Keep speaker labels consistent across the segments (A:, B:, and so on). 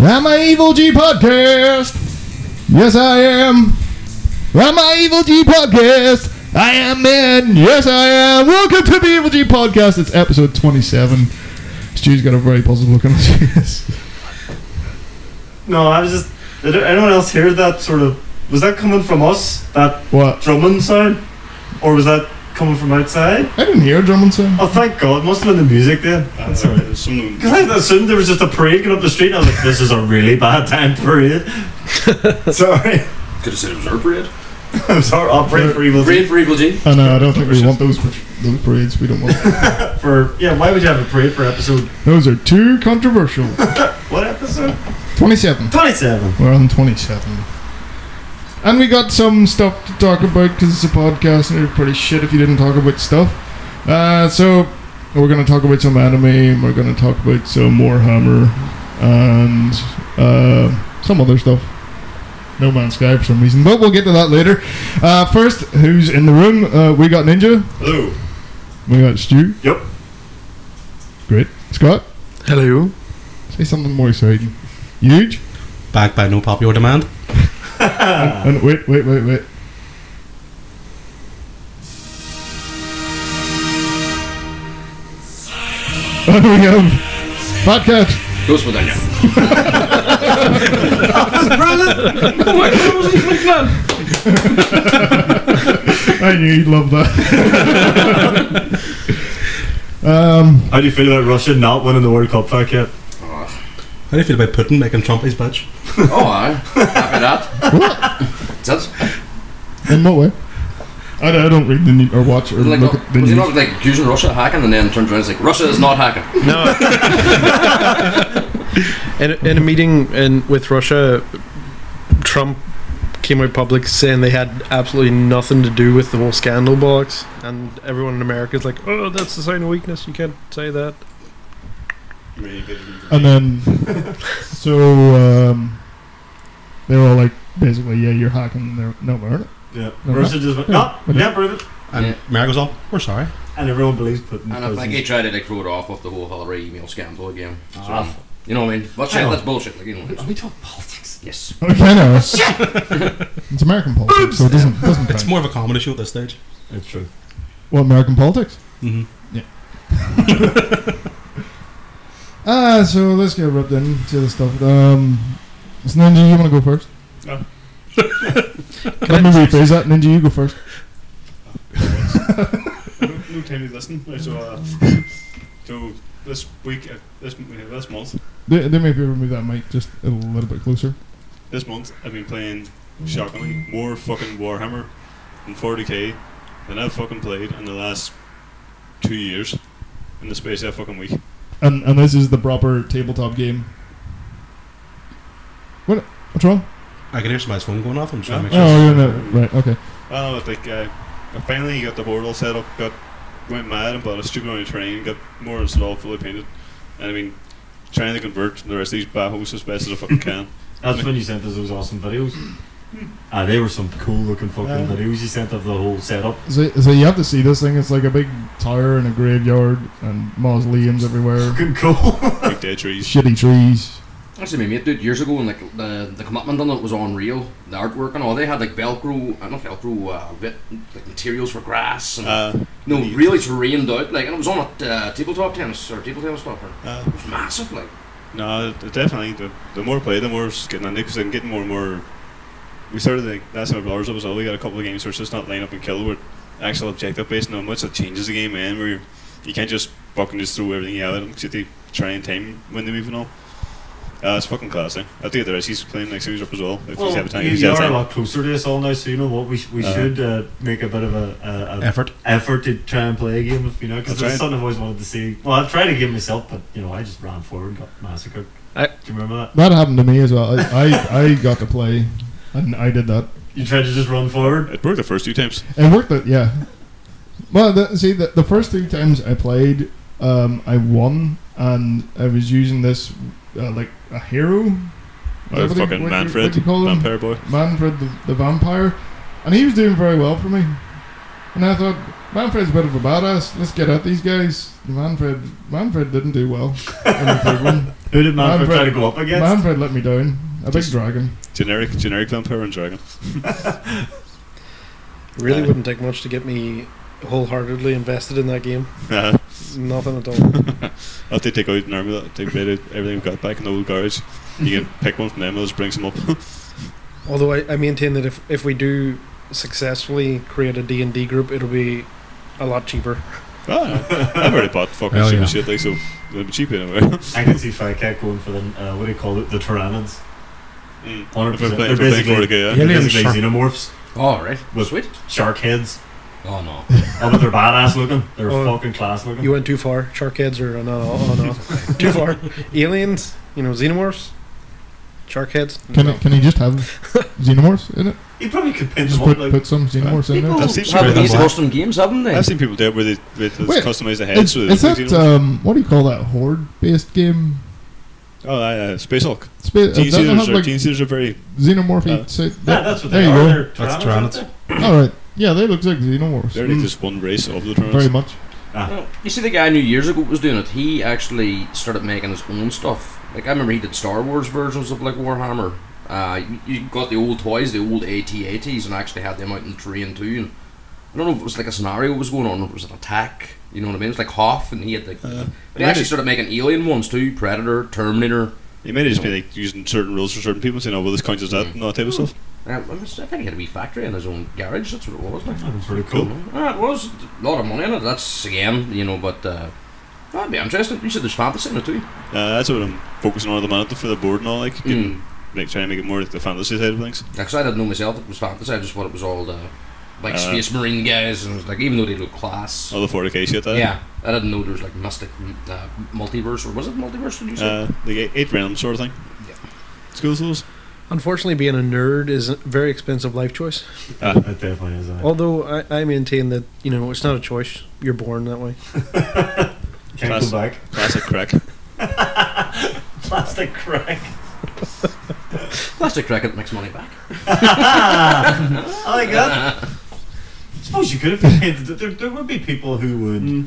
A: I'm an Evil G podcast. Yes, I am. I'm an Evil G podcast. I am in. Yes, I am. Welcome to the Evil G podcast. It's episode 27. Stu's got a very positive look on his face.
B: No, I was just. Did anyone else hear that sort of? Was that coming from us? That
A: What?
B: drumming sound, or was that coming from outside?
A: I didn't hear a drumming sound.
B: Oh, thank God! Must have been the music then. That's alright. Because I assumed there was just a parade going up the street. And I was like, "This is a really bad time parade." sorry,
C: Could have said it was our parade.
B: I'm sorry. I'll pray for evil
C: Parade for Evil G.
A: I know, I don't think we want those, those parades. We don't want
B: for yeah. Why would you have a parade for episode?
A: Those are too controversial.
B: What episode?
A: 27.
B: Twenty-seven.
A: We're on 27. And we got some stuff to talk about because it's a podcast and it'd be pretty shit if you didn't talk about stuff. Uh, so, we're going to talk about some anime, we're going to talk about some Warhammer, and uh, some other stuff. No Man's Sky for some reason, but we'll get to that later. Uh, first, who's in the room? Uh, we got Ninja,
B: Hello.
A: we got Stu,
B: Yep.
A: great. Scott,
D: Hello.
A: say something more exciting. Huge.
E: Backed by no popular demand.
A: And wait, wait, wait, wait. And Oh, we have podcast.
C: Goes for Daniel.
A: I knew you'd love that. um,
B: How do you feel about Russia not winning the World Cup back yet?
E: How do you feel about Putin making Trump his bitch?
C: Oh, aye. Happy that. That's
A: in what way? I, I don't read the news or watch or
C: like,
A: look
C: not,
A: at the
C: was he
A: news.
C: not like accusing Russia of hacking and then turns around and is like, Russia is not hacking.
D: No. in, a, in a meeting in with Russia, Trump came out public saying they had absolutely nothing to do with the whole scandal box, and everyone in America is like, "Oh, that's the sign of weakness. You can't say that."
A: And then, so um, they were all like, basically, yeah, you're hacking. And they're no, we're not.
B: Yeah.
A: No,
B: Russia just went.
A: Yeah.
B: No, yeah, prove it.
E: And
C: Yeah.
E: America's all, we're sorry.
B: And everyone believes Putin.
C: And I think he tried to like throw it off of the whole Hillary email scandal again. So,
B: Ah.
C: um, you know what I mean? That's,
B: Hang
C: shit,
B: on.
C: that's bullshit. Like, you know what I mean?
B: we talking politics?
C: Yes.
A: I know. it's American politics, so it doesn't doesn't
E: It's
A: count.
E: more of a comedy show at this stage.
B: It's true.
A: Well, American politics.
E: Mm-hmm.
A: Ah, so let's get ripped into the stuff. Um, it's Ninja, you want to go first?
B: No.
A: Let me rephrase that. Ninja, you go first.
F: no, no time to listen. So, uh, so er this week, uh, this uh, this month,
A: Do, do me a favor, move that mic just a little bit closer.
F: this month, I've been playing shockingly more fucking Warhammer in 40k than I've fucking played in the last two years in the space of a fucking week.
A: And and this is the proper tabletop game. What? What's wrong?
E: I can hear somebody's phone going off. I'm just trying to make sure.
A: Oh, yeah, no, right. Okay.
F: Oh, it's like uh, I finally got the portal set up, got went mad and bought a stupid amount of terrain, got more installed, fully painted, and I mean trying to convert the rest of these bajos as best as I fucking can.
B: That's when you sent us those awesome videos. Ah, they were some cool looking fucking
A: Yeah.
B: videos you sent of the whole setup.
A: So, so you have to see this thing. It's like a big tower and a graveyard and mausoleums everywhere.
B: Fucking cool.
F: Big dead trees.
A: Shitty trees.
C: Actually, my mate, dude, years ago, and like the the commitment on it was unreal. The artwork and all, they had like Velcro, uh, not Velcro, uh, bit, like materials for grass and
F: Uh,
C: no,
F: leaves.
C: really terrained out. Like, and it was on a uh, tabletop tennis or table tennis stopper.
F: uh,
C: It was massive, like.
F: No, d- definitely. The, the more I play, the more it's getting into because I'm getting more and more. We started like that's my brothers up as well. Oh, We got a couple of games where it's just not line up and kill with actual objective based on how much it changes the game, man. Where you, you can't just fucking just throw everything out at them because you have to try and time when they move and all. Uh, it's fucking class, eh? I think the rest he's playing next series up as well. If he's
B: Well,
F: have time,
B: you,
F: he's
B: you
F: got
B: are a
F: time.
B: lot closer to us all now, so you know what? We, sh- we
F: Uh,
B: should uh, make a bit of a, a, a
E: Effort.
B: effort to try and play a game, if you know, because
F: I'll try
B: it's
F: it.
B: something I've always wanted to see. Well, I tried a game myself, but you know, I just ran forward and got massacred.
D: I-
B: Do you remember that?
A: That happened to me as well. I, I, I got to play, and I did that
B: You tried to just run forward.
F: It worked the first two times.
A: It worked out, yeah. Well, the, see, the, the first three times I played, um, I won, and I was using this, uh, like, a hero.
F: Oh,
A: What do you-
F: fucking
A: what do you-
F: Manfred,
A: what do you call him?
F: vampire boy.
A: Manfred the, the vampire. And he was doing very well for me. And I thought, Manfred's a bit of a badass. Let's get at these guys. Manfred Manfred didn't do well in the third one.
B: Who did
A: Manfred-
B: Manfred try to go up against?
A: Manfred let me down. A big
F: Just-
A: dragon.
F: Generic, generic vampire and dragon.
D: Really
F: Aye.
D: wouldn't take much to get me wholeheartedly invested in that game.
F: Uh,
D: Nothing at all.
F: I'll take take out an army, that- take out everything we've got back in the old garage. You can pick one from them, we'll just bring some up.
D: Although I, I maintain that if, if we do successfully create a D&D group, it'll be a lot cheaper.
F: ah, I've already bought fucking
E: Hell
F: super
E: yeah.
F: shit, like, so it'll be cheap anyway.
B: I can see Ficat going for the, uh, what do you call it, the Tyrannids.
F: Mm.
B: 100%.
F: If we're
B: They're
F: if we're
B: basically-
F: Fortica, yeah.
B: They're
E: Alien
B: basically
E: shark.
B: xenomorphs,
C: All Oh, right.
B: With-
C: Sweet.
B: shark heads.
C: Oh no.
B: Oh, but they're badass looking. They're
D: Oh.
B: fucking class looking.
D: You went too far. Shark heads are no, oh no, too far. Aliens, you know, xenomorphs, shark heads.
A: Can
D: no.
A: it, can he just have xenomorphs in it?
B: you probably could pin
A: Just
B: them
A: put,
B: up. Like,
A: put some xenomorphs in
C: People
A: there.
F: I've
C: have
F: seen
C: these
F: some of them.
C: custom games, haven't they?
F: I've seen people do it where they, they just
A: Wait,
F: customize the heads
A: Is,
F: with
A: is
F: the
A: that um, what do you call that horde based game?
F: Oh, aye, aye, Space Hulk.
A: Spa-
F: Teen
A: does it
F: series
A: have
F: are,
A: like
F: teen series are very.
A: xenomorph?
F: Uh,
B: yeah, that's what
A: there
B: they
A: you
B: are.
A: go.
B: They're
E: That's
B: tyrannids, aren't
E: tyrannids.
B: they?
A: All right. Yeah, they look like xenomorphs.
F: They're like
A: Mm,
F: just one race of the
A: Very
F: tournaments.
A: much.
C: Well, you see, the guy I knew years ago was doing it. He actually started making his own stuff. Like I remember, he did Star Wars versions of like Warhammer. Uh, you, you got the old toys, the old AT-ATs, and actually had them out in the terrain too. And I don't know if it was like a scenario was going on, or if it was an attack. You know what I mean? It was like Hoff, and he had like.
F: Uh,
C: but he actually started making alien ones too: Predator, Terminator.
F: They might just be like using certain rules for certain people, saying, "Oh, well, this counts as that," and all that type of stuff.
C: Uh, I think he had a wee factory in his own garage. That's what it was. Like.
B: That was pretty cool.
C: Uh, it was a lot of money in it. That's again, you know, but uh, that'd be interesting. You said there's fantasy in it too.
F: Uh, that's what I'm focusing on at the minute for the board and all, like,
A: Hmm.
F: getting, like trying to make it more like the fantasy side of things.
C: Because Hmm. I didn't know myself it was fantasy. I just thought it was all the like
F: Uh, Oh,
C: space marine guys, and it was like even though they look class,
F: All the 4K shit. That,
C: yeah, I didn't know there was like mystic m- uh, multiverse or was it multiverse? Did you say?
F: Uh, like eight, eight realms sort of thing.
C: Yeah.
F: School rules.
D: Unfortunately, being a nerd is a very expensive life choice.
B: That definitely is. Uh,
D: Although I, I maintain that you know it's not a choice. You're born that way.
B: can't
F: class-
B: go back.
F: Classic crack.
B: Plastic crack.
C: Plastic cricket makes money back.
B: I like that. suppose you could have painted. it. There, there would be people who would
A: Mm.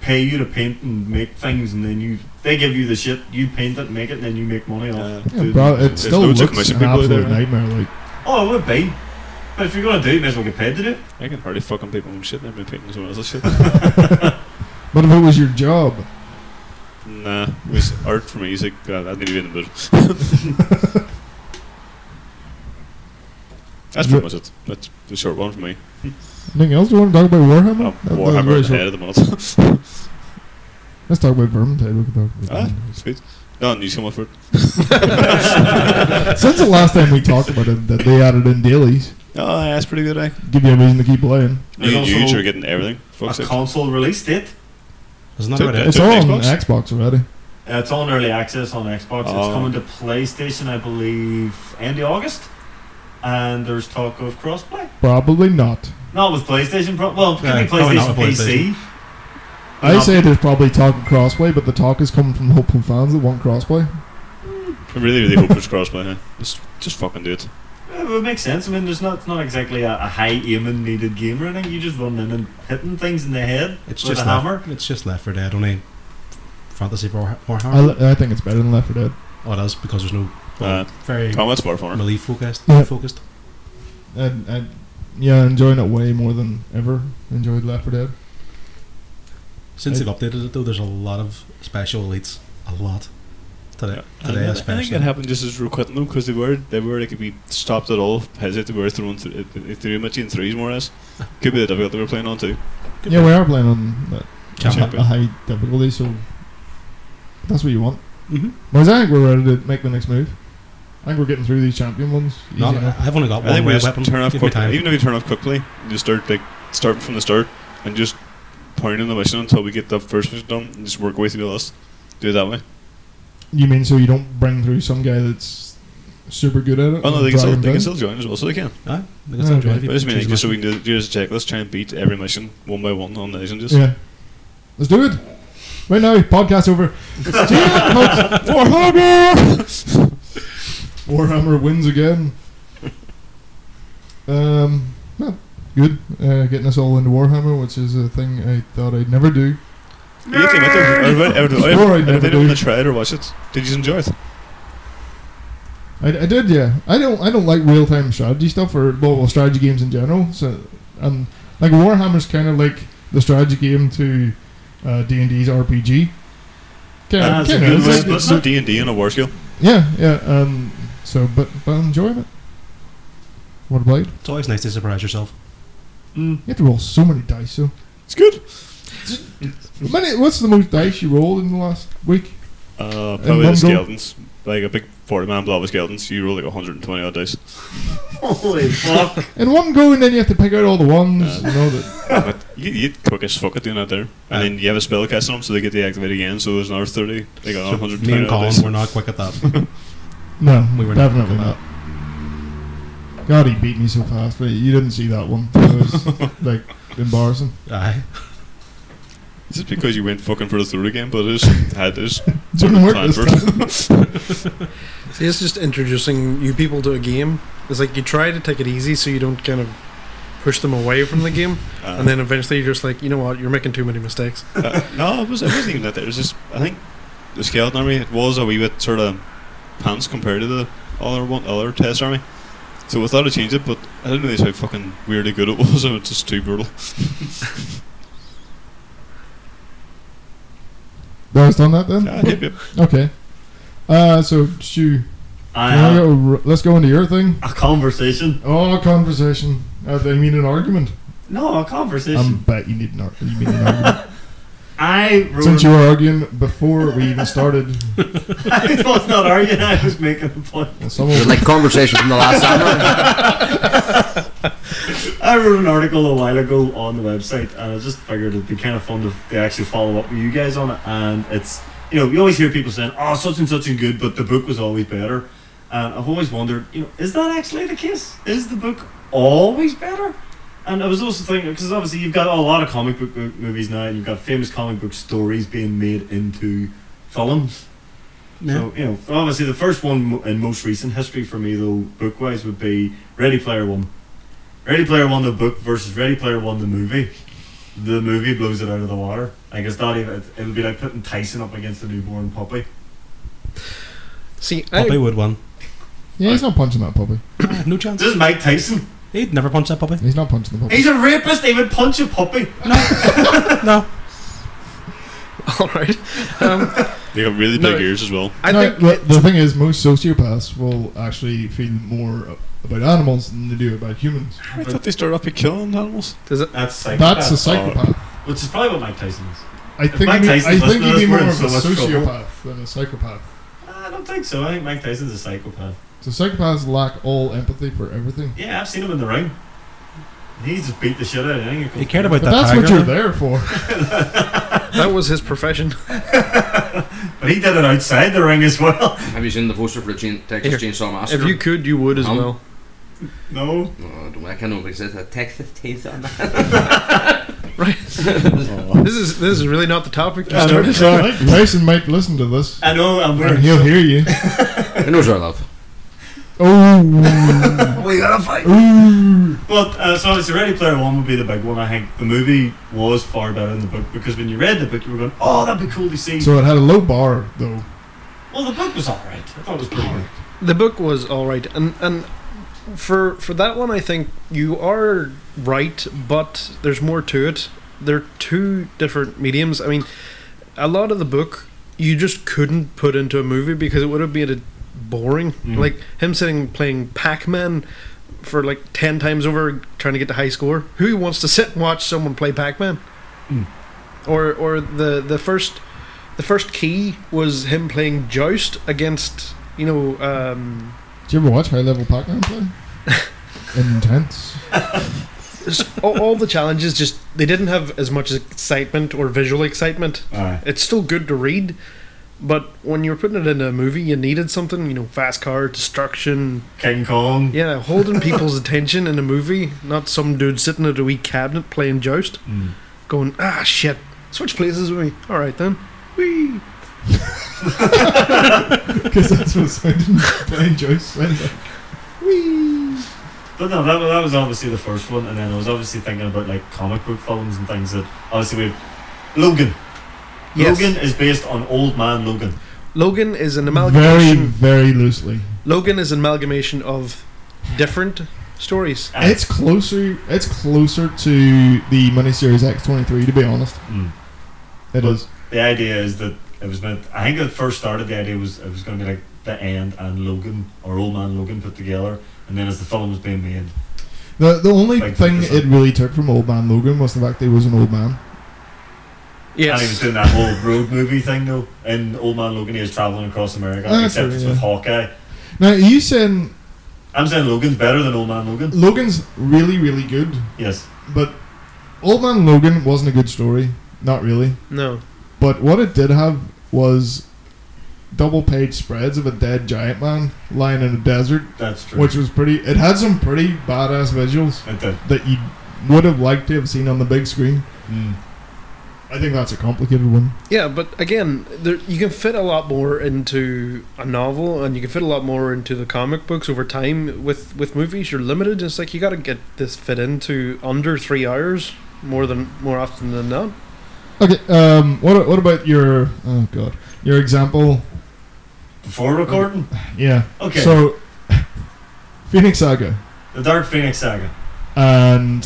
B: pay you to paint and make things, and then you they give you the shit, you paint it, make it, and then you make money
F: Uh,
B: off.
A: Yeah,
B: it.
A: bro, it still
F: loads of
A: looks
F: commission
A: an
F: people out there,
A: absolute nightmare. Like,
B: Oh, it would be. But if you're gonna do, it, you may as well get paid to do it.
F: I can hardly fucking paint my own shit. I've been painting someone else's shit.
A: but if it was your job,
F: nah, it was art for me. uh, He's like, God, I need to be in the mood. That's pretty much it. That's the short one for me.
A: anything else you want to talk about Warhammer?
F: Um,
A: That- that was
F: Warhammer
A: very
F: in the
A: short.
F: head of the month.
A: Let's talk about Vermintide. We can talk about
F: ah,
A: Vermintide.
F: sweet. No, news come up for it.
A: Since the last time we talked about it, that they added in dailies,
F: Oh, yeah, that's pretty good, eh?
A: give you a reason to keep playing.
B: There's
F: You, you
B: also
F: are getting everything. Fuck's
B: a
F: sake.
B: console release date.
E: Isn't that
F: Took
E: about
F: that.
E: it?
A: It's
F: to
A: all on
F: Xbox?
A: Xbox already.
B: Uh, it's on early access on Xbox.
F: Oh.
B: It's coming to PlayStation, I believe, end of August. And there's talk of crossplay.
A: Probably not.
B: Not with PlayStation, pro- well, it could
E: Yeah,
B: be
E: probably not
B: PlayStation,
E: with
B: PC.
A: I
B: Not-
A: say there's probably talk of crossplay, but the talk is coming from hopeful fans that want crossplay.
F: I really, really hope it's crossplay, huh? Just, just fucking do it.
B: It would make sense. I mean, there's not it's not exactly a, a high aiming needed game or anything. You just run in and hitting things in the head
E: It's
B: with
E: just
B: a
E: left,
B: hammer.
E: It's just Left 4 Dead. Only fantasy for War-
A: I,
E: Warhammer.
A: li- I think it's better than Left 4 Dead.
E: oh, it is because there's no well,
F: Uh,
E: very
F: Combat's far from it.
E: melee focused.
A: Yeah.
E: Focused.
A: And, and yeah, enjoying it way more than ever enjoyed Left 4 Dead.
E: Since
A: I-
E: they've updated it though, there's a lot of special elites. A lot. Today, today
F: I,
E: especially.
F: think it happened just as we were quitting them because they were they were they could be stopped at all. Has it they were thrown through through much in threes more or less. Could be the difficult they were playing on too.
E: Good
A: yeah,
E: point.
A: we are playing on that
E: Champion.
A: a high difficulty, so that's what you want.
E: Mhm.
A: Whereas I think we're ready to make the next move. I think we're getting through these champion ones. easy
E: Not,
A: enough.
E: I've only got
F: I
E: one
F: think we
E: red
F: just
E: weapon.
F: turn off
E: Give me
F: quickly.
E: time.
F: Even if you turn off quickly, you just start like start from the start and just pounding the mission until we get the first mission done and just work our way through the list. Do it that way.
A: You mean so you don't bring through some guy that's super good at it?
F: Oh no,
A: and
F: they
A: drag
F: can still
A: him
F: they can
A: down?
F: still join as well, so they can.
E: Aye, I think it's enjoyable if
A: Okay.
E: you
F: But I just mean
E: choose
F: like, just so
E: a
F: we can do, do as a checklist, try and beat every mission one by one on the mission just
A: Yeah. Let's do it. Right now, podcast over. Warhammer! Warhammer wins again. Um, well, good. Uh, getting us all into Warhammer, which is a thing I thought I'd never do.
F: You have to admit it. I read- I read- I
A: Alright,
F: read- I
A: never
F: didn't want
A: mind.
F: to try it or watch it. Did you enjoy it?
A: I, I did, yeah. I don't I don't like real time strategy stuff or well, well, strategy games in general. So and like Warhammer's kind of like the strategy game to uh, D and D's RPG. Kinda,
B: Ah, it's a
A: kinda
B: good
A: is,
B: way
A: like,
B: of putting
F: It's not D and D on a war scale.
A: yeah, yeah. Um, so, but but I'm enjoying it. What about you?
E: It's always nice to surprise yourself.
A: You have to roll so many dice. So,
F: It's good.
A: How many, what's the most dice you rolled in the last week?
F: Uh,
A: one
F: probably
A: go?
F: the skeletons, like a big forty-man blob of skeletons. You roll like hundred and twenty odd dice.
B: Holy fuck.
A: In one go, and then you have to pick out all the ones.
F: Uh.
A: you know that.
F: but you, you quick as fuck at doing that there, and then you have a spell cast on them, so they get deactivated again. So there's another thirty, like another hundred and
E: Me
F: twenty
E: and
F: odd
E: Colin
F: dice.
E: were not quick at that.
A: No,
E: We were not
A: definitely
E: quick
A: not.
E: at
A: God, he beat me so fast. But you didn't see that one. It was like embarrassing.
E: that. Aye.
F: Is it because you went fucking for the third again? But it's had this sort
A: Didn't
F: of
A: work
F: plan
A: this
F: for
A: time.
G: See, it's just introducing new people to a game. It's like you try to take it easy so you don't kind of push them away from the game,
F: Uh,
G: and then eventually you're just like, you know what, you're making too many mistakes.
F: uh, no, it, was, it wasn't even that. There was just I think the skeleton army it was a wee bit sort of pants compared to the other one, other test army. So I thought I'd change it, but I didn't realize how fucking weirdly good it was. It was just too brutal.
A: Guys, done that then?
F: Yeah, yep, yep.
A: Okay. Uh, so Stu,
B: I
A: can I
B: had
A: go- let's go into your thing.
B: a conversation.
A: Oh, conversation. Uh, I mean, an argument.
B: No, a
A: I
B: conversation.
A: am
E: Um,
A: bet you need an, ar- you mean an argument.
B: I wrote.
A: Since you were arguing before we even started,
B: I was not arguing. I was making a point.
A: well, some
C: They're
A: of
C: like conversation from the last summer.
B: I wrote an article a while ago on the website, and I just figured it'd be kind of fun to, to actually follow up with you guys on it. And it's you know you always hear people saying, "Oh, such and such is good," but the book was always better. And I've always wondered, you know, is that actually the case? Is the book always better? And I was also thinking because obviously you've got a lot of comic book mo- movies now, and you've got famous comic book stories being made into films. So, you know, obviously the first one mo- in most recent history for me, though, book wise, would be Ready Player One. Ready Player One, the book, versus Ready Player One, the movie. The movie blows it out of the water. Like, it's not even, it, it would be like putting Tyson up against a newborn puppy.
G: See,
E: Puppy
G: I,
E: would win.
A: yeah, he's not punching that puppy.
E: no chance.
B: This is Mike Tyson.
E: He'd never punch that puppy.
A: He's not punching the puppy.
B: He's a rapist, he would punch a puppy.
E: No.
G: all right, um,
F: They got really
G: No.
F: big ears as well.
G: I
A: No,
G: think
A: the, the thing is, most sociopaths will actually feel more about animals than they do about humans.
F: I thought they started off by killing animals.
G: does it,
B: That's psychopath.
A: That's a psychopath.
B: Which is probably what Mike Tyson is.
A: I think
B: Mike
A: he- I
B: Tyson's
A: think
B: listening
A: he'd
B: to
A: be
B: this,
A: more
B: we're in
A: of a
B: so much trouble.
A: sociopath than a psychopath.
B: I don't think so. I think Mike Tyson's a psychopath.
A: So psychopaths lack all empathy for everything.
B: Yeah, I've seen him in the ring. He just beat the shit out of anything.
E: He cared about
A: But
E: that
A: that's
E: tiger.
A: what you're
E: though.
A: there for.
G: that was his profession.
B: But he did it outside the ring as well.
C: Have you seen the poster for the chain, Texas
G: Here.
C: Chainsaw Massacre?
G: If you could, you would as
C: Um,
G: well.
B: No.
C: No, I don't. I can't know what it says. A Texas Chainsaw Massacre.
G: This is this is really not the topic. to start.
A: Mike Tyson might listen to this.
B: I know, I'm
A: And
B: weird.
A: he'll hear you.
C: Who knows our love?
A: Oh,
B: we gotta fight. Well, uh, so obviously, Ready Player One would be the big one. I think the movie was far better than the book because when you read the book, you were going, "Oh, that'd be cool to see."
A: so it had a low bar though.
B: well, the book was alright. I thought it was pretty good.
G: the book was all right, and and for for that one, I think you are right, but there's more to it. They're two different mediums. I mean, a lot of the book you just couldn't put into a movie because it would have been a boring.
B: Mm.
G: Like him sitting playing Pac Man for like ten times over, trying to get the high score. Who wants to sit and watch someone play Pac Man?
B: Mm.
G: Or or the the first the first key was him playing Joust against you know. Um,
A: Did you ever watch high level Pac-Man play? Intense.
G: Just all, all the challenges just they didn't have as much excitement or visual excitement.
B: Aye.
G: It's still good to read, but when you were putting it in a movie, you needed something. You know, fast car destruction.
B: King Kong.
G: Yeah, holding people's attention in a movie, not some dude sitting at a wee cabinet playing joust,
B: Mm.
G: going ah shit, switch places with me. All right then, wee.
A: Because that's what sounded playing Joyce sounded.
B: But no, that, wa- that was obviously the first one, and then I was obviously thinking about like comic book films and things that obviously we have. Logan.
G: Yes.
B: Logan is based on Old Man Logan.
G: Logan is an
A: Very,
G: amalgamation.
A: very loosely.
G: Logan is an amalgamation of different stories.
B: And
A: It's closer. It's closer to the miniseries X twenty three. To be honest,
B: mm,
A: it is.
B: the idea is that it was meant. I think it first started. The idea was it was going to be like the end and Logan or Old Man Logan put together, and then as the film was being made,
A: The the only
B: Like,
A: thing
B: it's
A: it
B: like-
A: really took from Old Man Logan was the fact that he was an old man.
B: and he was
G: Yes.
B: doing that whole road movie thing though. And Old Man Logan, he was traveling across America,
A: Ah,
B: except
A: true,
B: it's
A: yeah.
B: with Hawkeye.
A: Now, are you saying
B: I'm saying Logan's better than Old Man Logan.
A: Logan's really, really good,
B: Yes,
A: but Old Man Logan wasn't a good story. Not really.
G: No.
A: But what it did have was double page spreads of a dead giant man lying in a desert,
B: that's true.
A: which was pretty. It had some pretty badass visuals
B: It did.
A: that you would have liked to have seen on the big screen.
B: Mm.
A: I think that's a complicated one.
G: Yeah, but again, there, you can fit a lot more into a novel, and you can fit a lot more into the comic books over time. With with movies, you're limited. It's like you got to get this fit into under three hours more than more often than not.
A: Okay, um, what what about your oh god your example?
B: Before recording,
A: Yeah.
B: okay.
A: So, Phoenix Saga
B: the Dark Phoenix saga,
A: and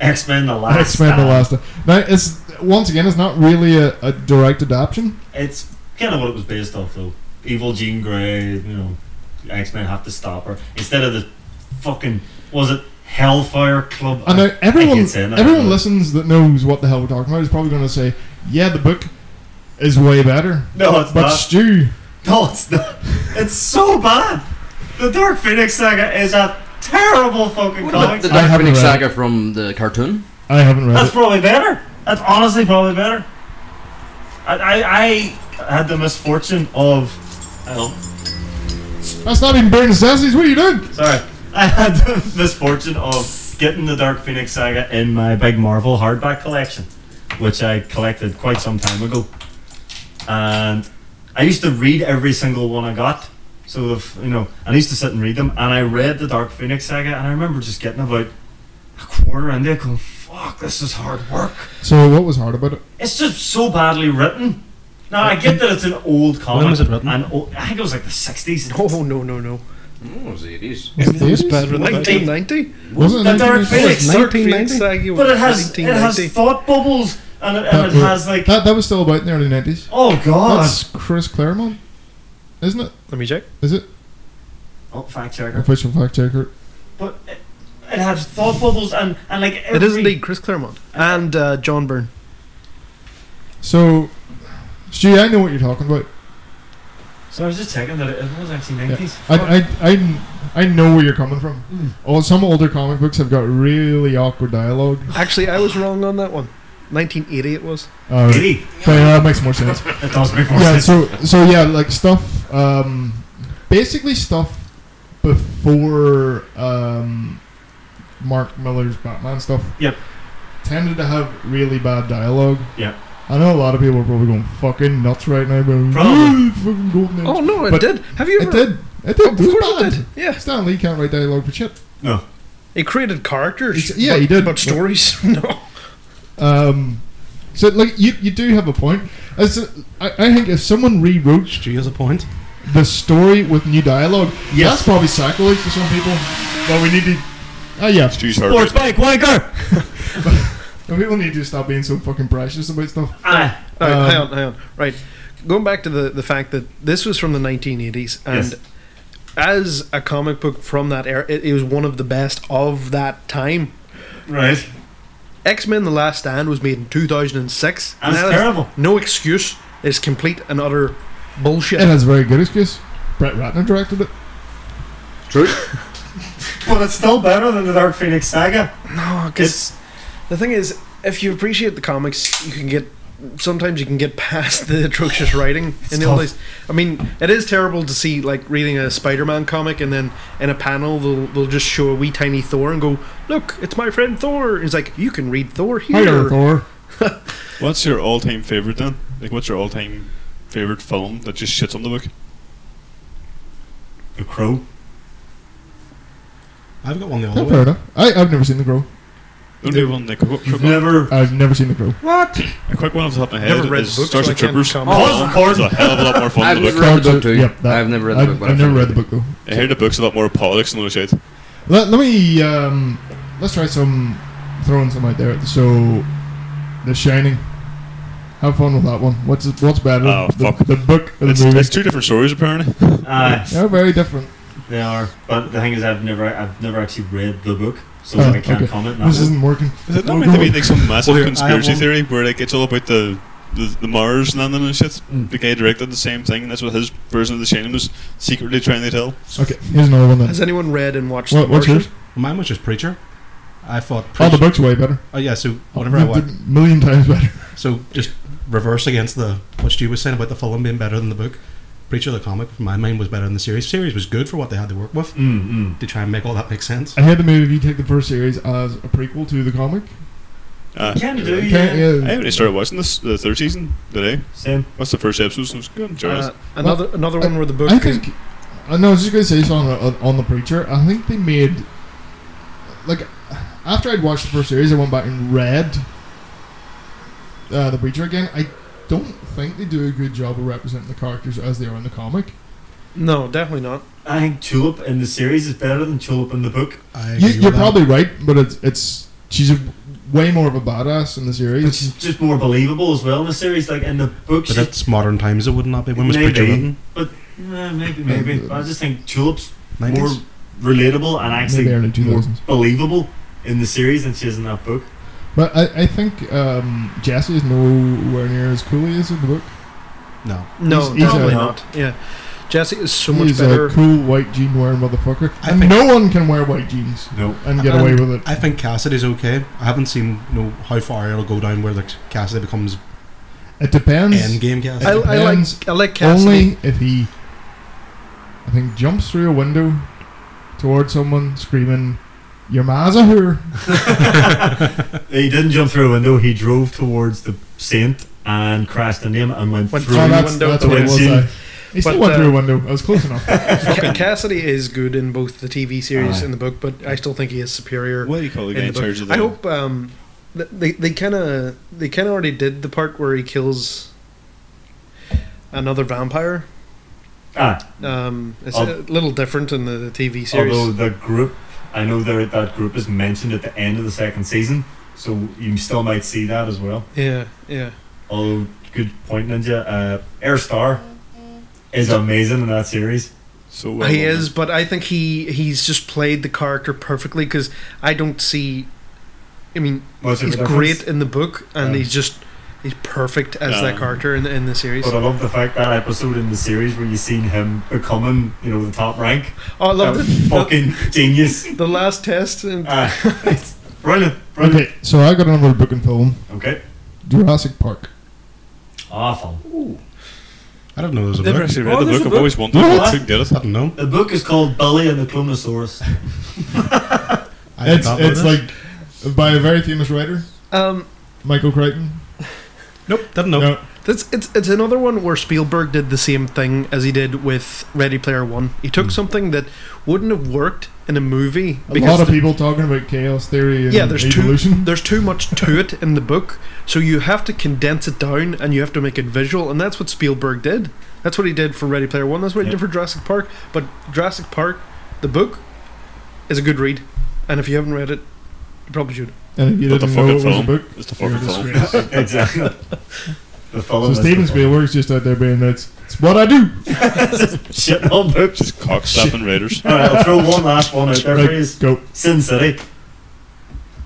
B: X Men: The Last
A: X Men: The
B: Stand.
A: Last. Now it's once again it's not really a, a direct adaptation.
B: It's kind of what it was based off, though. Evil Jean Grey, you know, X Men have to stop her instead of the fucking was it Hellfire Club?
A: And now everyone
B: saying that,
A: everyone
B: but-
A: listens that knows what the hell we're talking about is probably going to say, yeah, the book is way better.
B: No, it's
A: But
B: not.
A: Stu,
B: no, it's not. It's so bad. The Dark Phoenix saga is a terrible fucking
C: What about
B: comic.
C: Uh, the
A: I
C: Dark
A: haven't
C: Phoenix
A: read it.
C: saga from the cartoon?
A: I haven't read
B: That's
A: it.
B: probably better. That's honestly probably better. I I, I had the misfortune of. I don't
A: That's not even bare necessities. What are you doing?
B: Sorry. I had the misfortune of getting the Dark Phoenix saga in my big Marvel hardback collection, which I collected quite some time ago. And I used to read every single one I got. So, if, you know, I used to sit and read them. And I read the Dark Phoenix saga, and I remember just getting about a quarter into it going, fuck, this is hard work.
A: So what was hard about it?
B: It's just so badly written. Now, I get that it's an old comic.
E: was it written?
B: And o- I think it was like the 60s.
G: Oh no no no!
C: Oh, it was the 80s.
A: Was it the 80s?
G: Nineteen ninety.
A: Was it
B: The Dark
A: 1990s?
B: Phoenix. But it has it has thought bubbles and it, and it
A: That-
B: has like
A: That, that was still about in the early 90s.
B: oh god
A: That's Chris Claremont, isn't it?
G: Let me check.
A: Is it?
B: oh fact checker
A: Official fact checker.
B: but it, it has thought bubbles and and like every,
G: It is indeed Chris Claremont and uh, John Byrne.
A: So, Stu, I know what you're talking about.
B: so I was just checking that it, it was actually
A: Yeah.
B: nineties
A: I, I, I, I know where you're coming from.
B: Hmm.
A: Oh, some older comic books have got really awkward dialogue.
G: Actually, I was wrong on that one. 1980 it was.
A: Uh,
B: eighty
A: but that makes more sense.
B: it does make more
A: yeah.
B: sense
A: So so yeah, like stuff. Um, basically stuff before um, Mark Miller's Batman stuff.
B: Yep.
A: Tended to have really bad dialogue.
B: Yep.
A: I know a lot of people are probably going fucking nuts right now, but
B: Probably.
A: fucking golden age."
G: Oh no, it
A: But
G: did. Have you
A: It
G: ever?
A: did. It did.
G: Oh,
A: it
G: of
A: was
G: course
A: bad.
G: it did. Yeah,
A: Stan Lee can't write dialogue for shit.
B: no
G: it created characters.
A: It's- yeah,
G: but,
A: he did.
G: But stories, no.
A: Um, so like you, you do have a point. As a- I I think if someone rewrote
E: Stu has a point.
A: the story with new dialogue.
B: Yes.
A: That's probably sacrilege for some people. But we need to. Oh, yeah.
F: Stu's
B: sports
F: hard.
B: bike wanker
A: People need to stop being so fucking precious about stuff.
B: ah
G: All right,
A: Um,
G: hang on, hang on. Right, going back to the the fact that this was from the 1980s, and
B: Yes.
G: as a comic book from that era, it, it was one of the best of that time.
B: right
G: X Men: The Last Stand was made in 2006.
B: and it's
G: that is
B: terrible
G: No excuse. It's complete and utter bullshit.
A: It has a very good excuse. Brett Ratner directed it.
B: but it's still better than the Dark Phoenix saga
G: No,
B: it's
G: because the thing is, if you appreciate the comics, you can get. Sometimes you can get past the atrocious writing in the old
B: tough.
G: days. I mean, it is terrible to see like reading a Spider-Man comic and then in a panel they'll they'll just show a wee tiny Thor and go, "Look, it's my friend Thor." And He's like, "You can read Thor
A: Hiya,
G: here."
A: Thor.
F: What's your all-time favorite then? Like, what's your all-time favorite film that just shits on the book?
B: the Crow
E: I've got one the
A: No,
E: other
A: fair
E: way.
A: enough. I, I've never seen The Crow.
F: Only one, like a quick, quick
H: You've
F: one.
H: never.
A: I've never seen The Crow.
C: What?
F: A quick one off the top of my head.
G: Never read
F: is
G: books,
F: Starship
G: so I can't
F: Troopers.
G: comment.
H: Pause
E: Oh,
H: the
F: It's a
H: porn.
F: hell of a lot more fun
C: I've
F: to look
C: never read the
A: I've-
C: book too.
A: yep, that-
C: I've never read the
A: I've,
C: book. but
A: I've never read the
C: finished
A: book though.
F: I heard the book's a lot more politics and all that shit.
A: Let, let me um, let's try some throwing some out there. So, The Shining. Have fun with that one. What's what's better?
F: Oh,
A: the,
F: fuck.
A: the book or
F: It's,
A: the movie?
F: it's two different stories apparently.
H: Aye.
B: Ah,
A: They're very different.
H: They are, but the thing is, I've never, I've never actually read the book, so
A: Oh,
H: I can't
A: okay.
H: comment. on
A: This
H: That
A: isn't working.
F: Is it not
A: We'll
F: meant to
A: go
F: be
A: with-
F: like some massive
E: Well, here, I have
F: conspiracy
E: one.
F: theory where like it's all about the the, the Mars landing and shit?
H: Mm.
F: The guy directed the same thing, and that's what his version of the Shining was secretly trying to tell.
A: Okay, here's another one then.
G: Has anyone read and watched
A: What,
G: the Uh,
A: what's yours?
E: Mine was just Preacher. I thought
A: Oh,
E: Preacher.
A: the book's way better.
E: Oh, yeah, so whenever I
A: The- the
E: watched.
A: million times better.
E: So just reverse against the what Stu was saying about the film being better than the book. Preacher, the comic, in my mind, was better than the series. series was good for what they had to work with
H: mm, mm.
E: to try and make all that make sense.
A: I had the movie. You take the first series as a prequel to the comic.
F: Uh,
H: Can do,
A: Okay,
H: yeah.
F: I haven't even started watching this the third season today.
H: Same.
F: What's the first episode? So I was good. Enjoy
G: Uh,
F: it.
G: another another one where the book
A: I think. I know. I was just gonna say something on, uh, on the preacher. I think they made, like, after I'd watched the first series, I went back and read uh, the preacher again. I don't think they do a good job of representing the characters as they are in the comic.
G: no, definitely not.
H: I think Tulip in the series is better than Tulip in the book,
E: I
A: You,
E: agree with
A: you're
E: that.
A: probably right, but it's it's she's a, way more of a badass in the
H: which
A: series.
H: is just more believable as well in the series. Like in the book,
E: But
H: she's
E: that's modern times, it would not be. When was
H: Maybe.
E: Preacher written?
H: Eh, maybe, maybe. But I just think Tulip's
E: 90s?
H: more relatable and
A: Maybe early
H: actually more
A: 2000s.
H: believable in the series than she is in that book.
A: But I, I think um, Jesse is nowhere near as cool as in the book.
E: No.
G: No,
A: He's- he's
G: definitely
A: a-
G: not. Yeah, Jesse is so much
A: He's
G: better.
A: a cool white jean wearing motherfucker,
E: I
A: and
E: think-
A: no one can wear white jeans
H: No.
A: and get away with it.
E: I think Cassidy's okay. I haven't seen you know, how far it'll go down where like Cassidy becomes
A: It depends.
E: endgame
G: I,
E: Cassidy.
G: I
A: Depends
G: like I like Cassidy.
A: Only if he, I think, jumps through a window towards someone screaming, "Your ma's a her."
H: He didn't jump through a window. He drove towards the saint and crashed into him and went
G: Went
H: through.
G: through
A: Oh,
G: the
A: that's,
G: window
A: that's
G: to
A: what it was.
H: windshield.
A: I. He still
G: But,
A: went
G: uh,
A: through a window. I was close enough.
G: Ca- Cassidy is good in both the TV series
H: Aye.
G: and the book, but I still think he is superior
F: What do you call the guy
G: in
F: in
G: the book.
F: charge of the?
G: I hope um, th- they they kind of they kind of already did the part where he kills another vampire.
H: Ah,
G: Um, it's
H: Al-
G: a little different in the, the TV series.
H: although the group, I know there that group is mentioned at the end of the second season, so you still might see that as well.
G: yeah, yeah.
H: Although, good point, Ninja. Uh, Air Star is amazing in that series.
F: So uh, well
G: he
F: done.
G: is, but I think he he's just played the character perfectly because I don't see. I mean,
H: Much of a
G: he's
H: difference.
G: great in the book, and
H: Yeah.
G: he's just he's perfect as that
F: Yeah.
G: character in the, in the series.
H: But I love the fact that episode in the series where you've seen him becoming, you know, the top rank.
G: Oh, I love
H: That
G: the,
H: was fucking genius.
G: the, the last test. And,
H: Ah, it's brilliant, brilliant.
A: okay, so I got another book and film,
H: Okay.
A: Jurassic Park.
H: Awful.
E: I don't know. There's a
F: I've never
E: book.
F: actually read
C: Oh,
F: the
C: there's
F: book.
C: a
F: I've always wondered
H: What?
F: what took did it.
E: I don't know.
H: The book is called Billy and the Clonosaurus.
E: I
A: It's
E: forgot about
A: it's
E: this.
A: like by a very famous writer,
G: um,
A: Michael Crichton.
E: nope, didn't know.
A: No,
G: that's it's it's another one where Spielberg did the same thing as he did with Ready Player One. He took something that wouldn't have worked in a movie
A: Hmm. a lot of people talking about chaos theory and
G: yeah, there's too
A: evolution.
G: there's too much to it in the book, so you have to condense it down and you have to make it visual, and that's what Spielberg did. That's what he did for Ready Player One. That's what he did
H: Yep.
G: for Jurassic Park. But Jurassic Park, the book, is a good read, and if you haven't read it, you probably should.
A: and if you
F: But
A: didn't
F: the
A: know it was
F: fucking
A: a book,
F: film. It's the
A: you're a
F: fucking film.
A: disgrace.
H: exactly.
A: So
H: The fellow
A: Steven Spielberg's just out there being that's it's what I do.
H: Shit on books.
F: Just cock slapping raiders.
H: Alright, I'll throw one last one out there
A: Right,
H: for you.
A: go.
H: Sin City.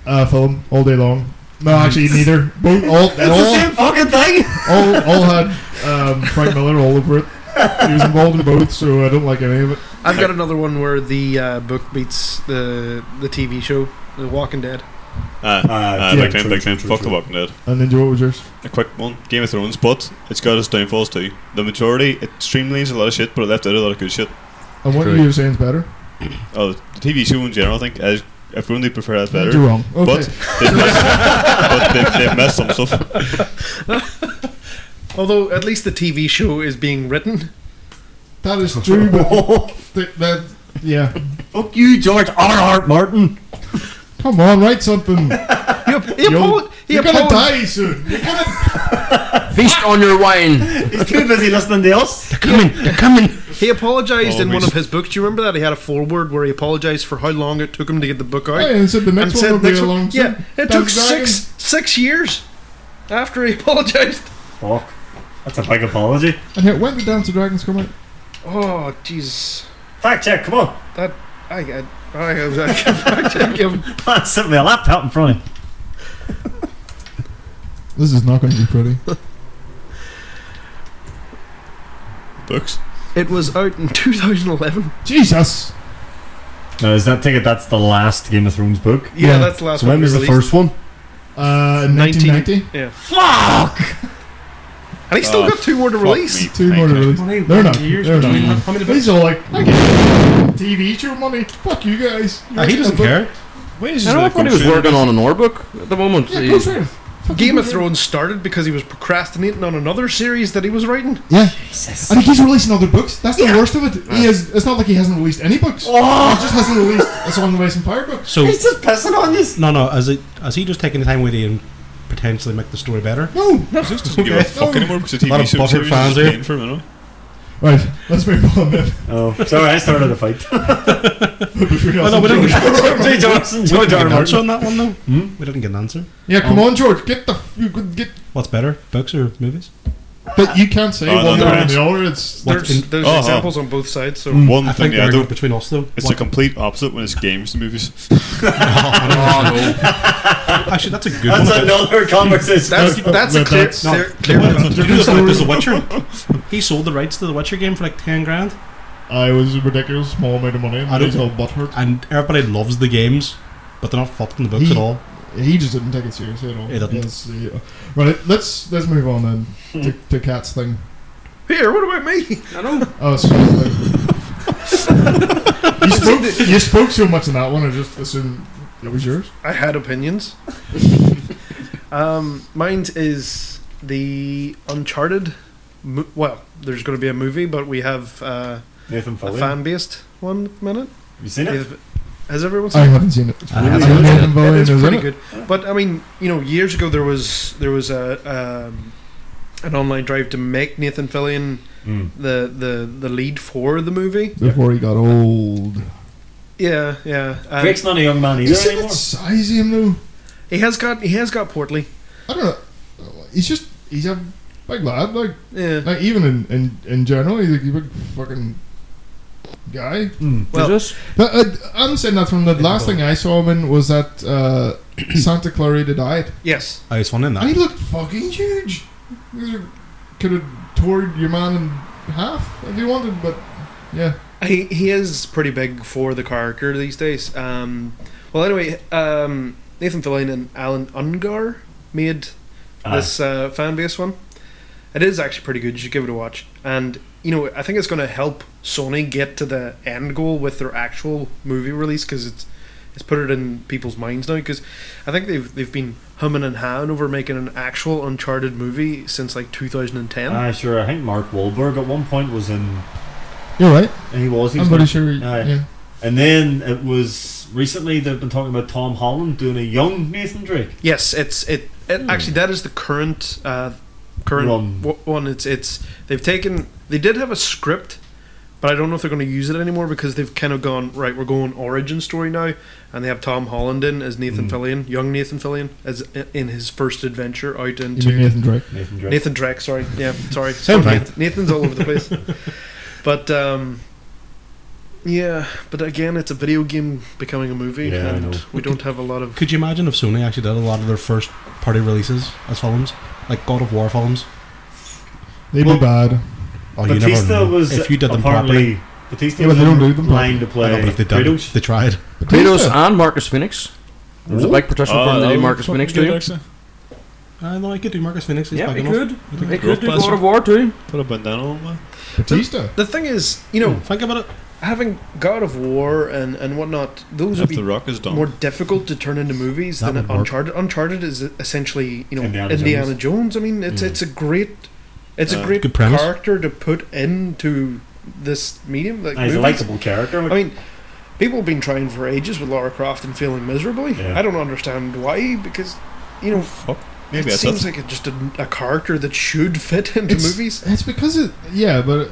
A: Uh, film all day long. No, actually neither. Both all
H: That's the
A: all,
H: same fucking thing!
A: all all had um, Frank Miller all over it. He was involved in both, so I don't like any of it.
G: I've got another one where the uh, book beats the the TV show, The Walking Dead.
F: Ah,
A: yeah,
F: ah, big time,
H: true,
F: big time.
H: true,
F: Fuck the
H: true.
F: Walking Dead.
A: And then Joe, what was yours?
F: A quick one, Game of Thrones, but it's got its downfalls too. The majority, it streamlines a lot of shit, but it left out a lot of good shit.
A: And what
C: Great.
A: you were saying is better.
F: Oh, the TV show in general, I think, is, if only prefer that better.
A: You're wrong. Okay.
F: But they missed, but they, they missed some stuff.
G: Although at least the TV show is being written.
A: that is true. But th- that yeah.
H: Fuck you, George R. R. Martin.
A: Come on, write something.
G: He, ap- he,
A: Yo,
G: apolo- he
A: You're gonna
G: apolo-
A: die soon. You're gonna.
C: Feast on your wine.
H: He's too busy listening to us.
G: He apologized
H: Oh,
G: in one
F: Always.
G: of his books. Do you remember that? He had a foreword where he apologized for how long it took him to get the book out.
A: Oh, yeah, and said the next one
G: said
A: will be
G: next
A: a
G: one-
A: long.
G: yeah, it
A: Dungeons
G: took six six years after he apologized.
H: Fuck. That's a big apology.
A: And here, when did Dance of Dragons come out?
G: Oh Jesus!
H: Fact check, come on.
G: I I I, I, I give
H: Man, sent me a laptop in front of me.
A: This is not going to be pretty.
F: Books.
G: It was out in 2011.
A: Jesus.
H: Now, is that ticket? That's the last Game of Thrones book.
G: Yeah,
A: Yeah.
G: that's the last
H: So
G: one.
H: when
G: we
H: was the
G: released.
H: first one?
A: Uh,
G: 1990.
A: 1990.
H: Fuck!
G: And he's still
F: Oh,
G: got two more to release.
F: Fuck me,
A: Two more to
F: thank you.
A: release. They're not. They're not.
E: How many
A: These are like I get TV show money. Fuck you guys.
E: Uh, he doesn't care.
F: Wait, is
C: I know
F: the
C: everybody was
F: Ghost
C: working on an ore book at the moment.
A: Yeah,
C: He's-
A: Ghost Rider. Fucking
G: Game of
A: Ghost Rider.
G: Thrones started because he was procrastinating on another series that he was writing.
A: Yeah,
H: Jesus.
A: I think he's releasing other books. That's the worst of it. He is. It's not like he hasn't released any books. He
H: Oh,
A: just hasn't released a Song of Ice and Fire book.
E: So
H: he's just pissing on you.
E: no, no. Is it? Is he just taking the time with you and potentially make the story better?
A: No.
F: Just doesn't give a fuck anymore because the
E: Lot
F: TV
E: of
F: show
E: Buffett
F: series
E: fans
F: is
E: here.
F: paying for him, you know?
A: Right. Let's move on then.
H: Oh, sorry, I started a fight.
A: Between us
G: Oh,
E: Oh, no,
A: and
E: we didn't-
A: George.
H: Jay Johnson,
E: We
H: Joe
E: didn't get an
H: Darnell.
E: answer on that one though. We didn't get an answer.
A: Yeah, come
G: Um,
A: on, George. Get the you could get.
E: What's better, books or movies?
A: But you can't say
F: Oh,
A: one
F: no,
A: way
F: no,
A: or
F: no.
A: the other. Ah. It's
E: What
G: There's,
E: in-
G: there's
F: Uh-huh. Mm.
G: examples on both sides. So
A: Mm,
F: One
E: I
F: thing
E: think
F: the
E: they're
F: other.
E: good between us though.
F: It's
E: What-
F: the complete opposite when it's games to movies.
C: Oh, no.
E: actually that's a good
H: That's
E: one.
H: another conversation.
G: that's that's a
A: Well,
G: clear,
A: that's-
G: clear,
E: You
G: clear
E: know
G: cut.
E: the bloke that's The Witcher. He sold the rights to the Witcher game for like ten grand,
A: I was a ridiculous small amount of money.
E: I
A: And
E: don't-
A: he's all butthurt.
E: and everybody loves the games, but they're not fucked in the books
A: He-
E: at all.
A: He just didn't take it seriously at all.
E: He didn't.
A: Yes, he- uh, Right. Let's let's move on then to, to Cat's thing.
G: Here, what about me?
C: I know.
A: Oh, sorry. you spoke. You spoke so much in that one. I just assumed it was yours.
G: I had opinions. um, mine is the Uncharted. Mo- well, there's going to be a movie, but we have uh,
H: Nathan
G: a
H: Fillion.
G: fan based one at the minute.
H: You seen it?
G: Has- Has everyone
A: I
G: seen it?
A: haven't seen it.
E: I haven't
A: Is
E: seen
A: it
E: it.
A: Nathan Fillion,
G: It is
A: is
G: pretty
A: it?
G: good. But I mean, you know, years ago there was there was a um, an online drive to make Nathan Fillion
H: Mm.
G: the, the, the lead for the movie.
A: Before he got old.
G: Yeah, yeah. Um,
H: Drake's not a young man
A: You
H: either
A: see
H: anymore.
A: that size of him though?
G: he has got he has got portly.
A: I don't know. He's just he's a big lad. Like
G: Yeah.
A: like even in in, in general, he's a big fucking guy.
H: Mm.
G: Well-
C: Is this?
A: But, uh, I'm saying that from the
E: Yeah,
A: last
E: but-
A: thing I saw him in was that uh, Santa Clarita diet,
G: Yes.
E: I was wondering
A: and he
E: that.
A: looked fucking huge. Could have torn your man in half if he wanted, but yeah.
G: He he is pretty big for the character these days. Um, well, anyway, um, Nathan Fillion and Alan Ungar made
H: Ah.
G: this uh, fan base one. It is actually pretty good. You should give it a watch. And you know, I think it's going to help Sony get to the end goal with their actual movie release because it's it's put it in people's minds now. Because I think they've they've been humming and hawing over making an actual Uncharted movie since like 2010.
H: Ah, sure. I think Mark Wahlberg at one point was in.
A: You're right.
H: He was. He
A: I'm
H: was
A: pretty sure.
H: Aye.
A: Yeah.
H: And then it was recently they've been talking about Tom Holland doing a young Nathan Drake.
G: Yes, it's it. it Actually, that is the current uh, current
H: Run.
G: w- one. It's it's they've taken. They did have a script, but I don't know if they're going to use it anymore because they've kind of gone right. We're going origin story now, and they have Tom Holland in as Nathan Fillion, young Nathan Fillion, as i- in his first adventure out
A: You mean
G: into
A: Nathan Drake?
H: Nathan Drake.
G: Nathan Drake. Sorry, yeah, sorry.
E: Same thing.
G: Nathan's all over the place, but um, yeah. But again, it's a video game becoming a movie,
H: Yeah, I know.
G: and we don't have a lot of
E: Could you imagine if Sony actually did a lot of their first party releases as films, like God of War films?
A: They'd
H: Well,
A: be bad.
E: Oh, you never
H: Batista
E: know.
H: was
E: if you did them properly.
H: apparently Batista
A: Yeah, but
H: was
A: they
H: in
A: don't do them
H: line to
E: I know,
H: play
E: but if they did,
H: Kratos.
E: they tried.
C: Kratos and Marcus Phoenix. There was a big
F: Ah,
C: petition for him
F: Uh,
C: to do
F: oh.
C: Marcus Phoenix too.
E: I know Uh, I could do Marcus Phoenix. He's
C: Yeah,
E: back
C: he
E: enough.
C: could.
E: I think
C: He
E: it's
C: could do
F: Ghostbusters.
C: God of War too.
F: Put a bandana on man.
A: Batista.
G: The thing is, you know,
E: Hmm, think about it.
G: having God of War and, and whatnot, those
F: If
G: would be
F: the rock is done.
G: more difficult to turn into movies
E: That
G: than
E: would work.
G: Uncharted. Uncharted is essentially, you know,
H: Indiana
G: Indiana, Jones. I mean, it's
H: Mm.
G: it's a great it's a
F: Uh,
G: great
E: Good premise.
G: character to put into this medium. Like
H: Ah, he's a
G: movies.
H: likable character.
G: I mean, people have been trying for ages with Lara Croft and failing miserably.
F: Yeah.
G: I don't understand why, because you know
F: Maybe
G: it
F: that's
G: seems
F: it.
G: like a, just a, a character that should fit into
A: It's-
G: movies.
A: It's because it, yeah, but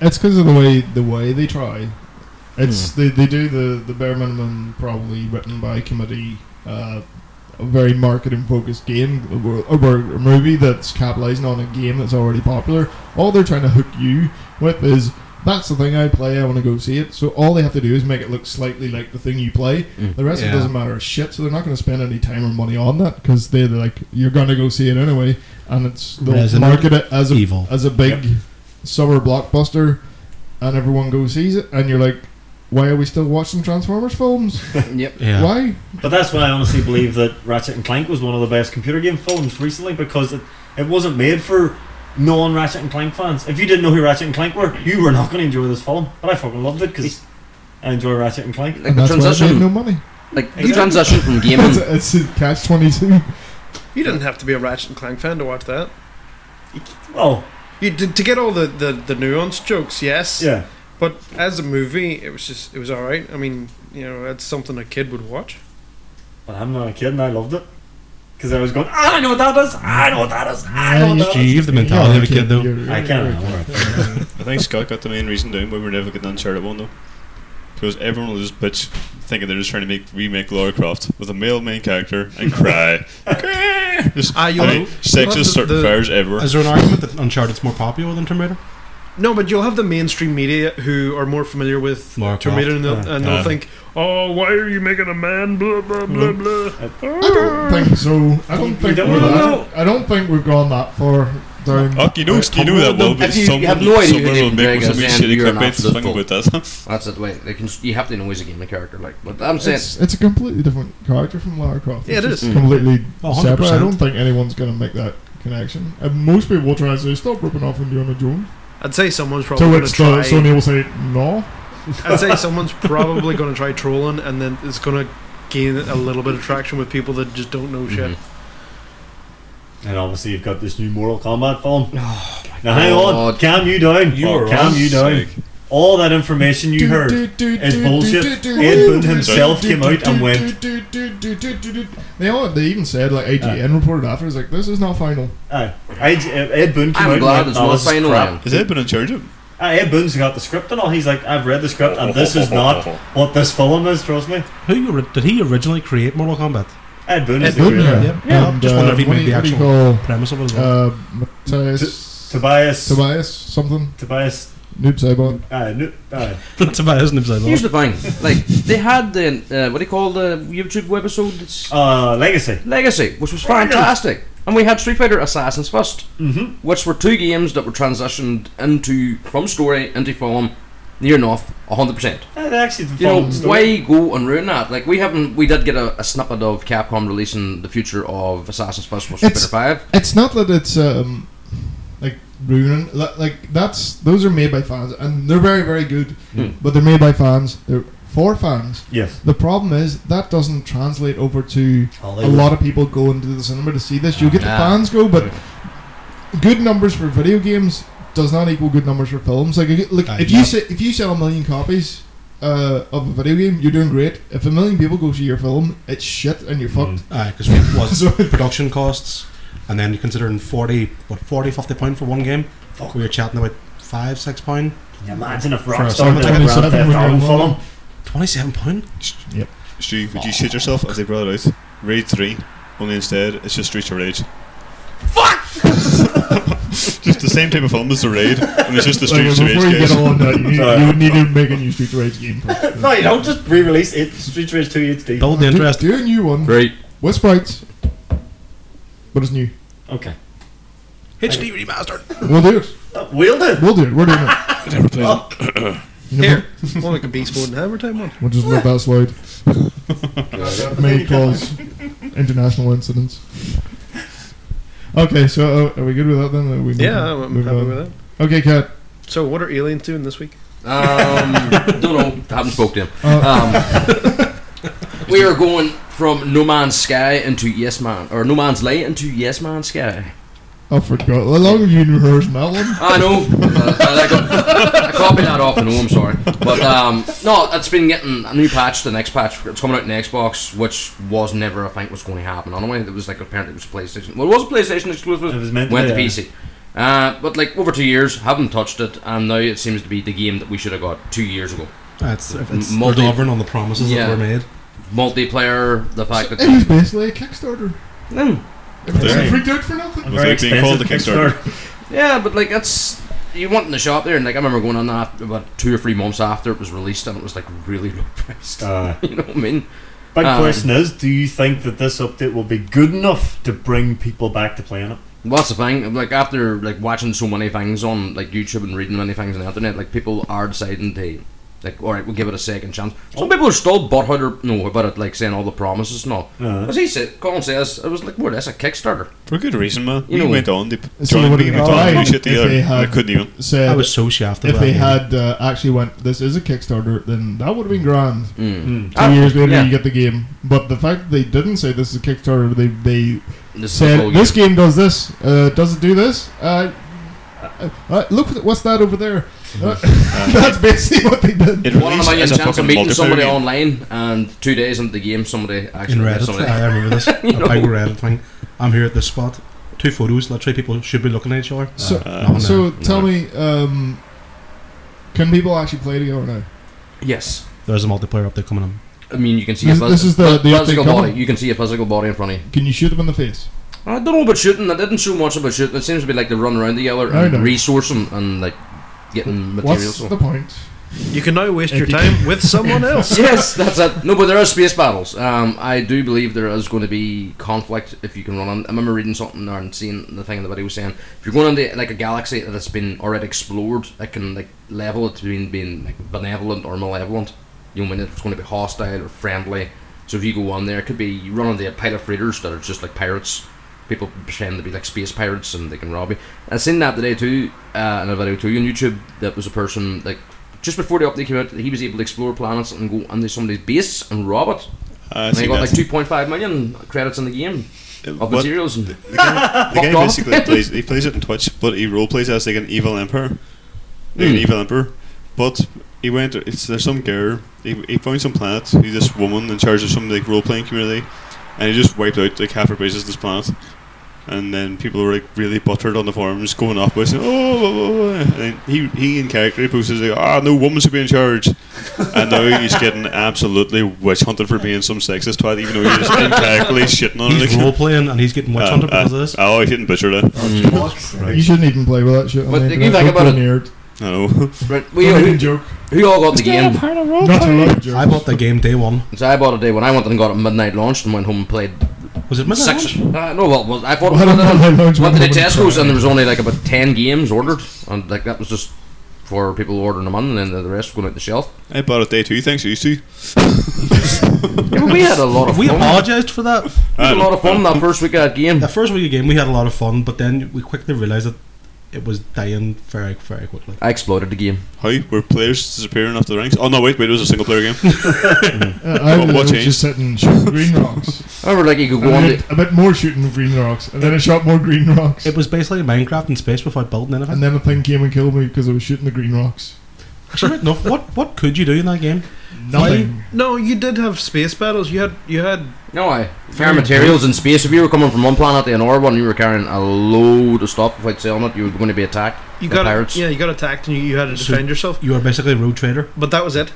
A: it's because of the way the way they try. It's
E: Hmm.
A: they, they do the the bare minimum, probably written by committee, uh, a very marketing focused game or, or a movie that's capitalizing on a game that's already popular. All they're trying to hook you with is. That's the thing I play. I want to go see it. So all they have to do is make it look slightly like the thing you play.
C: Mm.
A: The rest of it
E: Yeah.
A: doesn't matter a shit. So they're not going to spend any time or money on that because they're like, you're going to go see it anyway, and it's they'll
E: Resident
A: market it as a
E: Evil.
A: as a big summer blockbuster, and everyone goes sees it, and you're like, why are we still watching Transformers films?
C: yep.
E: Yeah.
A: Why?
B: But that's why I honestly believe that Ratchet and Clank was one of the best computer game films recently because it, it wasn't made for non Ratchet and Clank fans. If you didn't know who Ratchet and Clank were, you were not going to enjoy this film. But I fucking loved it because I enjoy Ratchet and Clank.
C: Like
A: and
C: the
A: that's why I made
C: transition,
A: no money.
C: like the
B: Exactly.
C: transition from
A: It's,
C: gaming.
A: a- it's a catch twenty two.
G: You didn't have to be a Ratchet and Clank fan to watch that.
B: Oh,
G: You to, to get all the, the the nuanced jokes, yes.
B: yeah.
G: But as a movie, it was just it was all right. I mean, you know, that's something a kid would watch.
B: But I'm not a kid and I loved it. Because I was going, "Ah, I know what that is. I know what that is. ah, I know what that
E: Do
B: is.
E: you have the mentality of a kid though?
B: I can't remember.
F: I think Scott got the main reason down why we're never getting Uncharted 1 though. Because everyone will just bitch thinking they're just trying to make remake Lara Croft with a male main character and cry. just,
D: Ah,
F: I
D: you'll-
F: mean, sex
D: you'll
F: is
D: have the-
F: certain
D: the-
F: fires everywhere.
E: Is there an argument that Uncharted's more popular than Tomb Raider?
G: No, but you'll have the mainstream media who are more familiar with
E: Lara
G: Tomb Raider, and they'll,
E: Croft.
G: and they'll
E: Yeah.
G: think, "Oh, why are you making a man?" Blah blah blah
A: Mm-hmm.
G: blah.
A: I don't think so. I don't
B: You
A: think
B: don't
A: we're
B: know.
A: that- I don't think we've gone that far down.
E: Oh,
F: Fuck, you know, you know that well, but
C: If you- you
F: someone,
C: have no idea who
F: someone will
C: Nathan Drake
F: make some
C: is,
F: wee
C: then
F: shitty
C: you're an
F: clickbait
C: absolute
F: thing
C: fool.
F: about that.
C: That's it. Like they can, you have to know he's a gaming character. Like, but I'm saying
A: It's, it's a completely different character from Lara Croft.
G: Yeah, it
A: It's
G: is.
A: just completely
E: Oh, 100%.
A: separate. I don't think anyone's going to make that connection. And most people will try and say, "Stop ripping off Indiana Jones."
G: I'd say someone's probably
A: To
G: going
A: which
G: to
A: the,
G: try.
A: Sony will say, "No."
G: I'd say someone's probably going to try trolling, and then it's going to gain a little bit of traction with people that just don't know shit.
C: Mhm.
A: Mm-hmm.
B: And obviously, you've got this new Mortal Kombat film.
E: Oh,
B: now, hang on.
C: God.
B: Calm you down.
E: You
B: Oh,
E: are
B: calm you down.
F: Sick.
B: All that information you heard.
A: It's
B: is bullshit. Ed Boon himself came out and went-
A: They all they even said like AGN reported after it's like this is not final.
B: Aye. Ed, Ed Boon came
C: I'm
B: out
C: glad
B: and went,
C: it's
B: "Oh,
C: not
B: this is
C: final
B: crap."
C: then."
F: Has Ed been in charge of him?
B: Aye, Ed Boon's got the script and all. He's like, I've read the script and this is not what this film is, trust me.
E: Who ori- did he originally create Mortal Kombat?
B: Ed Boon is
E: Ed
B: the
E: Boon,
B: creator.
E: yeah. Yeah, just wonder if he
B: uh,
A: what
E: made
A: do you-
E: the
A: what do you
E: actual-
A: call,
E: Premise of it as well.
A: uh, Matthias
B: Tobias. Tobias.
A: Tobias something
B: Tobias. uh,
A: Noob Saibot.
B: Aye, no, aye.
E: Tobias Nibs, I love.
C: here's the thing. Like they had the uh, what do you call the YouTube webisode? It's
B: Uh, Legacy.
C: Legacy, which was fantastic, and we had Street Fighter Assassin's Fist,
B: Mm-hmm.
C: which were two games that were transitioned into from story into film near enough 100 percent.
B: Aye, they actually
C: You know,
B: followed the story.
C: why go and ruin that? Like we haven't, we did get a, a snippet of Capcom releasing the future of Assassin's Fist with Street
A: It's-
C: Fighter Five.
A: It's not that it's um like ruining li- like that's those are made by fans and they're very very good,
C: Hmm.
A: but they're made by fans. They're for fans.
B: Yes.
A: The problem is that doesn't translate over to a
B: Hollywood.
A: lot of people go into the cinema to see this. You'll get the
C: Yeah.
A: fans go, but good numbers for video games does not equal good numbers for films. Like, if- like
E: Aye,
A: if you
E: Uh, yeah.
A: say, if you sell a million copies uh, of a video game, you're doing great. If a million people go see your film, it's shit and you're fucked.
E: because it was production costs, and then you're considering 40, what, 40, 50 pound for one game. Fuck, we were chatting about five, six pound.
B: Can you imagine if
E: a
B: Rockstar
E: song
B: did
E: like
B: a
A: a
B: Grand
A: seven
B: Theft
A: with
B: Auto
A: Red
B: film?
E: 27 pound?
F: Stu, would you shit yourself as they brought it out? Raid 3, only instead it's just Streets of Rage. Fuck! just the same type of film as the Raid, and it's just the
A: Like,
F: Streets
A: before
F: of Rage
A: you get
F: guys.
A: on that, you, need,
B: Sorry.
A: you would need to make a new Street Rage game. first.
B: No, you don't just re-release it. Street Rage 2 HD.
E: Build the
A: Do-
E: interest.
A: Do a new one
C: Great.
A: with sprites, but it's new.
B: Okay.
E: HD remastered.
A: We'll do it.
B: Uh, we'll do.
A: We'll do it. We're doing it. You know,
G: Here,
A: Mm-hmm.
G: more like a Beast Mode and Hammertime one.
A: We'll just rip that slide. That may cause international incidents. Okay, so uh, are we good with that then? Are we
G: Yeah, I'm, I'm
A: moving
G: happy
A: on?
G: with that.
A: Okay, Kat.
G: So, what are aliens doing this week?
C: Um, don't know. Haven't spoke to him.
A: Uh,
C: Um, we are going from No Man's Sky into Yes Man, or No Man's Light into Yes Man's Sky.
A: I forgot. How long have you been rehearsing that one?
C: I know. Uh, I, I, got- I copied that off. No, I'm sorry. But um, no, it's been getting a new patch. The next patch, it's coming out in Xbox, which was never, I think, was going to happen. Anyway, it was like apparently it was PlayStation. Well, it was a PlayStation exclusive.
B: It was meant to
C: went to
B: be, yeah.
C: PC. Uh, but like over two years, haven't touched it, and now it seems to be the game that we should have got two years ago.
E: That's it's
C: Multi-
E: they're delivering on the promises
C: Yeah.
E: that were made.
C: Multiplayer, the fact
A: It was
C: that
A: basically a Kickstarter.
C: Mm,
A: Everyone
B: Right.
A: freaked out for nothing.
B: A
F: Was it being called the Kickstarter?
C: yeah, but like that's you want in the shop there, and like I remember going on that about two or three months after it was released, and it was like really low priced.
B: Uh,
C: you know what I mean?
B: big
C: Um,
B: question is, do you think that this update will be good enough to bring people back to playing it?
C: Well, that's the thing. Like after like watching so many things on like YouTube and reading many things on the internet, like people are deciding to like, all right, we'll give it a second chance. Some people are still butthurt or no about it, like saying all the promises and all.
B: Uh,
C: As he said, Colin says, it was like, what? That's a Kickstarter.
F: For good reason, man.
C: You
F: we
C: know-
F: went on to p-
A: So
F: Johnny,
A: what
F: we
A: if-
F: went
A: oh,
F: on to
A: right.
F: do shit
A: If they
F: together. I
A: had-
F: couldn't even.
A: Said
E: I was so shafted.
A: if
E: by
A: they
E: that
A: had uh, actually went, this is a Kickstarter, then that would have been grand.
C: Mm.
B: mm.
A: Two
C: Ah,
A: years later,
C: yeah.
A: you get the game. But the fact that they didn't say this is a Kickstarter, they they
C: This is the
A: said
C: full
A: this
C: game.
A: game does this. Uh, does it do this? Uh, uh, uh, look, at- what's that over there? Uh, that's basically what they did.
F: It
C: One in a
F: released
C: million
F: as a
C: chance of
F: fucking
C: meeting
F: multiplayer
C: somebody
F: game.
C: online, and two days into the game, somebody
E: in
C: actually met
E: Reddit.
C: somebody.
E: I remember this. a big
C: know.
E: Reddit thing. I'm here at this spot. Two photos. Literally, people should be looking at each other.
A: So,
E: Uh, no, no.
A: so tell
C: no.
A: me, um, can people actually play together now?
C: Yes,
E: there's a multiplayer update coming on.
C: I mean you can see
A: This-
C: a phys-
A: this is the- the update
C: physical
A: coming.
C: body. You can see a physical body in front of you.
A: Can you shoot them in the face?
C: I don't know about shooting. I didn't show much about shooting. It seems to be like they run around together
A: I
C: and
A: know.
C: resourcing and like getting materials.
A: What's the point?
G: You can now waste
A: If
G: your
A: you-
G: time with someone else.
C: yes, that's it. No, but there are space battles. Um, I do believe there is going to be conflict if you can run on. I remember reading something there and seeing the thing that was saying if you're going into like a galaxy that's been already explored, it can like level it between being like benevolent or malevolent. You know, when it's going to be hostile or friendly. So if you go on there, it could be you run into a pile of freighters that are just like pirates. People pretend to be like space pirates and they can rob you. I seen that today too uh, in a video too on YouTube. That was a person like just before the update came out, he was able to explore planets and go into somebody's base and rob it.
F: I
C: and he
F: uh, see
C: got like
F: that.
C: 2.5 million credits in the game of
F: What-
C: materials. And
F: The guy, the
C: Fucked
F: guy
C: off.
F: basically plays. He plays it in Twitch, but he role plays as like an evil emperor, like
C: Hmm.
F: an evil emperor. But he went. It's there's some girl. He, he found some planet. He's this woman in charge of some like role playing community, and he just wiped out like half her bases this planet. And then people were like really buttered on the forums, going off by saying, "Oh," blah, blah, blah." and he he in character he posted like, "Ah, no woman should be in charge," and now he's getting absolutely witch hunted for being some sexist twat, even though he's just incorrectly shitting on her.
E: He's
F: like-
E: role playing and he's getting witch
F: Oh, Uh,
E: hunted
F: uh,
E: because of this.
F: Oh, I didn't butcher that.
A: You shouldn't even play with that shit. on
C: But
A: the
C: if you
A: internet.
C: think
A: Don't
C: about
A: be a nerd.
F: No. That's
C: right, we,
A: Don't even
C: who,
A: joke.
C: who all got the game?
A: Not a lot of jokes.
E: I bought the game day one.
C: So I bought it day when I went and got it midnight launched and went home and played
E: Was it midnight?
C: six. Uh, no, well, well, I bought
A: Why
C: it
A: don't midnight
C: midnight
A: launch
C: launch. Went to the
A: when nobody
C: Tesco's
A: tried?
C: and there was only like about 10 games ordered, and like that was just for people ordering them on, and then the rest going out the shelf.
F: I bought it day two, thanks, you two.
C: Yeah, but we had a lot of
E: We
C: fun.
E: apologised for that.
C: We
F: Um,
C: had a lot of
F: Uh,
C: fun that first week of that game.
E: The first week of the game, we had a lot of fun, but then we quickly realised that it was dying very, very quickly.
C: I exploded the game.
F: How were players disappearing off the ranks? Oh no, wait, wait, it was a single player game.
A: Uh, I
F: What- what
A: was
F: changed?
A: just sitting shooting green rocks.
C: I remember like you could
A: And
F: Uh,
C: go on
A: I
C: to
A: did a bit more shooting of green rocks, and then I shot more green rocks.
E: It was basically Minecraft in space without building anything.
A: And then a thing came and killed me because I was shooting the green rocks.
E: Actually, wait, no, what what could you do in that game?
A: Nothing.
G: No, you did have space battles. You had you had
C: No, I fair materials in space. If you were coming from one planet to another one, you were carrying a load of stuff. If I'd selling it, you were going to be attacked.
G: you
C: by
G: got
C: pirates.
G: yeah you got attacked and you, you had to
E: So-
G: defend yourself.
E: You are basically a road trader.
G: But that was it.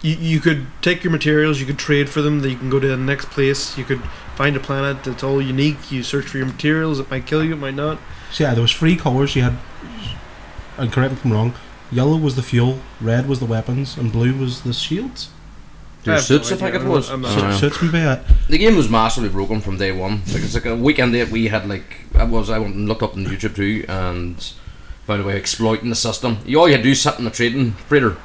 G: You, you could take your materials. You could trade for them. That you can go to the next place. You could find a planet that's all unique. You search for your materials. It might kill you. It might not.
E: So yeah, there was three colours. You had, and correct me if I'm wrong. Yellow was the fuel, red was the weapons, and blue was the shields.
C: Your
G: I have
C: suits,
G: no
C: I think
G: idea.
C: it was.
G: I'm
E: So,
G: not-
C: Uh,
E: so it's maybe a,
C: The game was massively broken from day one. Like it's like a weekend that we had like I was I went and looked up on YouTube too and found a way of exploiting the system. You all you had to do is sit in the trading freighter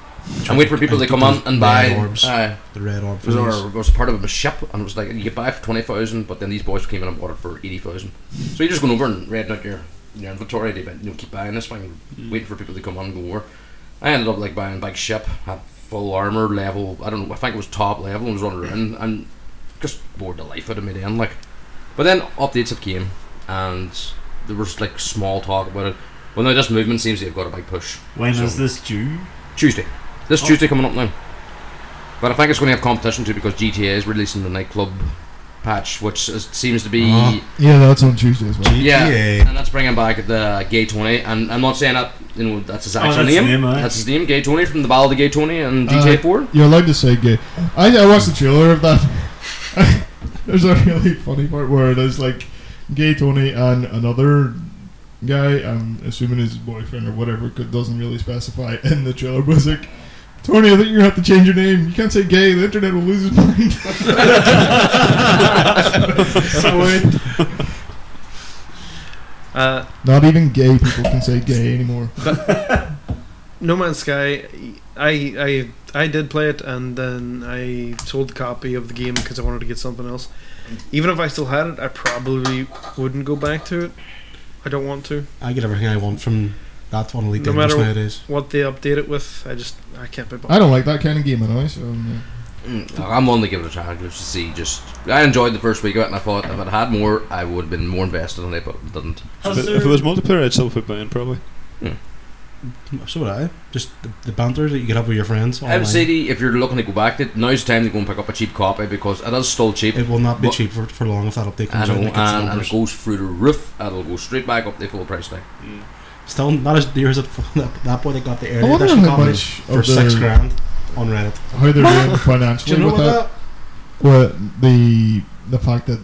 C: and wait for people to
E: And
C: come
E: get
C: on
E: those
C: and buy.
E: red orbs.
C: Aye.
E: the red orb.
C: It was,
E: things.
C: our, it was part of a ship, and it was like you could buy it for twenty thousand, but then these boys came in and bought it for eighty thousand. So you're just going over and reading out your, your inventory. They you know, keep buying this one, waiting for people to come on and go over. I ended up like buying a big ship, had full armor level. I don't know. I think it was top level, and was running around and just bored the life out of me then. Like, but then updates have came, and there was like small talk about it. Well, now this movement seems to have got a big push.
B: When
C: So-
B: is this due?
C: Tuesday. This
B: Oh.
C: Tuesday coming up now. But I think it's going to have competition too because GTA is releasing the nightclub patch, which is, seems to be.
E: Ah.
A: Yeah, that's on Tuesday as well.
C: Yeah,
E: GTA.
C: and that's bringing back the Gay Tony, and I'm not saying that you know that's his
B: Oh,
C: actual
B: that's his
C: name.
B: name, aye.
C: that's his name, Gay Tony from the Battle of the Gay Tony and
A: Uh,
C: GTA Four.
A: You're allowed to say gay. I, I watched the trailer of that. There's a really funny part where there's like gay Tony and another guy, I'm assuming his boyfriend or whatever, 'cause it doesn't really specify in the trailer, but it's like, Tony, I think you're gonna have to change your name. You can't say gay, the internet will lose its mind. so wait.
G: Uh,
A: Not even gay people can say gay anymore.
G: No Man's Sky, I I I did play it, and then I sold the copy of the game because I wanted to get something else. Even if I still had it, I probably wouldn't go back to it. I don't want to.
E: I get everything I want from that one elite
G: No
E: no
G: matter wh-
E: nowadays.
G: What they update it with, I just I can't be bothered.
A: I don't like that kind of Um, game anyway, so yeah.
C: Mm, I'm willing to give it a try just to see. Just I enjoyed the first week of it, and I thought if it had more, I would have been more invested in it, but it didn't.
F: If
B: Has
F: it,
B: there,
F: if it was multiplayer, I'd still put mine probably.
E: So would I. Just the, the banter that you could have with your
B: Oh,
E: friends.
C: I
E: Online.
C: would say the- if you're looking to go back to it, now's the time to go and pick up a cheap copy because it is still cheap.
E: it will not be
C: But-
E: cheap for, for long if that update
C: I
E: comes
C: know,
E: out.
C: and,
E: And it gets the
C: and it
E: numbers.
C: goes through the roof. It'll go straight back up the full price tag.
F: Mm.
E: Still not as dear as it, that, that boy that got the
A: I
E: early
A: wonder
E: edition
A: how
E: copies
A: much
E: for
A: of
E: six
A: their,
E: grand on Reddit.
A: how they're doing financially
E: Do you know
A: with
E: what
A: that.
E: that?
A: Well, the the fact that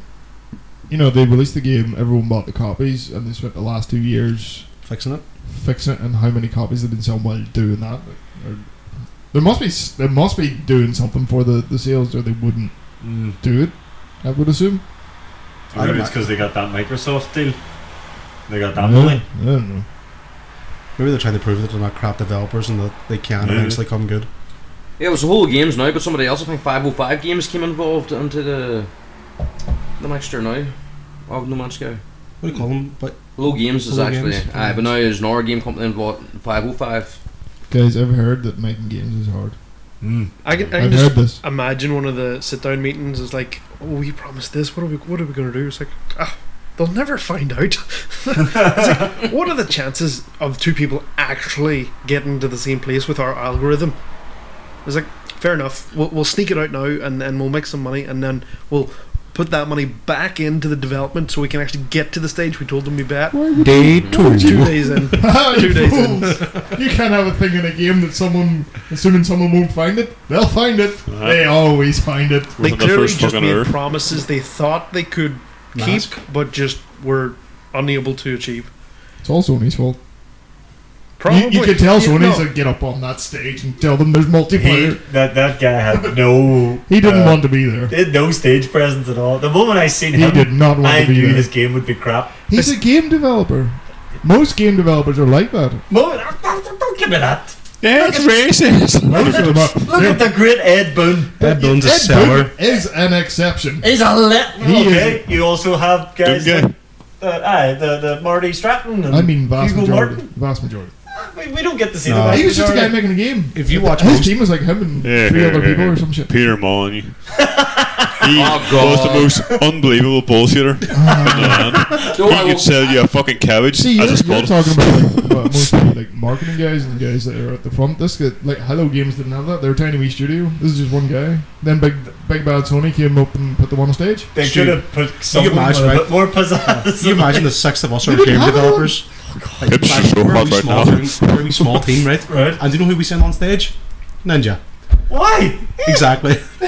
A: you know they released the game, everyone bought the copies, and they spent the last two years
E: Fixing it.
A: fixing it, and how many copies they've been selling while doing that. Or, there must be s- they must be doing something for the, the sales, or they wouldn't
B: Mm,
A: do it. I would assume.
B: or maybe it's
E: I-
B: because they got that Microsoft deal. They got that
A: I don't
B: money.
A: know. I don't know.
E: Maybe they're trying to prove that they're not crap developers and that they can
B: Maybe.
E: eventually come good.
C: Yeah, it was the whole games now, but somebody else, I think 505 games came involved into the the mixture now of No Man's Sky.
E: What do you call them? But
C: Low Games is
E: Low
C: actually, Ah,
E: Games,
C: aye, but now there's another game company involved, 505.
A: Guys, I've heard that making games is hard.
B: Mm.
G: I can, I
A: I've
G: can just
A: heard this.
G: imagine one of the sit down meetings is like, oh, we promised this. What are we What are we gonna do? It's like, ah, they'll never find out. it's like, what are the chances of two people actually getting to the same place with our algorithm? It's like, fair enough. We'll, we'll sneak it out now, and then we'll make some money, and then we'll put that money back into the development so we can actually get to the stage we told them we bet.
E: day
G: Two days in.
A: you
G: Two days in.
A: fools! you can't have a thing in a game that someone, assuming someone won't find it, they'll find it.
F: Uh-huh.
A: They always find it.
G: They
F: Wasn't the
G: clearly
F: first
G: just
F: fucking
G: made
F: error.
G: promises they thought they could
E: Mask.
G: keep, but just were unable to achieve.
A: It's all Sony's fault.
G: Probably
A: You, you could tell
G: You-
A: Sony's
G: no.
A: like, get up on that stage and tell them there's
B: He,
A: multiplayer.
B: that that guy had no.
A: He, didn't
B: uh,
A: want to be there.
B: He had no stage presence at all. The moment I seen
A: He
B: him,
A: did not want
B: I
A: to be
B: knew
A: there.
B: his game would be crap.
A: He's a game developer. Most game developers are like that.
B: Moment, don't give me that.
F: Yeah, it's racist.
A: Most of them are.
B: Look at the great Ed Boon.
E: Ed Boon's a
A: Ed
E: seller.
A: Boon is an exception.
B: He's a lit.
A: He is
B: okay, you also have guys
F: Good guy.
B: like uh, aye, the the Marty Stratton and
A: I mean, vast
B: Hugo
A: majority.
B: Martin.
A: Vast majority.
B: We, we don't get to see
E: No.
B: the vast
A: he was just a guy
B: majority.
A: making a game.
E: Uh, If you
A: But
E: watch
A: his
E: most-
A: team was like him and
F: Yeah,
A: three
F: yeah,
A: other
F: yeah,
A: people
F: yeah.
A: or some shit.
F: Peter Molyneux. He
C: Oh,
F: was the
C: God.
F: most unbelievable bullshitter in the land.
C: No, Oh, I
F: he
C: will,
F: could sell you a fucking cabbage
A: See,
F: as
A: you're,
F: a
A: you're
F: spot.
A: talking about like, about mostly like marketing guys and guys that are at the front. This guy, like Hello Games didn't have that. They were tiny wee studio. This is just one guy. Then big big bad Sony came up and put them on a stage.
B: They
E: Shoot.
B: could have put someone
E: imagine,
B: with a
E: right?
B: bit more pizzazz.
E: Can you imagine the six of us are
A: You didn't
E: game
A: have it all?
E: developers? Like,
F: It's
E: like,
F: just so
E: we're a
F: hard
E: wee
F: right now.
E: small team- We're a wee small team, right?
B: right?
E: And do you know who we send on stage? Ninja.
B: Why?
E: Exactly.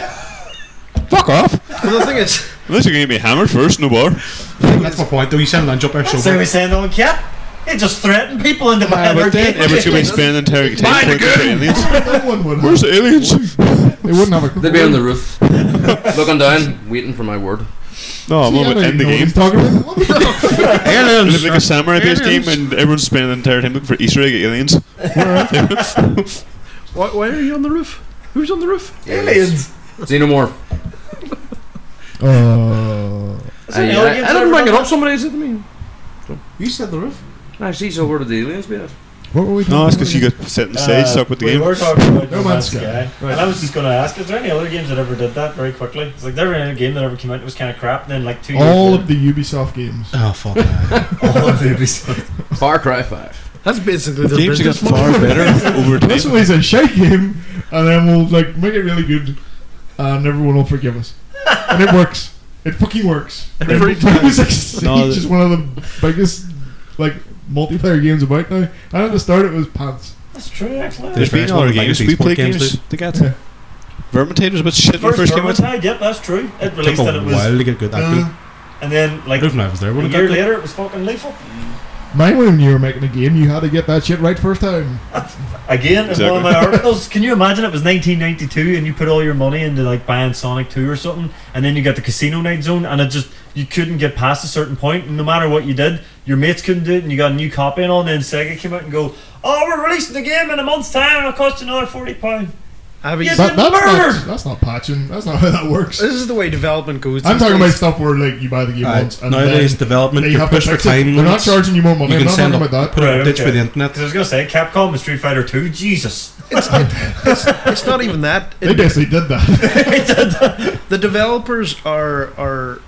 F: Fuck off.
G: Well, the thing is,
F: Unless you're going to be hammered first, no bar.
E: That's my point, though. You send Ninja up there
B: So we
E: sober.
B: send on Cap. He just threatened people into my
F: But then everyone's going to be spending entire time pointing at the aliens.
A: no one would.
F: Where's
A: Have.
F: the aliens?
A: They wouldn't have a.
C: they'll be on the roof, looking down, waiting for my word.
F: No, I'm
A: See, I
F: going
A: don't
F: to oh, end
A: even know
F: the
A: what
F: game.
A: he's talking about. What the fuck?
F: They
E: Aliens!
F: make a samurai based game and everyone's spending the entire time looking for Easter egg aliens.
G: Why, why are you on the roof? Who's on the roof?
B: aliens.
C: Xenomorph.
A: Uh,
C: Aye,
B: an
C: I,
B: alien
C: I didn't
B: server
C: bring it
B: on
C: up, somebody said to me.
E: You said the roof.
C: I see, so where did the aliens be at?
A: What were we talking
F: No, that's
A: about
F: because you got sitting stage
G: Uh,
F: stuck with the
B: Uh, we
F: game.
B: were talking about
A: No Man's Sky. Right.
B: And I was just going to ask, is there any other games that ever did that very quickly? It's like, there any game that ever came out that was kind of crap, and then like two
A: again? All
B: years
A: of the Ubisoft games.
E: Oh fuck! that.
B: all of the Ubisoft.
C: Far Cry 5.
G: That's basically the
E: Games got
G: business model.
E: far better over
A: This
E: time.
A: one is a shite game, and then we'll like make it really good, and everyone will forgive us. And it works. It fucking works.
G: Every
A: Rainbow
G: time.
A: Six Siege
F: No, the-
A: is one of the biggest like multiplayer games about now. And at the start, it was pants.
B: That's true, actually.
F: There's
E: There's various
F: been other
E: ones like
F: games
E: these
F: we
E: sport
F: played
E: games,
F: games.
E: dude.
F: They got Vermintide was a bit shit when it
B: First,
F: first came out.
B: Vermintide, yep, that's true. It
E: Took
B: released
E: a
B: and it was,
E: while to get good. That
A: Uh,
E: good.
B: and then like
E: Proof knife was there.
B: a
E: What did
B: year
E: that?
B: later, it was fucking lethal
A: Mine when you were making a game, you had to get that shit right first time.
B: again. In one
F: Exactly.
B: of my articles, can you imagine it was 1992 and you put all your money into like buying Sonic 2 or something, and then you got the Casino Night Zone, and it just you couldn't get past a certain point, and no matter what you did, your mates couldn't do it, and you got a new copy and all. And then Sega came out and go, "Oh, we're releasing the game in a month's time, and it'll cost you another forty pound."
G: I mean,
B: Yeah,
A: That, that's, not,
B: Murdered!
A: that's not patching. That's not how that works.
G: This is the way development goes.
A: I'm
G: these
A: talking about
G: days.
A: stuff where like you buy the game
E: Aye.
A: once and
E: Nowadays,
A: then
E: development,
A: they
E: you
A: have to
E: push for
A: fix it.
E: time
A: They're not
E: limits.
A: charging you more money.
E: You
A: I'm
E: can
A: not
E: send
A: talking
E: up,
A: about that.
E: put out
B: Right,
E: a ditch
B: okay.
E: for the internet.
B: Because I was gonna say Capcom and Street Fighter 2, Jesus.
G: It's not even that.
A: They basically did that.
G: the developers are are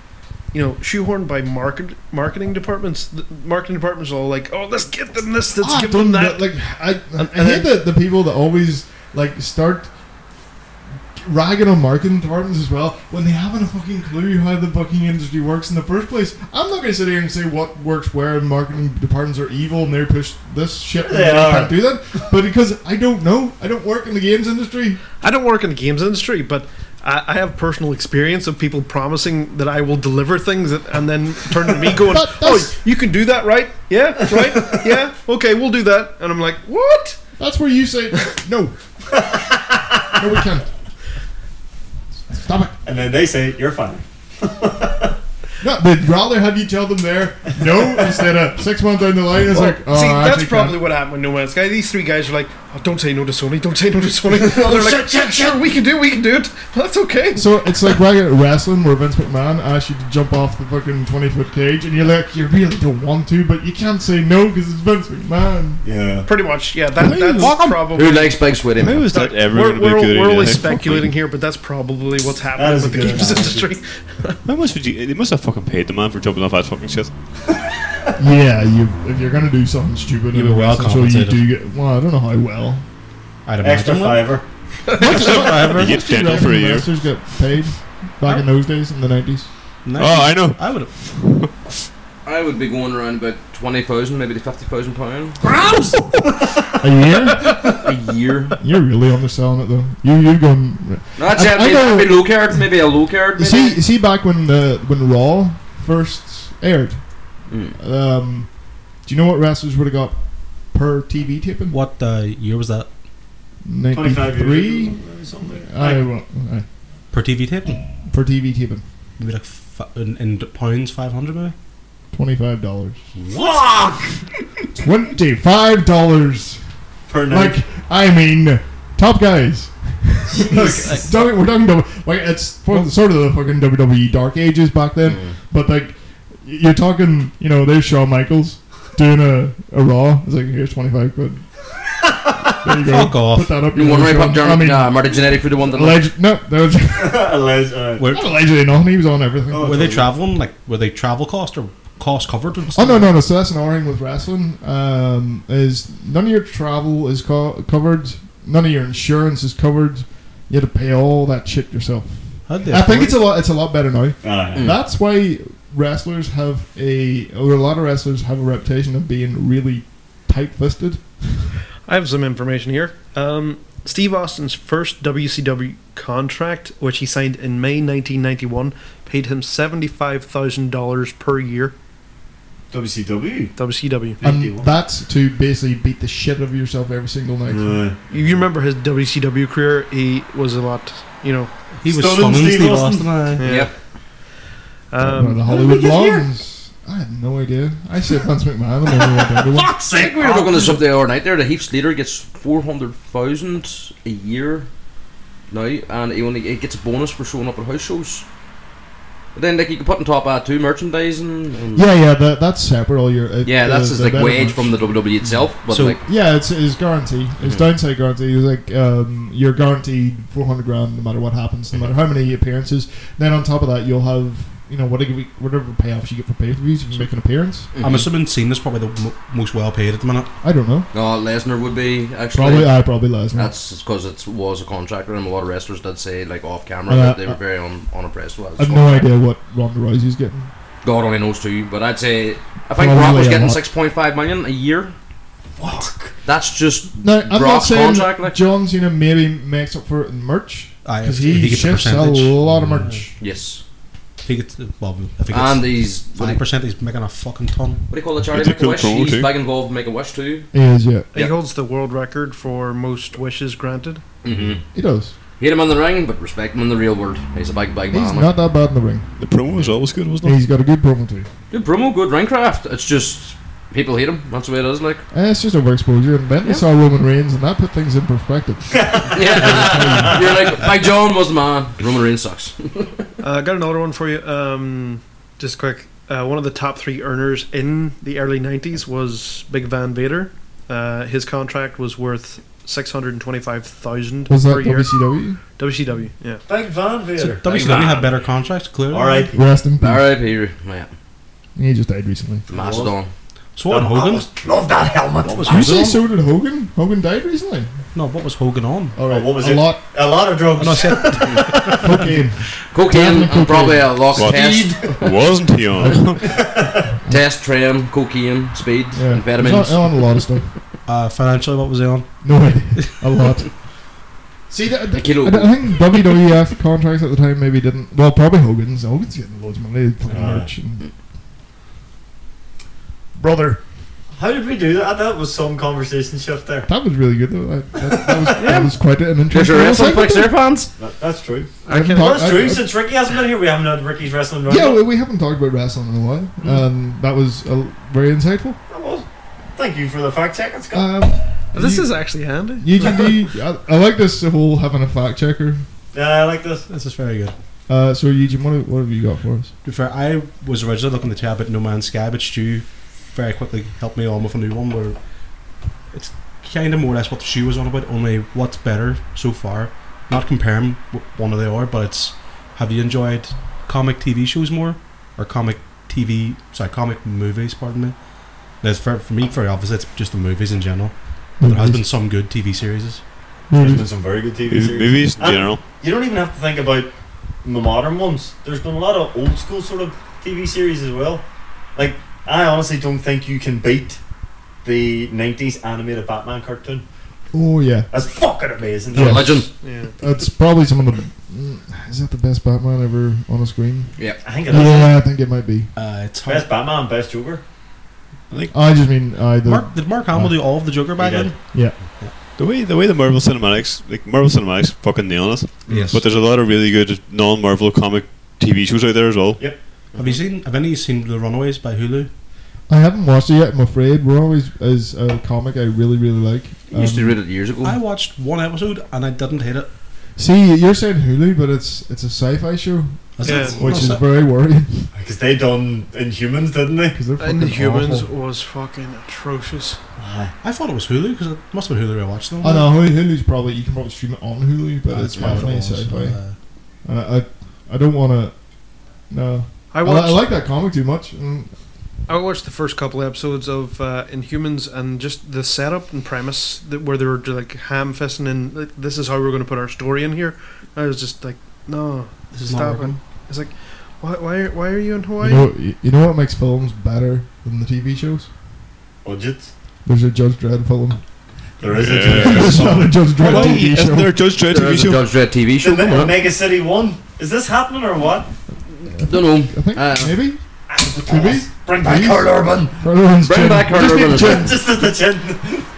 G: you know shoehorned by market marketing departments. The marketing departments are all like, oh, let's get them this, let's
A: Ah,
G: give
A: don't
G: them
A: do-
G: that.
A: Like I,
G: And-
A: I
G: and
A: hate the, the people that always like start ragging on marketing departments as well when they haven't a fucking clue how the fucking industry works in the first place. I'm not gonna sit here and say what works where and marketing departments are evil and they push this shit. and
B: They are.
A: can't do that, but because I don't know, I don't work in the games industry.
G: I don't work in the games industry, but. I I have personal experience of people promising that I will deliver things that, and then turn to me going,
A: But that's-
G: "Oh, you can do that, right? Yeah, right? Yeah, okay, we'll do that." And I'm like, "What?
A: That's where you say no. no, we can't. Stop it.
B: And then they say you're fine.
A: No, they'd rather have you tell them there no instead of six months down the line. It's like, oh,
G: See,
A: I
G: that's
A: actually
G: probably
A: can't.
G: what happened with No Man's Sky. These three guys are like, oh, "Don't say no to Sony. Don't say no to Sony." They're like, "Sure, sure, we can do, it, we can do it. That's okay."
A: So it's like right at wrestling where Vince McMahon asks you to jump off the fucking twenty foot cage, and you're like, you really don't want to, but you can't say no because it's Vince McMahon.
B: Yeah.
G: Pretty much, yeah. That, that's
A: Fuck 'em.
G: probably.
C: Who likes Big Sweaty
F: Maybe
C: Man?
F: was that ever
G: we're
F: going to be a
G: we're,
F: good
G: we're
F: idea?
G: only
F: Like,
G: speculating here, but that's probably what's
B: That
G: happening
B: is
G: with the
B: a good
G: games
B: analogy.
G: industry.
F: How much would you? They must have fucking paid the man for jumping off that fucking shit.
A: Yeah, you if you're gonna do something stupid,
E: You were
A: in
E: well
A: wrestling, so you
E: compensated.
A: do get. Well, I don't know how well.
E: I'd
B: Extra
E: imagine.
B: fiver.
F: You get dental for a year.
A: Wrestlers get paid back in those days in the nineties.
F: Oh, I know.
E: I would have.
C: I would be going around about 20,000, maybe to 50,000 pounds
A: A year?
C: a year.
A: you're really underselling it though. You you're going.
C: No, that's
A: I-
C: it.
A: I
C: Maybe,
A: know-
C: maybe low card, maybe a low card.
A: You
C: Maybe.
A: see, you see, back when the when Raw first aired,
C: Mm.
A: um, do you know what wrestlers would have got per TV taping?
E: What uh, year was that
A: Ninety
B: 25
A: three. I
B: Like,
A: won't- aye,
E: per TV taping?
A: per TV taping,
E: Maybe like fi- in, in pounds, five hundred maybe.
A: twenty five dollars.
E: Uh,
B: Fuck!
A: Twenty five dollars.
B: Per night.
A: Like I mean, top guys. Don't- we're talking about like it's for- sort of the fucking WWE Dark Ages back then, but like y- you're talking, you know, there's Shawn Michaels doing a, a Raw. It's like here's twenty five quid. There you go.
E: Fuck off.
A: Put that up.
C: You
A: know,
C: want to
A: Shawn-
C: up Dermot?
A: I mean,
C: nah, uh, Marty Genetic would have won the league.
A: alleged, no, that was
B: Alleged, uh,
E: Were,
A: not allegedly no. He was on everything.
B: Oh.
A: Oh,
E: were they traveling? Like were they travel cost or cost covered? and stuff?
A: Oh, no, no, no. So that's an O-ring with wrestling. Um, is none of your travel is co- covered. None of your insurance is covered. You had to pay all that shit yourself.
E: How'd they
A: I think
E: afford
A: it's a lot. It's a lot better now.
B: aye.
C: Hmm.
A: That's why wrestlers have a, or a lot of wrestlers have a reputation of being really tight-fisted.
G: I have some information here. Um, Steve Austin's first WCW contract, which he signed in May 1991, paid him seventy-five thousand dollars per year.
B: WCW.
G: WCW.
E: Um,
A: And that's to basically beat the shit out of yourself every single night.
B: Aye.
G: You remember his WCW career? He was a lot, you know.
E: He was
B: Stunning
E: stunning
B: Steve
E: Steve
B: Austin.
E: Austin. aye.
C: Yep.
A: One of
G: Um,
A: the Hollywood Blondes. I had no idea. I said Vince McMahon. I never went into one.
C: I think we were looking this up the other night there. The Heaps leader gets 400,000 a year now, and he only he gets a bonus for showing up at house shows. But then like you can put on top of that too merchandising. And
A: Yeah, yeah, that, that's separate. All your it,
C: Yeah, that's
A: the-
C: his
A: the
C: like
A: better
C: wage
A: merch.
C: from the WWE itself. But
E: So-
C: like,
A: Yeah, it's it's guarantee.
C: Mm-hmm.
A: It's downside guarantee. It's like um, you're guaranteed four hundred grand no matter what happens, no
C: Mm-hmm.
A: matter how many appearances. Then on top of that, you'll have you know whatever whatever payoffs you get for pay per views if you make an appearance.
E: I'm assuming Cena's probably the mo most well paid at the minute.
A: I don't know.
C: mm-hmm. no, Lesnar would be actually.
A: Probably I probably Lesnar.
C: That's because it was a contractor, and a lot of wrestlers did say, like off camera,
A: Uh,
C: that they were
A: uh,
C: very un- unimpressed with.
A: I
C: it.
A: have no idea what Ronda Rousey's getting.
C: God only knows two, but I'd say I think
A: Probably
C: Brock was
A: a
C: getting
A: lot.
C: six point five million a year.
B: Fuck.
C: That's just
A: No, I'm not
C: Brock's
A: saying
C: contract. Like,
A: John Cena maybe makes up for it in merch
E: Aye,
A: because
E: if- if
A: he, ships a lot of merch.
C: yes,
E: If he gets, well, if he
C: and
E: gets
C: he's what do,
E: five
C: you, what
E: percent, he's making a fucking ton.
C: do you call the charity?
F: It's a
C: Make a wish.
F: cool promo
C: He's
F: too.
C: big involved in Make a Wish too.
A: He is, yeah,
G: He
C: Yeah.
G: holds the world record for most wishes granted.
C: Mm-hmm.
A: he does.
C: Hate him in the ring, but respect him in the real world. He's a big, big
A: He's
C: man.
A: not that bad in the ring.
F: The promo was always good, wasn't it?
A: He's got a good promo too.
C: Good promo, good ring craft. It's just people hate him. That's the way it is. Like,
A: Eh, it's just overexposure, and then they
C: Yeah.
A: saw Roman Reigns, and that put things in perspective.
C: yeah, you're like, Big John was the man. Roman Reigns sucks.
G: Uh, I got another one for you. Um, just quick. Uh, one of the top three earners in the early 90s was Big Van Vader. Uh, his contract was worth 625000
A: Was that
G: per year.
A: WCW?
G: WCW, yeah.
B: Thank Van
E: So
B: Vader.
E: WCW had better contracts, clearly.
B: All right.
A: Rest in peace.
C: R.I.P. Yeah,
A: He just died recently.
C: Mastodon.
E: So what on Hogan?
B: Love that helmet.
E: What was
A: You
E: Hogan
A: say
E: on?
A: so did Hogan? Hogan died recently.
E: no, what was Hogan on?
A: All right,
B: Oh, what was
A: a
B: it?
A: lot.
B: A lot of drugs.
E: No, I said
A: Cocaine.
C: Cocaine,
A: Definitely
C: and probably a lock
F: What?
C: test,
F: Wasn't he on?
C: test tram, cocaine, speed,
A: yeah, He's
C: amphetamines.
A: on, on a lot of stuff.
E: uh, financially, what was he on?
A: No idea. A lot. See, that,
C: A kilo.
A: I, don't- I think WWF contracts at the time maybe didn't. Well, probably Hogan's. Hogan's getting loads of money. playing
B: Ah.
A: merch and- Brother,
B: How did we do that? That was some conversation shift there.
A: that was really good though. That, that, that was, that was quite an
C: There's
A: interesting.
C: your
A: little
C: wrestling
A: segment.
C: fix there, fans.
B: That, that's true.
A: I haven't
B: Well,
A: talked-
B: that's
A: I-
B: true.
A: I-
B: Since Ricky hasn't been here, we haven't had Ricky's wrestling round.
A: Yeah, we, we haven't talked about wrestling in a while,
G: Mm.
A: and that was uh, very insightful.
B: Thank you for the fact check. Let's go.
A: Um,
G: This
A: you-
G: is actually handy.
A: you can do. I, I like this whole having a fact checker.
B: yeah, I like this.
E: This is very good.
A: Uh, so Eugene, what, have- what have you got for us?
E: To be fair, I was originally looking to tab at No Man's Sky, but Stu very quickly helped me on with a new one where it's kind of more or less what the shoe was on about, only what's better so far. Not comparing wh- one or the other, but it's have you enjoyed comic TV shows more or comic TV, sorry, comic movies, pardon me. That's for, for me, very obvious, it's just the movies in general. But there has been some good TV series.
B: There's been some very good TV
F: Movies-
B: series.
F: Movies in
G: Uh,
B: And
F: general.
B: You don't even have to think about the modern ones. There's been a lot of old school sort of TV series as well. Like, I honestly don't think you can beat the 90s animated Batman cartoon.
A: Oh yeah,
B: That's fucking amazing.
A: Yeah.
C: Legend.
G: Yeah.
A: that's probably some of the. mm, Is that the best Batman ever on a screen?
B: I think it is.
A: Yeah, I think it might be.
E: Uh, it's hard.
B: Best Batman, best Joker.
A: I just mean I the
E: Mark, did Mark Hamill do all of the Joker back
B: He did.
E: then?
F: The way the way the Marvel cinematics like Marvel cinematics fucking nail it.
E: Yes.
F: But there's a lot of really good non Marvel comic TV shows out there as well.
E: Have you seen? Have any of you seen The Runaways by Hulu?
A: I haven't watched it yet. I'm afraid we're always as a comic I really really like.
C: I used to
A: Um,
C: read it years ago.
E: I watched one episode and I didn't hate it.
A: see, you're saying Hulu, but it's it's a sci-fi show,
E: That's
G: Yeah.
E: it.
A: which
E: That's
A: is
E: it.
A: very worrying
B: Because they done Inhumans, didn't they?
A: because they're fucking
G: And the humans
A: Awful.
G: was fucking atrocious.
E: I thought it was Hulu because it must have been Hulu I watched them.
A: I know Hulu- Hulu's probably you can probably stream it on Hulu, but
E: That's
A: it's
E: what it
A: definitely
E: was.
A: sci-fi.
E: Uh,
A: And I, I, I don't want to. No,
G: I
A: I,
G: watched,
A: li- I like that comic too much. Mm.
G: I watched the first couple episodes of uh, Inhumans and just the setup and premise that where they were like ham fisting and like, this is how we're going to put our story in here. I was just like, no,
E: this is not
G: stop it.
E: working.
G: It's like, why, why, why are you in
A: You
G: Hawaii?
A: know, you you know what makes films better than the TV shows?
B: Budgets.
A: There's a Judge Dredd film.
B: There is
F: Yeah.
B: a
A: There's not a Judge Dredd
F: Well,
A: TV
F: isn't
A: show.
F: there a Judge Dredd
C: There
F: TV
C: is a
F: show?
C: Judge Dredd TV show.
B: The
C: Come
B: Me-
C: on.
B: Mega City 1. Is this happening or what?
C: Don't know.
A: I think
C: Uh,
A: maybe.
B: Could
A: be.
B: Bring back
A: Please.
B: Carl Urban.
A: Everyone's
C: Bring
A: chin-
C: back Carl
A: just need
C: Urban as
A: chin.
C: well.
B: Just as the chin.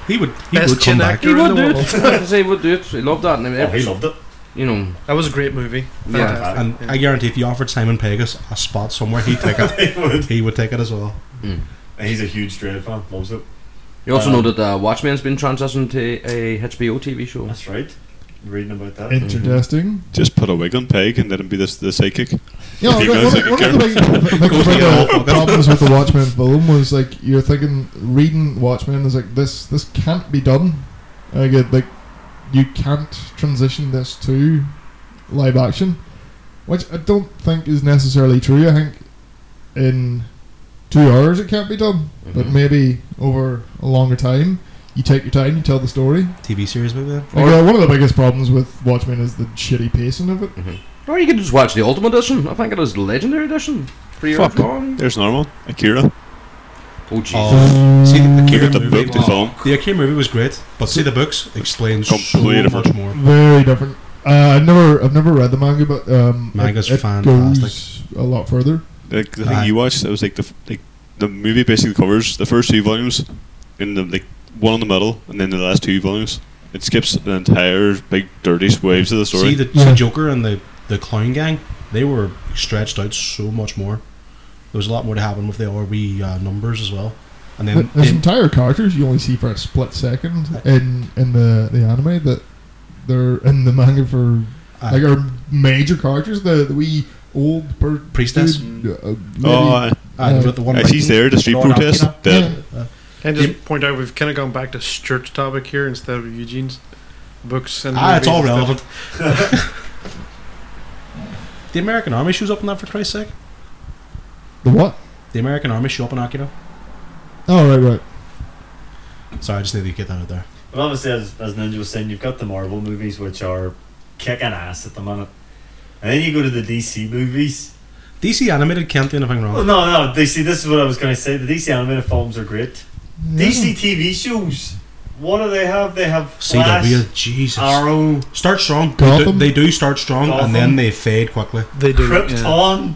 E: He would. He
G: Best
E: would come
G: chin
E: back.
G: actor.
C: He
G: You're
C: would
G: in the
C: do
G: world.
C: it. I say he would do it. He loved that. And
B: Oh, he
C: every-
B: loved it.
C: you know,
G: That was a great movie.
C: Yeah.
G: Fantastic.
E: And
G: Yeah.
E: I guarantee, if you offered Simon Pegas a spot somewhere, he'd take it.
B: He would.
E: he would take it as well.
B: And he's a huge Dread fan. Loves it.
C: Mm. you also
B: Um,
C: know that uh, Watchmen's been transitioned to a HBO TV show.
B: That's right. Reading about that.
A: Interesting.
F: Just put a wig on Peg and let him be this the sidekick.
A: Yeah,
F: If he
A: one,
F: knows
A: one,
F: he
A: of-
F: can
A: one of the big like,
F: Goes
A: one of
F: to
A: the problems with the Watchmen film was like you're thinking reading Watchmen is like this this can't be done. Like, it, like you can't transition this to live action, which I don't think is necessarily true. I think in two hours it can't be done, but
C: Mhm.
A: maybe over a longer time. You take your time, you tell the story.
E: TV series maybe. then?
A: Like, uh, one of the biggest problems with Watchmen is the shitty pacing of it.
C: Mm-hmm. Or you could just watch the Ultimate Edition. I think it is the Legendary Edition. Three hours
F: Fuck.
C: long.
F: There's normal. Akira.
C: Oh, Jesus.
E: Oh, see the Akira
F: Give it the
E: movie.
F: book to film.
E: The Akira movie was great, but see the books explain so
F: Completely different.
E: much more.
A: Very different. Uh, I've never, I've never read the manga, but um,
E: Manga's
A: it, it
E: fantastic.
A: goes a lot further.
F: Like the thing
E: Aye.
F: you watched, it was like the f- like the movie basically covers the first two volumes, in the like one in the middle, and then the last two volumes. It skips the entire big dirty waves of the story.
E: See the
A: Yeah.
E: see Joker and the the Clown Gang. They were stretched out so much more. There was a lot more to happen with the RB uh, numbers as well. And then
A: Th- There's
E: in-
A: entire characters you only see for a split second in in the, the anime that they're in the manga for
E: uh,
A: like are major characters. The, the wee old per-
E: Priestess.
A: dude, uh,
F: oh,
A: lady.
F: aye.
E: uh, there was the one
F: Aye, she's there to street
E: Lord
F: protest.
E: Akira.
F: Dead.
G: Can I just point out we've kind of gone back to Stuart's topic here instead of Eugene's books and
E: Ah, it's
G: movies
E: all
G: and stuff.
E: relevant. the American Army shows up in that for Christ's sake.
A: the what?
E: The American Army show up in Akira.
A: Oh right, right.
E: Sorry, I just need to get that out there.
B: But obviously, as, as Ninja was saying, you've got the Marvel movies, which are kicking ass at the minute. And then you go to the DC movies.
E: DC animated can't do anything
B: Well,
E: wrong.
B: no, no, DC, this is what I was going to say. The DC animated films are great. DC TV shows, what do they have? They have Flash,
E: CW, Jesus.
B: Arrow,
E: Start strong. They do,
A: Gotham?
E: they do start strong,
B: Gotham.
E: and then they fade quickly.
G: They do. yeah.
B: Krypton.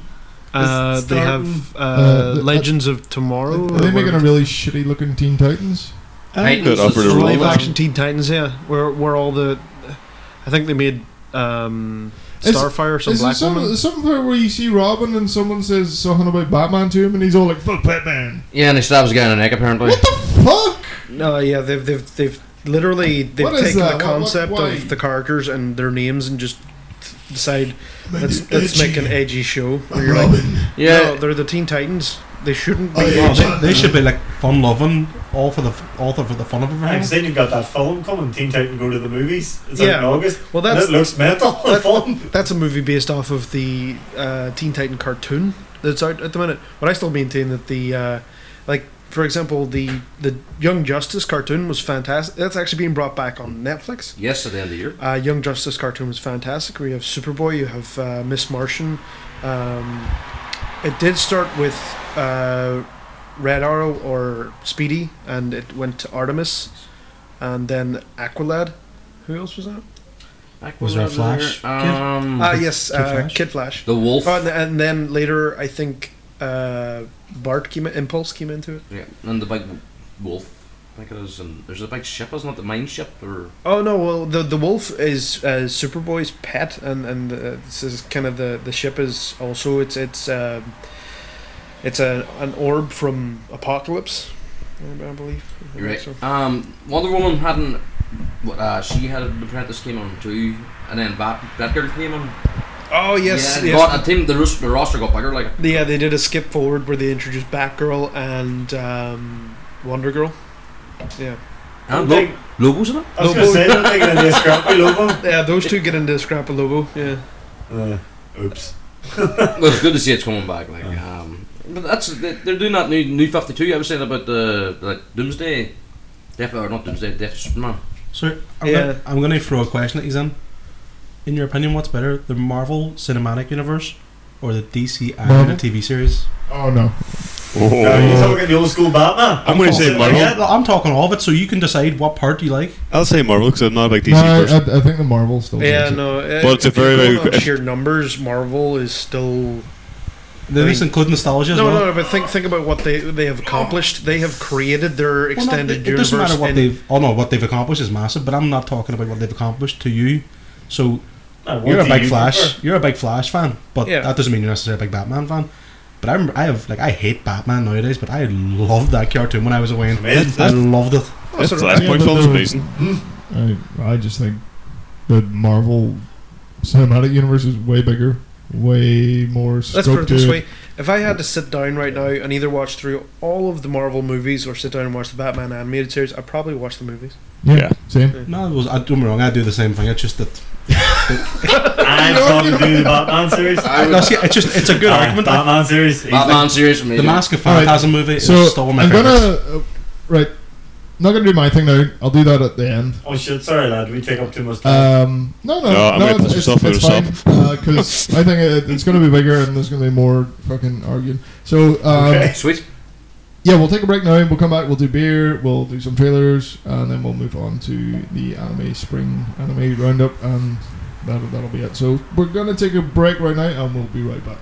G: Uh,
B: Is
G: they have uh,
A: Uh, the-
G: Legends of Tomorrow.
A: Are they
G: or
A: making a
G: whatever.
A: really shitty looking Teen Titans?
C: Titans
F: Good
C: is
F: upper
C: the
F: to
G: live
F: roll.
C: Rolex.
G: action Teen Titans? Yeah, where where all the, I think they made um,
A: Is-
G: Starfire some
A: Is there
G: black
A: some,
G: woman.
A: something where you see Robin and someone says something about Batman to him and he's all like, fuck Batman?
C: Yeah, and he stabs a guy in the neck apparently.
A: What the fuck?
G: No, yeah, they've they've they've literally they've
A: What is
G: taken
A: that?
G: the
A: What- what-
G: concept
A: why?
G: of the characters and their names and just decide let's let's make an edgy show. Where you're like, no,
C: Yeah,
G: they're the Teen Titans. They shouldn't be.
A: Oh, yeah.
E: Well,
G: edgy.
E: they, they should be like fun loving, all for the f- all for the fun of
B: Right.
E: everything.
B: Then you've got that film coming, Teen Titan Go to the Movies. It's out in
G: Yeah.
B: August.
G: Well,
B: and
G: that's
B: it looks mental.
G: that's-
B: fun.
G: that's a movie based off of the uh, Teen Titan cartoon that's out at the minute. But I still maintain that the, uh, like for example, the the Young Justice cartoon was fantastic. That's actually being brought back on Netflix.
C: yes, at the end of the year.
G: Uh, Young Justice cartoon was fantastic. Where you have Superboy, you have uh, Miss Martian. Um, it did start with uh, Red Arrow or Speedy, and it went to Artemis, and then Aqualad. Who else was that?
E: Mm-hmm. Was there a Flash kid?
C: Um,
G: Ah, yes,
E: Kid
G: uh,
E: Flash?
G: Kid Flash.
C: the Wolf.
G: Oh, and, and then later, I think uh, Bart came, Impulse came into it.
C: Yeah, and the big wolf. I think it is. And there's a big ship, isn't it? The mine ship or
G: Oh no, well the the wolf is uh, Superboy's pet, and and uh, this is kind of the the ship is also it's it's um it's a an orb from Apocalypse, I I believe. I think
C: You're right.
G: so.
C: Um, Wonder Woman hadn't. what, Uh, she had an apprentice came on too, and then Bat Batgirl came on.
G: Oh yes,
C: yeah.
G: yes.
C: Got, I think the roster, the roster got bigger. Like
G: yeah, they did a skip forward where they introduced Batgirl and um, Wonder Girl. Yeah,
C: and
B: Big-
C: lo- logos in it.
B: I was going to say, they're taking a scrappy logo.
G: yeah, those two get into Scrap a Lobo. Yeah.
B: Uh, oops.
C: well, it's good to see it's coming back. Like, um, but that's they- they're doing that new new fifty two. I was saying about the like Doomsday, Death or not Doomsday, Death of Superman.
E: So I'm,
G: Yeah.
E: gonna, I'm gonna throw a question at you then. In your opinion, what's better, the Marvel Cinematic Universe or the DC
A: Marvel?
E: animated TV series?
A: Oh no.
B: Are you
E: Oh.
B: talking the old school Batman?
F: Oh. I'm going to say
B: Marvel.
F: Marvel.
E: Yeah, I'm talking all of it, so you can decide what part you like.
F: I'll say Marvel because I'm not a big DC
A: No, I,
F: person.
A: I, I think the Marvel still.
G: Yeah,
A: takes it.
G: no. uh,
F: Well, it's a
G: if you're
F: very, very
G: going on
F: good-
G: sheer numbers. Marvel is still
E: Then
G: I
E: this
G: mean-
E: include nostalgia as
G: no,
E: well.
G: no, no. But think, think about what they they have accomplished. They have created their
E: Well, not-
G: extended
E: it, it
G: universe.
E: doesn't matter what
G: in-
E: they've. Oh no, what they've accomplished is massive. But I'm not talking about what they've accomplished to you. So
B: Nah, what
E: you're a
B: do
E: big
B: you
E: Flash.
B: prefer?
E: You're a big Flash fan, but
G: Yeah.
E: that doesn't mean you're necessarily a big Batman fan. But I remember, I have like I hate Batman nowadays, but I loved that cartoon when I was away.
B: Amazing.
E: I loved it.
G: Oh, sorry.
F: Flashpoint
A: Yeah, but uh,
F: films
A: the- Hmm?
F: amazing.
A: I, I just think the Marvel cinematic universe is way bigger. way more
G: Let's put
A: scope
G: it this
A: to
G: way: if I had to sit down right now and either watch through all of the Marvel movies or sit down and watch the Batman animated series, I'd probably watch the movies.
A: Yeah, same.
E: No, it was, I, don't get me wrong, I do the same thing. It's just that.
B: I'm going to do the Batman series.
C: I would-
E: No, see, it's just it's a good
B: Uh,
E: argument.
B: Batman series. He's
C: Batman series for me.
E: the
C: dude.
E: Mask of Phantasm movie
A: So
E: is still one of my
A: I'm gonna
E: favorites.
A: uh, right. Not gonna do my thing now. I'll do that at the end.
B: like, oh shit, sorry lad, we take up too much time.
E: Uh,
G: Uh,
A: Um, no, no,
F: No,
A: no,
F: I might
A: it's,
F: pull some
A: it's, it's
F: stuff out
A: fine
F: of
A: because I think it, it's going to be bigger and there's going to be more fucking arguing. So um,
B: Okay.
C: Sweet.
A: yeah, we'll take a break now. and We'll come back. We'll do beer. We'll do some trailers, and then we'll move on to the anime spring anime roundup, and that'll that'll be it. So we're gonna take a break right now, and we'll be right back.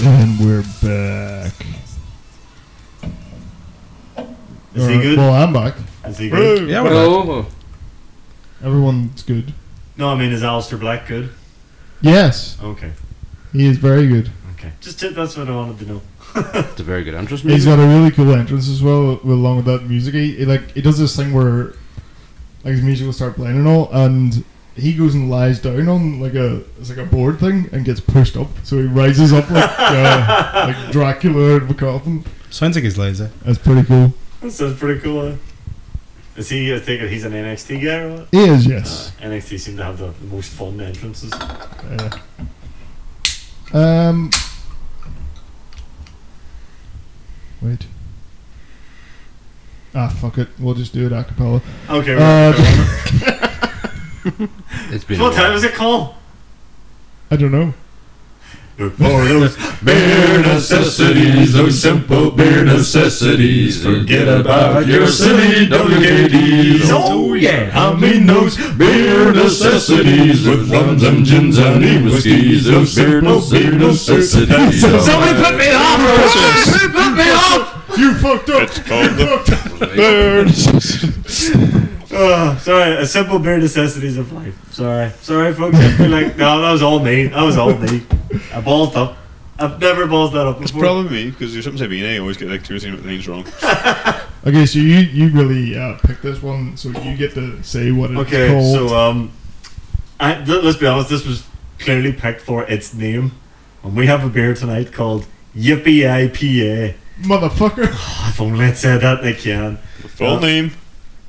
A: And we're back.
B: Is he
A: Or-
B: good?
A: Well, I'm back.
B: Is he good?
E: yeah, we're not.
C: Oh,
A: Everyone's good.
B: No, I mean, is Alistair Black good?
A: Yes,
B: Okay,
A: he is very good.
B: okay. Just that's what I wanted to know.
C: it's a very good entrance
A: He's
C: music.
A: got a really cool entrance as well, with- along with that music. He, he, like he does this thing where, like his music will start playing and all, and he goes and lies down on like a it's like a board thing and gets pushed up, so he rises up like uh, like Dracula out of a coffin.
E: Sounds like he's lazy.
A: That's pretty cool.
B: That sounds pretty cool. eh? Is he? I think he's an NXT guy or what?
A: He is yes.
B: Uh, NXT seem to have the, the most fun entrances.
A: Yeah. um. Wait. Ah, fuck it. We'll just do it a cappella.
B: Okay,
A: Uh,
B: right. right,
C: It's
B: right.
C: been. a
B: what time
C: while.
B: is it called?
A: I don't know.
B: Look for those
H: Bare necessities, those simple bare necessities. Forget about your silly WKDs.
B: Oh, yeah.
H: I mean those bare necessities with rums and gins and e whiskeys. Those simple bare necessities.
B: Somebody put me off! Somebody put me off!
A: You fucked up.
F: It's called the
B: Uh, sorry, a simple bare necessities of life. Sorry, sorry, folks. I feel like no, that was all me. That was all me. I ballsed up. I've never ballsed that up
F: It's
B: before.
F: probably me because you're something being I always get like two or three things wrong.
A: Okay, so you you really uh, picked this one, so you get to say what it's
B: Okay,
A: called.
B: so um, I, th- let's be honest. This was clearly picked for its name, and we have a beer tonight called Yippee IPA.
A: Motherfucker.
B: Oh, if only it said that they can.
F: Full
B: Yeah.
F: name.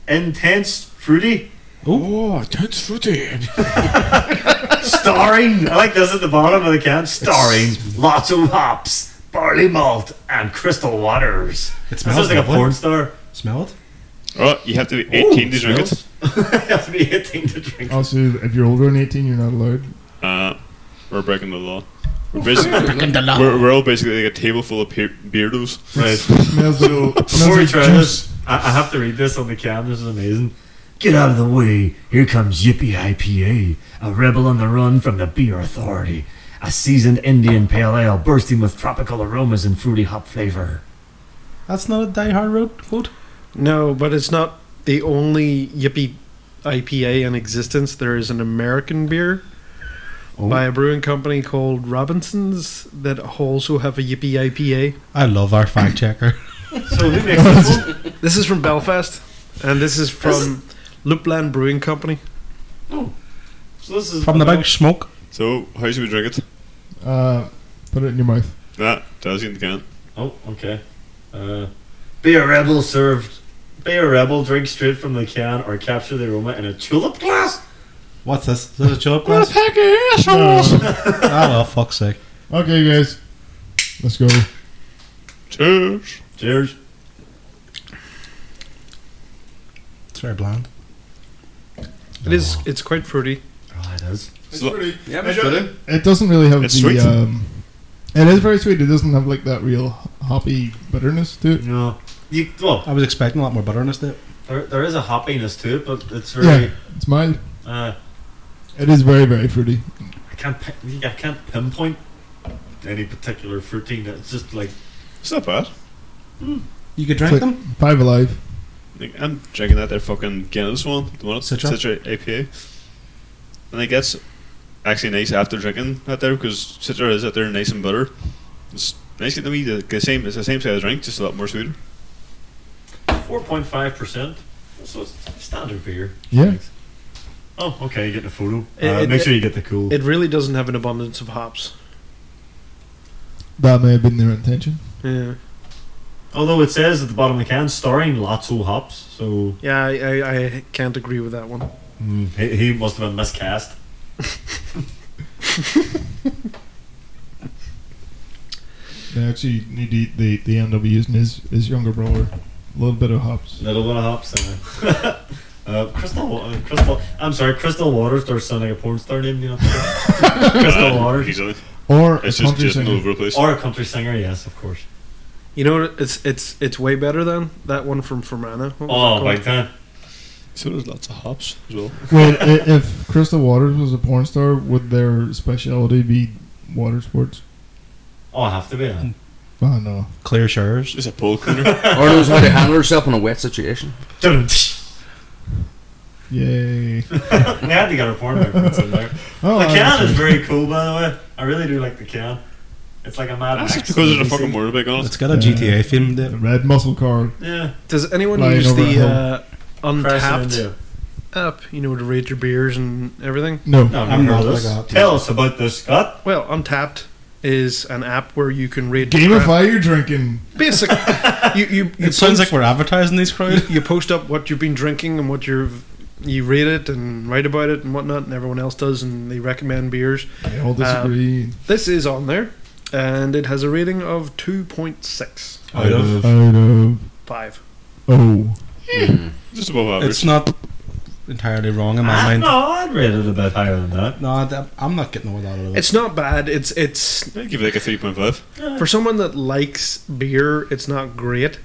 B: Intense, fruity,
F: Oh, that's fruity.
B: starring. I like this at the bottom of the can. Starring lots of hops, barley malt, and crystal waters.
E: It
B: That
E: smells
B: sounds like a
E: lovely.
B: porn star.
E: Smell it?
F: Right, you have to be 18 to drink it.
B: That's me hitting to drink.
A: Also, if you're older than 18, you're not allowed.
F: Uh, we're breaking the law. We're, basically, we're, we're all basically like a table full of pe- beardos.
B: Right.
A: Smells like,
B: Before we
A: Oh. smells
B: try
A: like juice.
B: this, I, I have to read this on the can. This is amazing. Get out of the way. Here comes Yippee IPA, a rebel on the run from the beer authority. A seasoned Indian pale ale bursting with tropical aromas and fruity hop flavor.
E: That's not a Die Hard road quote.
D: No, but it's not the only yippie IPA in existence. There is an American beer
E: Oh.
D: by a brewing company called Robinson's that also have a yippie IPA.
E: I love our fact checker.
B: So who makes this one?
D: This is from Belfast, and this is from
G: Loopland Brewing Company.
H: So this is
E: From the
H: about-
E: big smoke.
F: So, how should we drink it?
A: Uh, put it in your mouth.
F: That does in the can.
H: Oh, okay. Uh, be a rebel served. Be a rebel, drink straight from the can, or capture the aroma in a tulip glass.
E: What's this? Is this a tulip glass?
A: pack of assholes!
E: ah, well, fuck's sake.
A: okay, you guys. Let's go.
F: Cheers.
H: Cheers.
E: It's very bland.
G: It is. It's quite fruity.
H: Oh, it is.
A: It's
F: So-
A: pretty.
C: Yeah,
A: I
C: it's
A: don't-
C: good.
A: It doesn't really have
F: It's
A: the.
F: sweet.
A: Um, it is very sweet. It doesn't have like that real hoppy bitterness to it.
H: No, you. Well,
E: I was expecting a lot more bitterness to it.
H: there, there is a hoppiness to it, but it's very.
A: It's mild.
H: Uh,
A: It is very very fruity.
H: I can't. pi- I can't pinpoint any particular fruiting. It's just like
F: It's not bad.
E: You could
A: Click.
E: drink them?
A: Five alive.
F: Like, I'm drinking that there fucking Guinness one. The one
E: Citra?
F: Citra. Citra APA. And it gets actually nice after drinking that there because Citra is out there nice and bitter. It's nice getting to me. The, the same, it's the same size drink, just a lot more sweeter.
H: four point five percent. So it's standard beer.
A: Yeah.
H: Thanks. Oh, okay. You get the photo.
G: It-
H: uh,
G: it-
H: make sure you get the cool.
G: It really doesn't have an abundance of hops.
A: That may have been their intention.
G: Yeah.
H: Although it says at the bottom of the can, starring lots of hops. So
G: Yeah, I, I, I can't agree with that one.
H: Mm, he, he must have been miscast.
A: They actually need to eat the the end up using his his younger brother. A little bit of hops.
H: Little bit of hops. Uh, uh, crystal, Wa- uh, crystal. I'm sorry, Crystal Waters. They're sounding like a porn star name, you know.
F: Ah,
H: crystal Waters
F: Easily.
A: Or
F: It's
A: a
F: just,
A: country
F: just all
A: singer.
F: over the place.
H: or a country singer. Yes, of course.
G: You know, what? it's it's it's way better than that one from Fermanagh. What was
H: Oh,
G: it
H: big
G: called?
H: time.
F: So there's lots of hops as well.
A: Wait, i- if Crystal Waters was a porn star, would their specialty be water sports?
H: Oh, I have to be. Uh,
A: Oh no.
E: Clear showers.
F: It's a pole cleaner.
C: or knows how to handle herself in a wet situation.
A: Yay.
H: they had to get a porn reference in there.
A: Oh,
H: the
A: I
H: can is
A: see.
H: very cool, by the way. I really do like the can. It's like a Mad
F: That's
H: Max
F: just because there's a
H: movie
F: fucking
H: scene.
F: motorbike on it.
E: It's got a
A: Uh,
E: GTA theme to
A: A
E: it.
A: Red muscle car.
H: Yeah.
G: Does anyone
A: Lying
G: use
A: over at
G: the
A: home.
G: uh,
H: Crash
G: Untapped
H: India.
G: app? You know, to rate your beers and everything.
A: No.
H: No,
E: I'm
H: I'm
E: not
H: not
E: like
H: this.
E: that.
H: Tell us about this, Oh, Scott.
G: Well, Untapped is an app where you can rate crap-
A: Gamify your drinking.
G: Basic. you you, you
E: It sounds like
G: post-
E: we're advertising these crowd.
G: you post up what you've been drinking and what you've you rate it and write about it and whatnot, and everyone else does, and they recommend beers.
A: They all disagree.
G: This is on there, and it has a rating of two point six
E: Out of.
A: Out of
G: five.
A: oh.
F: Just above average.
E: It's not entirely wrong in my
H: Ah,
E: mind.
H: no, I'd rate it a bit higher than that.
E: No, th- I'm not getting all that out of it.
G: It's not bad. It's it's
F: I give it like a 3.5.
G: For someone that likes beer, it's not great.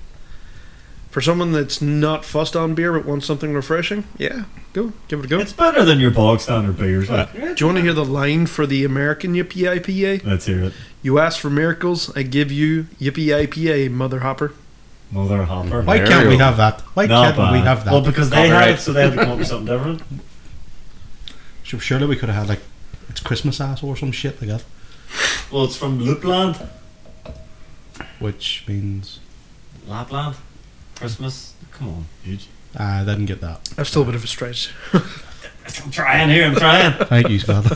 G: For someone that's not fussed on beer but wants something refreshing, yeah, go give it a go.
H: It's better than your bog standard beers. Like,
G: Do you want to hear the line for the American Yippee IPA?
H: Let's hear it.
G: You ask for miracles, I give you Yippee IPA, mother hopper.
H: Mother Hopper.
E: Why
C: There
E: can't
C: you
E: we
C: go.
E: have that? Why
H: Not
E: can't we
H: bad.
E: have that?
H: Well, because they had
C: Copyright.
H: it, so they had to come up with something different.
E: Sure- Surely we could have had like it's Christmas ass or some shit like that,
H: Well, it's from Loopland.
E: which means
H: Lapland. Christmas. Come on, huge.
E: ah, I didn't get that.
G: That's still a bit of a stretch.
H: I'm trying here, I'm trying.
E: Thank you, Scott.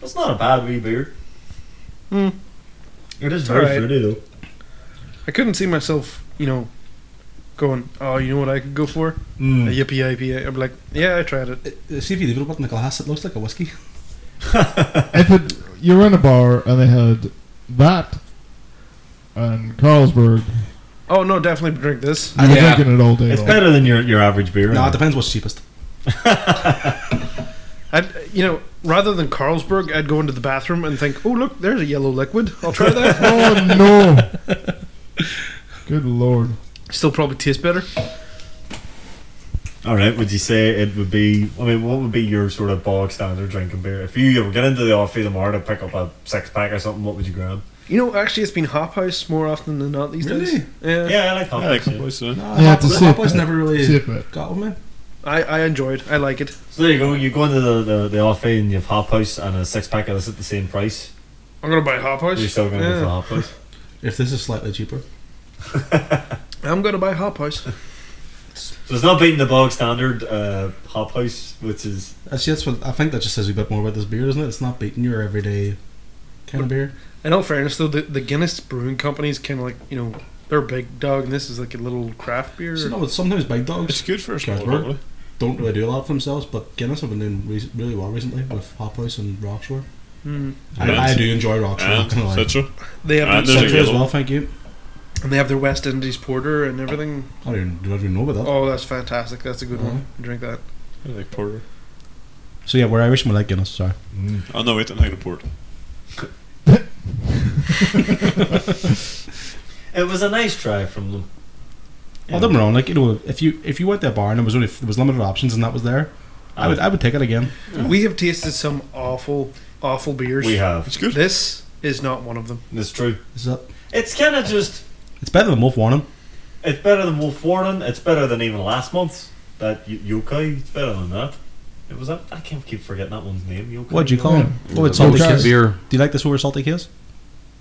H: That's not a bad wee beer.
G: Hmm.
H: It is
G: It's
H: very
G: alright.
H: fruity, though.
G: I couldn't see myself, you know, going, oh, you know what I could go for? A
H: Mm.
G: Yippee IPA. I'd be like, yeah, I tried it.
E: Uh, See if you leave it up in the glass, it looks like a whiskey.
A: If it, you were in a bar and they had that and Carlsberg,
G: Oh, no, definitely drink this.
A: you were
C: Yeah.
A: drinking it all day
H: It's
A: long.
H: better than your, your average
E: No,
H: beer.
E: it
H: isn't it?
E: depends what's cheapest.
G: I'd, you know, rather than Carlsberg, I'd go into the bathroom and think, oh, look, there's a yellow liquid. I'll try that.
A: Oh no! Good lord.
G: Still probably tastes better.
H: All right, would you say it would be? I mean, what would be your sort of bog standard drinking beer? If you were get into the office tomorrow to pick up a six pack or something, what would you grab?
G: You know, actually, it's been Hop House more often than not these days.
E: Really?
G: Yeah.
H: Yeah, I like
F: I
H: hot.
F: like
H: yeah.
F: boys, uh,
E: No,
A: Yeah,
E: Hop-
A: it's a sip.
E: Hop Boys never really
A: Sip it.
E: got with me.
G: I, I enjoyed I like it.
H: So there you go. You go into the the, the office and you have hop house and a six pack of this at the same price.
G: I'm going to buy Hop House.
H: You're still going to
G: yeah.
H: go for hop house.
E: If this is slightly cheaper,
G: I'm going to buy Hop House.
B: So it's not beating the bog standard uh, hop house, which is
E: Actually, that's what I think that just says a bit more about this beer, doesn't it? It's not beating your everyday kind of beer.
G: In all fairness, though, the, the Guinness Brewing Company is kind of like you know they're a big dog, and this is like a little craft beer.
E: So, no, it's sometimes big
F: It's
E: dogs
F: good for a small
E: Carlsberg.
F: company.
E: don't really do a lot for themselves, but Guinness have been doing re- really well recently with Hop House and Rockshore.
G: Mm.
E: I,
F: Yes.
E: I do enjoy Rockshore. I'm not
F: And
E: gonna lie.
F: Citra.
G: They have
F: And
E: Citra
F: there's a
E: as
F: yellow.
E: well, thank you.
G: and they have their West Indies porter and everything.
E: I don't even, don't even know about that.
G: Oh, that's fantastic. That's a good one. Drink that.
F: I like porter.
E: So yeah, we're Irish and we like Guinness, sorry.
F: Oh no, wait, I'm thinking of port.
B: it was a nice try from them.
E: Oh, don't get me wrong, like, you know, if you if you went to a bar and there was only there was limited options and that was there, I would I would take it again.
G: We have tasted some awful, awful beers.
B: We have.
F: It's good.
G: This is not one of them.
B: It's true.
E: Is that,
B: It's kind of just.
E: it's better than Wolf Warning.
B: It's better than Wolf Warden. It's better than even last month's that y- yokai. It's better than that. It was that. I can't keep forgetting that one's name. Yokai.
E: What do you call him? Oh, it's
A: Wolf
E: salty
A: Warden.
E: kiss. Do
C: beer.
E: you like this over salty kiss?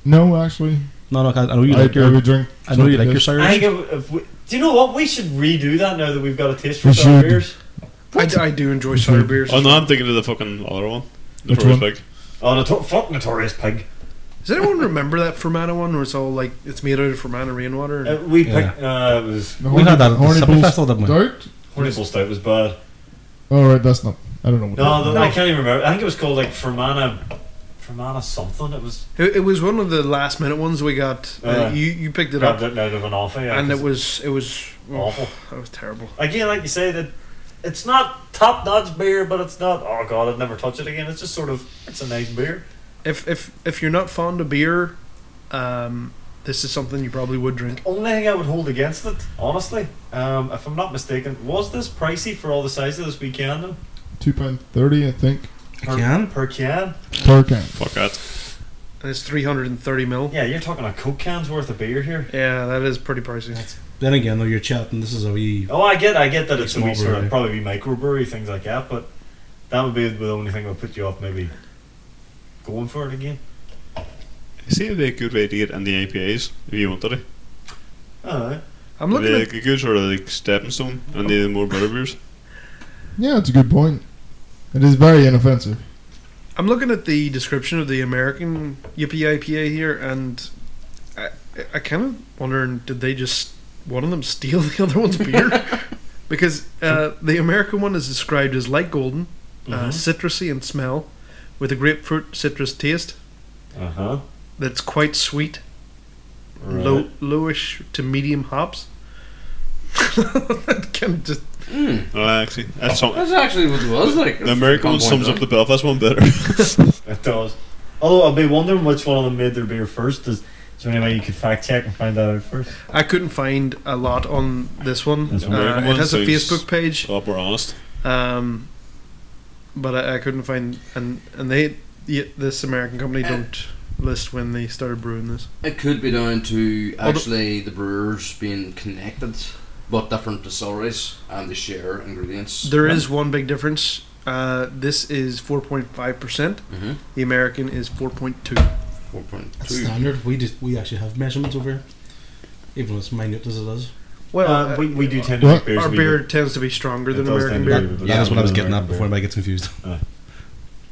A: No, actually,
E: No, no, I I know you
A: I,
E: like
A: I
E: your
A: would drink.
E: I know you like your
B: I think
E: Irish.
B: if, if we, do you know what we should redo that now that we've got a taste for
A: We
B: sour
A: should.
B: beers?
G: I, d- I do enjoy sour beers.
B: Mm-hmm. Uh-huh.
F: Oh no, I'm thinking of the fucking other one. The
A: Which
F: Which
A: one?
F: one? Big.
B: Oh, noto- fuck notorious pig.
G: Does anyone remember that Fermanagh one where it's all like it's made out of Fermanagh rainwater?
B: Uh, we picked. Uh, it was
A: The
E: We
A: Horny-
E: had that at the
A: Horny
E: Supper
A: Bulls
E: Festival, didn't we?
A: Stout?
B: Horny Bull Stout was bad.
A: Oh, right, that's not. I don't know. What
B: No,
A: that
B: the, I can't even remember. I think it was called like Fermanagh, Fermanagh something. It was
G: It, it was one of the last minute ones we got. Uh,
B: Uh,
G: you you picked it
B: grabbed
G: up,
B: it out of an offer, yeah,
G: and
B: 'cause
G: it was it was
B: it's awful.
G: That was terrible.
B: Again, like you say, that it's not top notch beer, but it's not. Oh god, I'd never touch it again. It's just sort of. It's a nice beer.
G: If if if you're not fond of beer, um, this is something you probably would drink.
B: Only thing I would hold against it, honestly, um, if I'm not mistaken, was this pricey for all the size of this weekend though?
A: Two pound thirty, I think,
B: Per
E: Can?
B: Per can?
A: per can.
F: Fuck that.
G: And it's 330 mil.
B: Yeah, you're talking a coke can's worth of beer here.
G: Yeah, that is pretty pricey.
E: Then again, though, you're chatting. This is a wee.
B: Oh, I get, I get that it's a
E: Small
B: wee sort
E: brewery.
B: of probably be microbrewery things like that, but that would be the only thing that would put you off maybe going for it again.
F: See, it'd be a good way to get in the IPAs if you wanted it.
B: I don't know.
G: I'm
F: It'd
G: looking
F: be
G: at
F: like a good sort of like stepping stone and the more butter beers.
A: Yeah, it's a good point. It is very inoffensive.
G: I'm looking at the description of the American Yippee IPA here, and I I kind of wondering did they just one of them steal the other one's beer? because uh, the American one is described as light golden, uh,
B: Mhm.
G: citrusy in smell, with a grapefruit citrus taste
B: Uh huh.
G: that's quite sweet low, lowish to medium hops. that kind of just
F: No, actually, that's something.
C: That's actually what it was like.
F: The American one sums up the Belfast one better.
B: It does. Although I'll be wondering which one of them made their beer first. Is, is there any way you could fact check and find that out first?
G: I couldn't find a lot on this one.
B: That's
G: Uh,
F: American
G: it has a
F: one, so it's-
G: Facebook page,
F: Well, we're honest.
G: um, but I, I couldn't find and and they yeah, this American company don't list when they started brewing this.
C: It could be down to
G: Although-
C: actually the brewers being connected, but different distilleries, and they share ingredients.
G: There is one big difference. Uh, this is 4.5 percent.
C: Mhm.
G: The American is 4.2.
C: four point
E: That's
C: two.
E: standard. We just we actually have measurements over here, even as minute as it is.
G: Well,
B: uh, we, we do tend to
A: Well,
B: make beers.
G: our
B: we-
G: beer tends to be stronger
B: it
G: than
B: does
G: American
B: tend
G: beer.
B: to be-
E: that is what I was
B: American
E: getting at
B: beer.
E: before I gets confused.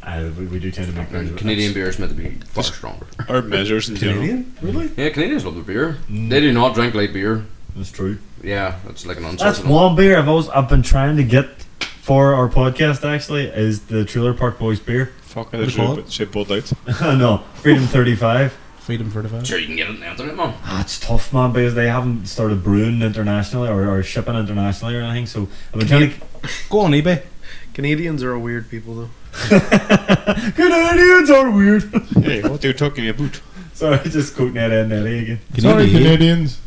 B: Uh, we, we do tend to make beers.
C: And
B: with
C: Canadian
B: that.
C: beer is meant to be far stronger.
F: Our measures in general.
E: Really?
C: Yeah, Canadians love their beer.
B: Mm.
C: They do not drink light beer.
B: That's true.
C: Yeah, it's like an
B: That's
C: unsalted one.
B: one beer I've always I've been trying to get for our podcast. Actually, is the Trailer Park Boys beer?
F: Fuck,
E: What
F: I
E: do you call
F: should say Bud Light.
B: no, Freedom Thirty Five.
E: Freedom fortified.
C: Sure, you can get it on the internet, man.
B: Ah, it's tough, man, because they haven't started brewing internationally or, or shipping internationally or anything. So I've been trying to.
E: Go on eBay.
G: Canadians are a weird people, though.
B: Canadians are weird.
F: hey, what are you talking about?
B: Sorry, just quoting that in that again.
A: Sorry,
E: Canadian.
A: Canadians.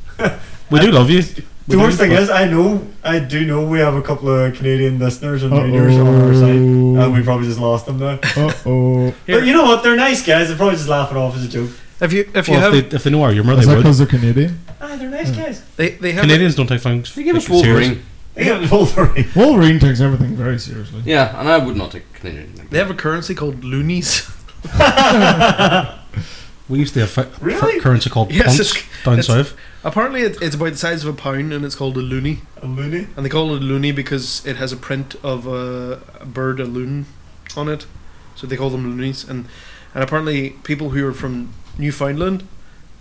E: We do love you.
B: The worst thing
E: But-
B: is, I know, I do know we have a couple of Canadian listeners and readers on our site, and we
A: Uh
B: probably just lost them now.
A: oh.
B: But you know what? They're nice guys. They probably just laugh it off as a joke.
G: If you if you
E: well,
G: have
E: if, they, if they know our humour,
A: Is
E: they
A: that
E: would.
A: because they're Canadian?
B: Ah, they're nice guys.
G: They they have
E: Canadians don't take things.
C: They give us
E: seriously.
C: Wolverine.
B: They got Wolverine.
A: Wolverine takes everything very seriously.
C: Yeah, and I would not take Canadian.
G: A, they have a currency called loonies.
E: We used to have fi- fi-
B: Really?
E: currency called
G: Yes,
E: punts
G: it's-
E: down
G: it's-
E: south.
G: Apparently, it, it's about the size of a pound, and it's called a loony.
B: A loony?
G: And they call it a loony because it has a print of a, a bird, a loon, on it. So they call them loonies. And and apparently, people who are from Newfoundland,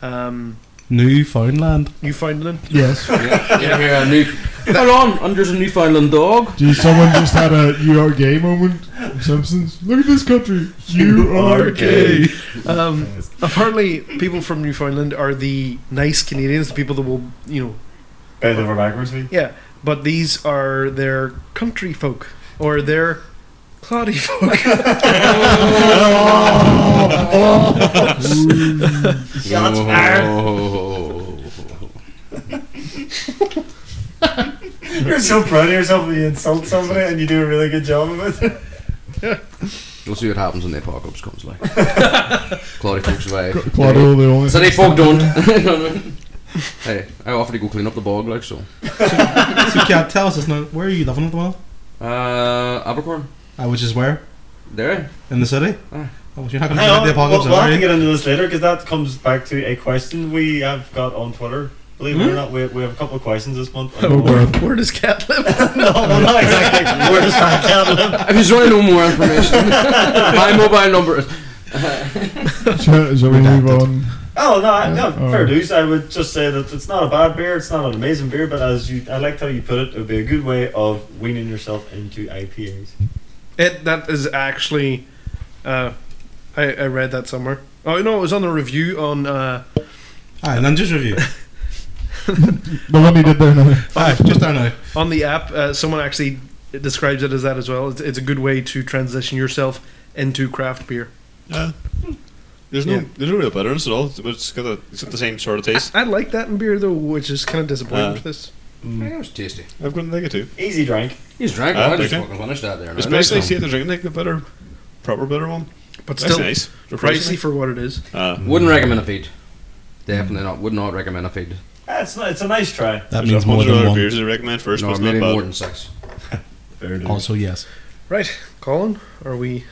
G: um,
E: Newfoundland.
G: Newfoundland,
A: Yes.
C: Yeah, yeah, yeah, new. Hold on, Under's a Newfoundland dog.
A: Gee, someone just had a you are gay moment. from Simpsons. Look at this country. You are gay.
G: Um, apparently, people from Newfoundland are the nice Canadians, the people that will, you know,
B: Bend over backwards, me.
G: yeah. But these are their country folk or their cloddy folk.
B: Oh.
A: Oh.
B: Shots
C: Oh.
B: You're so proud of yourself when you insult somebody and you do a really good job of it.
C: We'll see what happens when the apocalypse comes. Like, Claudia folks survive.
A: Claudio, the only.
C: City folk don't. You know what I mean? hey, I offered to go clean up the bog, like so.
E: so, Kat, tell us this now. Where are you living at the moment?
C: Uh, Abercorn,
E: I was just Ah, where?
C: there.
E: In the city?
A: Ah.
C: Aye.
E: Oh, you're not going to get the apocalypse
B: we'll, we'll
E: are
B: have to
E: you?
B: get into this later because that comes back to a question we have got on Twitter. Believe it or not, we, we have a couple of questions this month.
A: Hmm?
B: Oh,
A: Oh, God.
G: Where does cat live?
B: no, well, not exactly. Where does that cat live?
C: If you want to know more information, my mobile number is.
A: Shall, shall we move
E: Redacted.
A: on?
B: Oh no, I- no,
A: Yeah,
B: fair
A: or-
B: dues. I would just say that it's not a bad beer. It's not an amazing beer, but as you, I liked how you put it. It would be a good way of weaning yourself into IPAs.
G: It that is actually, uh, I, I read that somewhere. Oh no, it was on a review on uh,
E: Aye, Ninja's review.
A: The one he did there now.
E: Aye, Ah, just down now.
G: on the app. Uh, someone actually describes it as that as well. It's, it's a good way to transition yourself into craft beer.
F: Yeah. There's no,
G: Yeah.
F: there's no real bitterness at all. It's- But it's got, a, it's got the same sort of taste.
G: I like that in beer though, which is kind of disappointing
F: Uh,
G: for this.
C: Yeah, it was tasty.
F: I've got to like it too.
B: Easy drink.
C: He's drank.
F: Ah,
C: I just
F: okay.
C: fucking finished that there. now.
F: Especially
C: Next
F: see if they're drinking like the bitter, proper bitter one.
G: But
F: That's
G: still,
F: nice.
G: pricey
F: Refreshing.
G: for what it is.
F: Uh,
C: time. Wouldn't recommend a feed. Definitely not. Would not recommend a feed.
B: Ah, It's, not, it's a nice try.
E: That
F: there's
E: means
F: a
E: more
F: bunch of
E: than
F: other
E: one.
F: beers I recommend first,
C: No,
F: but it's
C: maybe
F: not
C: more
F: bad.
C: than six.
B: Fair dues.
E: Also, yes.
G: Right, Colin, are we?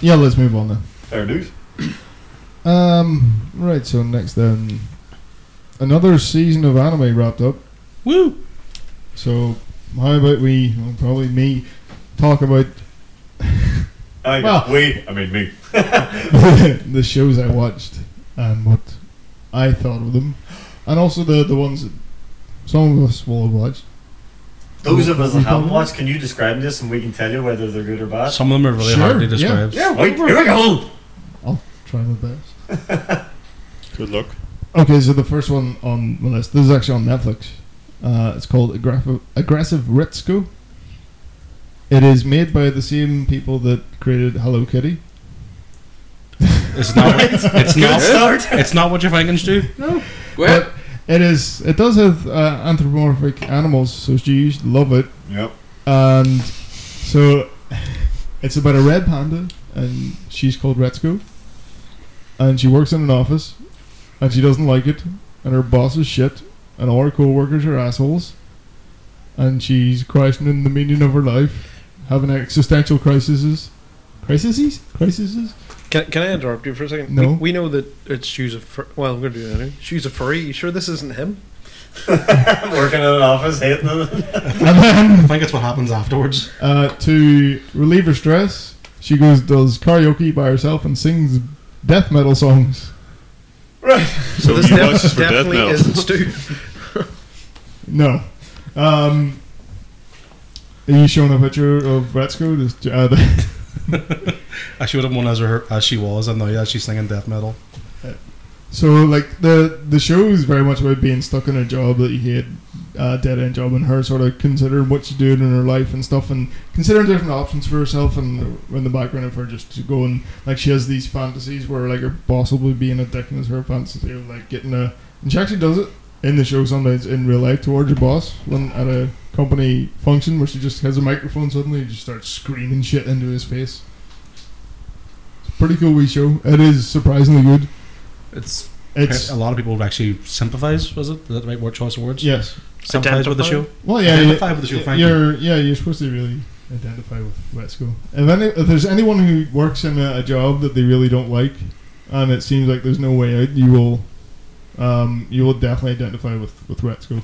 A: Yeah, let's move on then.
B: Fair dues.
A: Um, right, so next then. Another season of anime wrapped up.
E: Woo!
A: So, how about we, well, probably me, talk about
B: I
A: Well-
B: we, I mean me.
A: the shows I watched and what I thought of them, and also the the ones that some of us will have watched.
B: Those of us that
A: We
B: haven't
A: probably-
B: watched, can you describe this and we can tell you whether they're good or bad?
E: Some of them are really
A: Sure,
E: hard to
A: yeah.
E: describe.
C: Yeah,
B: Wait, here we go!
A: Try my best.
F: Good luck.
A: Okay, so the first one on the list. This is actually on Netflix. Uh, it's called Aggraf- Aggressive Ritsko. It is made by the same people that created Hello Kitty.
E: It's not. it's
B: Good
E: not.
B: start!
E: It's not what your Vikings do.
C: Go ahead.
A: It is. It does have uh, anthropomorphic animals, so you should love it.
B: Yep.
A: And so it's about a red panda, and she's called Retsuko. And she works in an office, and she doesn't like it, and her boss is shit, and all her co workers are assholes. And she's questioning the meaning of her life, having existential crises. Crises? Crises?
G: Can, can I interrupt you for a second?
A: No.
G: We, we know that it's shoes of fur- well, I'm going to do that. Anyway. Shoes of furry. You sure this isn't him?
B: Working in an office, hating it.
A: And then
E: I think it's what happens afterwards.
A: Uh, to relieve her stress, she goes does karaoke by herself and sings death metal songs.
F: So,
G: this
F: you
G: def-
F: watch this for death
G: definitely
F: now.
G: isn't Stu.
A: No. Um, are you showing a picture of Ratsko? This, uh, the,
E: I showed him one as her as she was, and now yeah, she's singing death metal.
A: so, like the the show is very much about being stuck in a job that you hate, uh, dead end job, and her sort of considering what she's doing in her life and stuff, and considering different options for herself, and in the background of her just to go and like she has these fantasies where like her boss will be an addiction is her fantasy of like getting a, and she actually does it in the show sometimes in real life towards her boss when at a company function where she just has a microphone suddenly and just starts screaming shit into his face. It's a pretty cool wee show. It is surprisingly good.
E: It's,
A: It's
E: a lot of people would actually sympathize. Was it is that the right word choice of words?
A: yes.
E: sympathize with the show.
A: Well, yeah,
E: Identify
A: yeah,
E: with the show,
A: yeah,
E: thank you.
A: you're yeah, you're supposed to really identify with Wesco. If any, if there's anyone who works in a, a job that they really don't like, and it seems like there's no way out, you will um, you will definitely identify with with Retsko.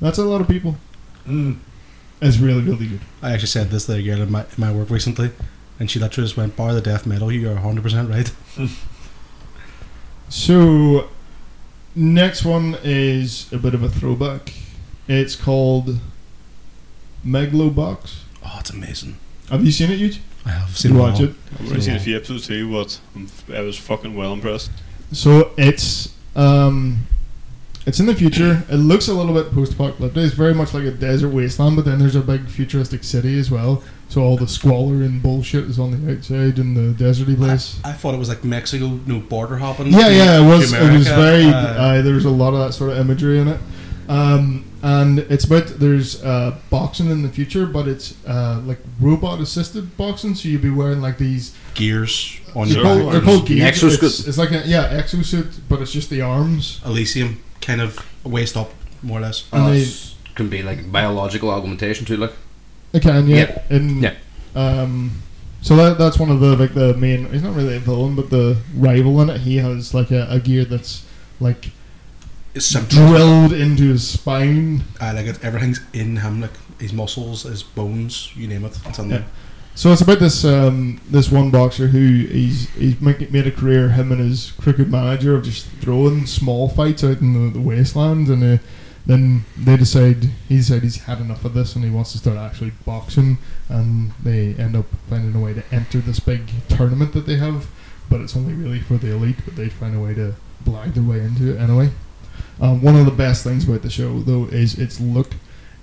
A: That's a lot of people.
B: Mm.
A: It's really really good.
E: I actually said this to a girl in my, in my work recently, and she literally just went, bar the death metal, you are 100% right.
A: So, next one is a bit of a throwback. It's called Megalobox.
E: Oh, it's amazing.
A: Have you seen it, Huge?
E: I have seen
A: Watch
E: all.
A: it.
F: I've only seen a few episodes too, but I'm f- I was fucking well impressed.
A: So it's um, it's in the future. It looks a little bit post-apocalyptic. It's very much like a desert wasteland, but then there's a big futuristic city as well. So all the squalor and bullshit is on the outside in the deserty place.
E: I thought it was like Mexico, no border hopping.
A: Yeah,
E: to-
A: yeah, it was.
E: to
A: It was
E: America.
A: very. Uh,
E: Uh,
A: there was a lot of that sort of imagery in it, um, and it's about there's uh, boxing in the future, but it's uh, like robot-assisted boxing. So you'd be wearing like these.
E: gears on
A: They're
E: your
A: called, they're called
E: back.
A: gears.
C: Exosuit.
A: It's, it's like a, yeah, exosuit, but it's just the arms.
E: Elysium, kind of waist up, more or less.
A: And they,
C: Us can be like biological augmentation too, like
A: they can yeah.
C: Yeah.
A: And,
C: Yeah.
A: Um, so that, that's one of the like the main. He's not really a villain, but the rival in it. He has like a, a gear that's like
E: Uh, It's central.
A: drilled into his spine.
E: I like it. Everything's in him, like his muscles, his bones, you name it. It's in there.
A: So it's about this um, this one boxer who he's he's make- made a career him and his crooked manager of just throwing small fights out in the, the wasteland, and uh, then they decide he decided he's had enough of this and he wants to start actually boxing, and they end up finding a way to enter this big tournament that they have, but it's only really for the elite, but they find a way to blag their way into it anyway. Um, one of the best things about the show though is its look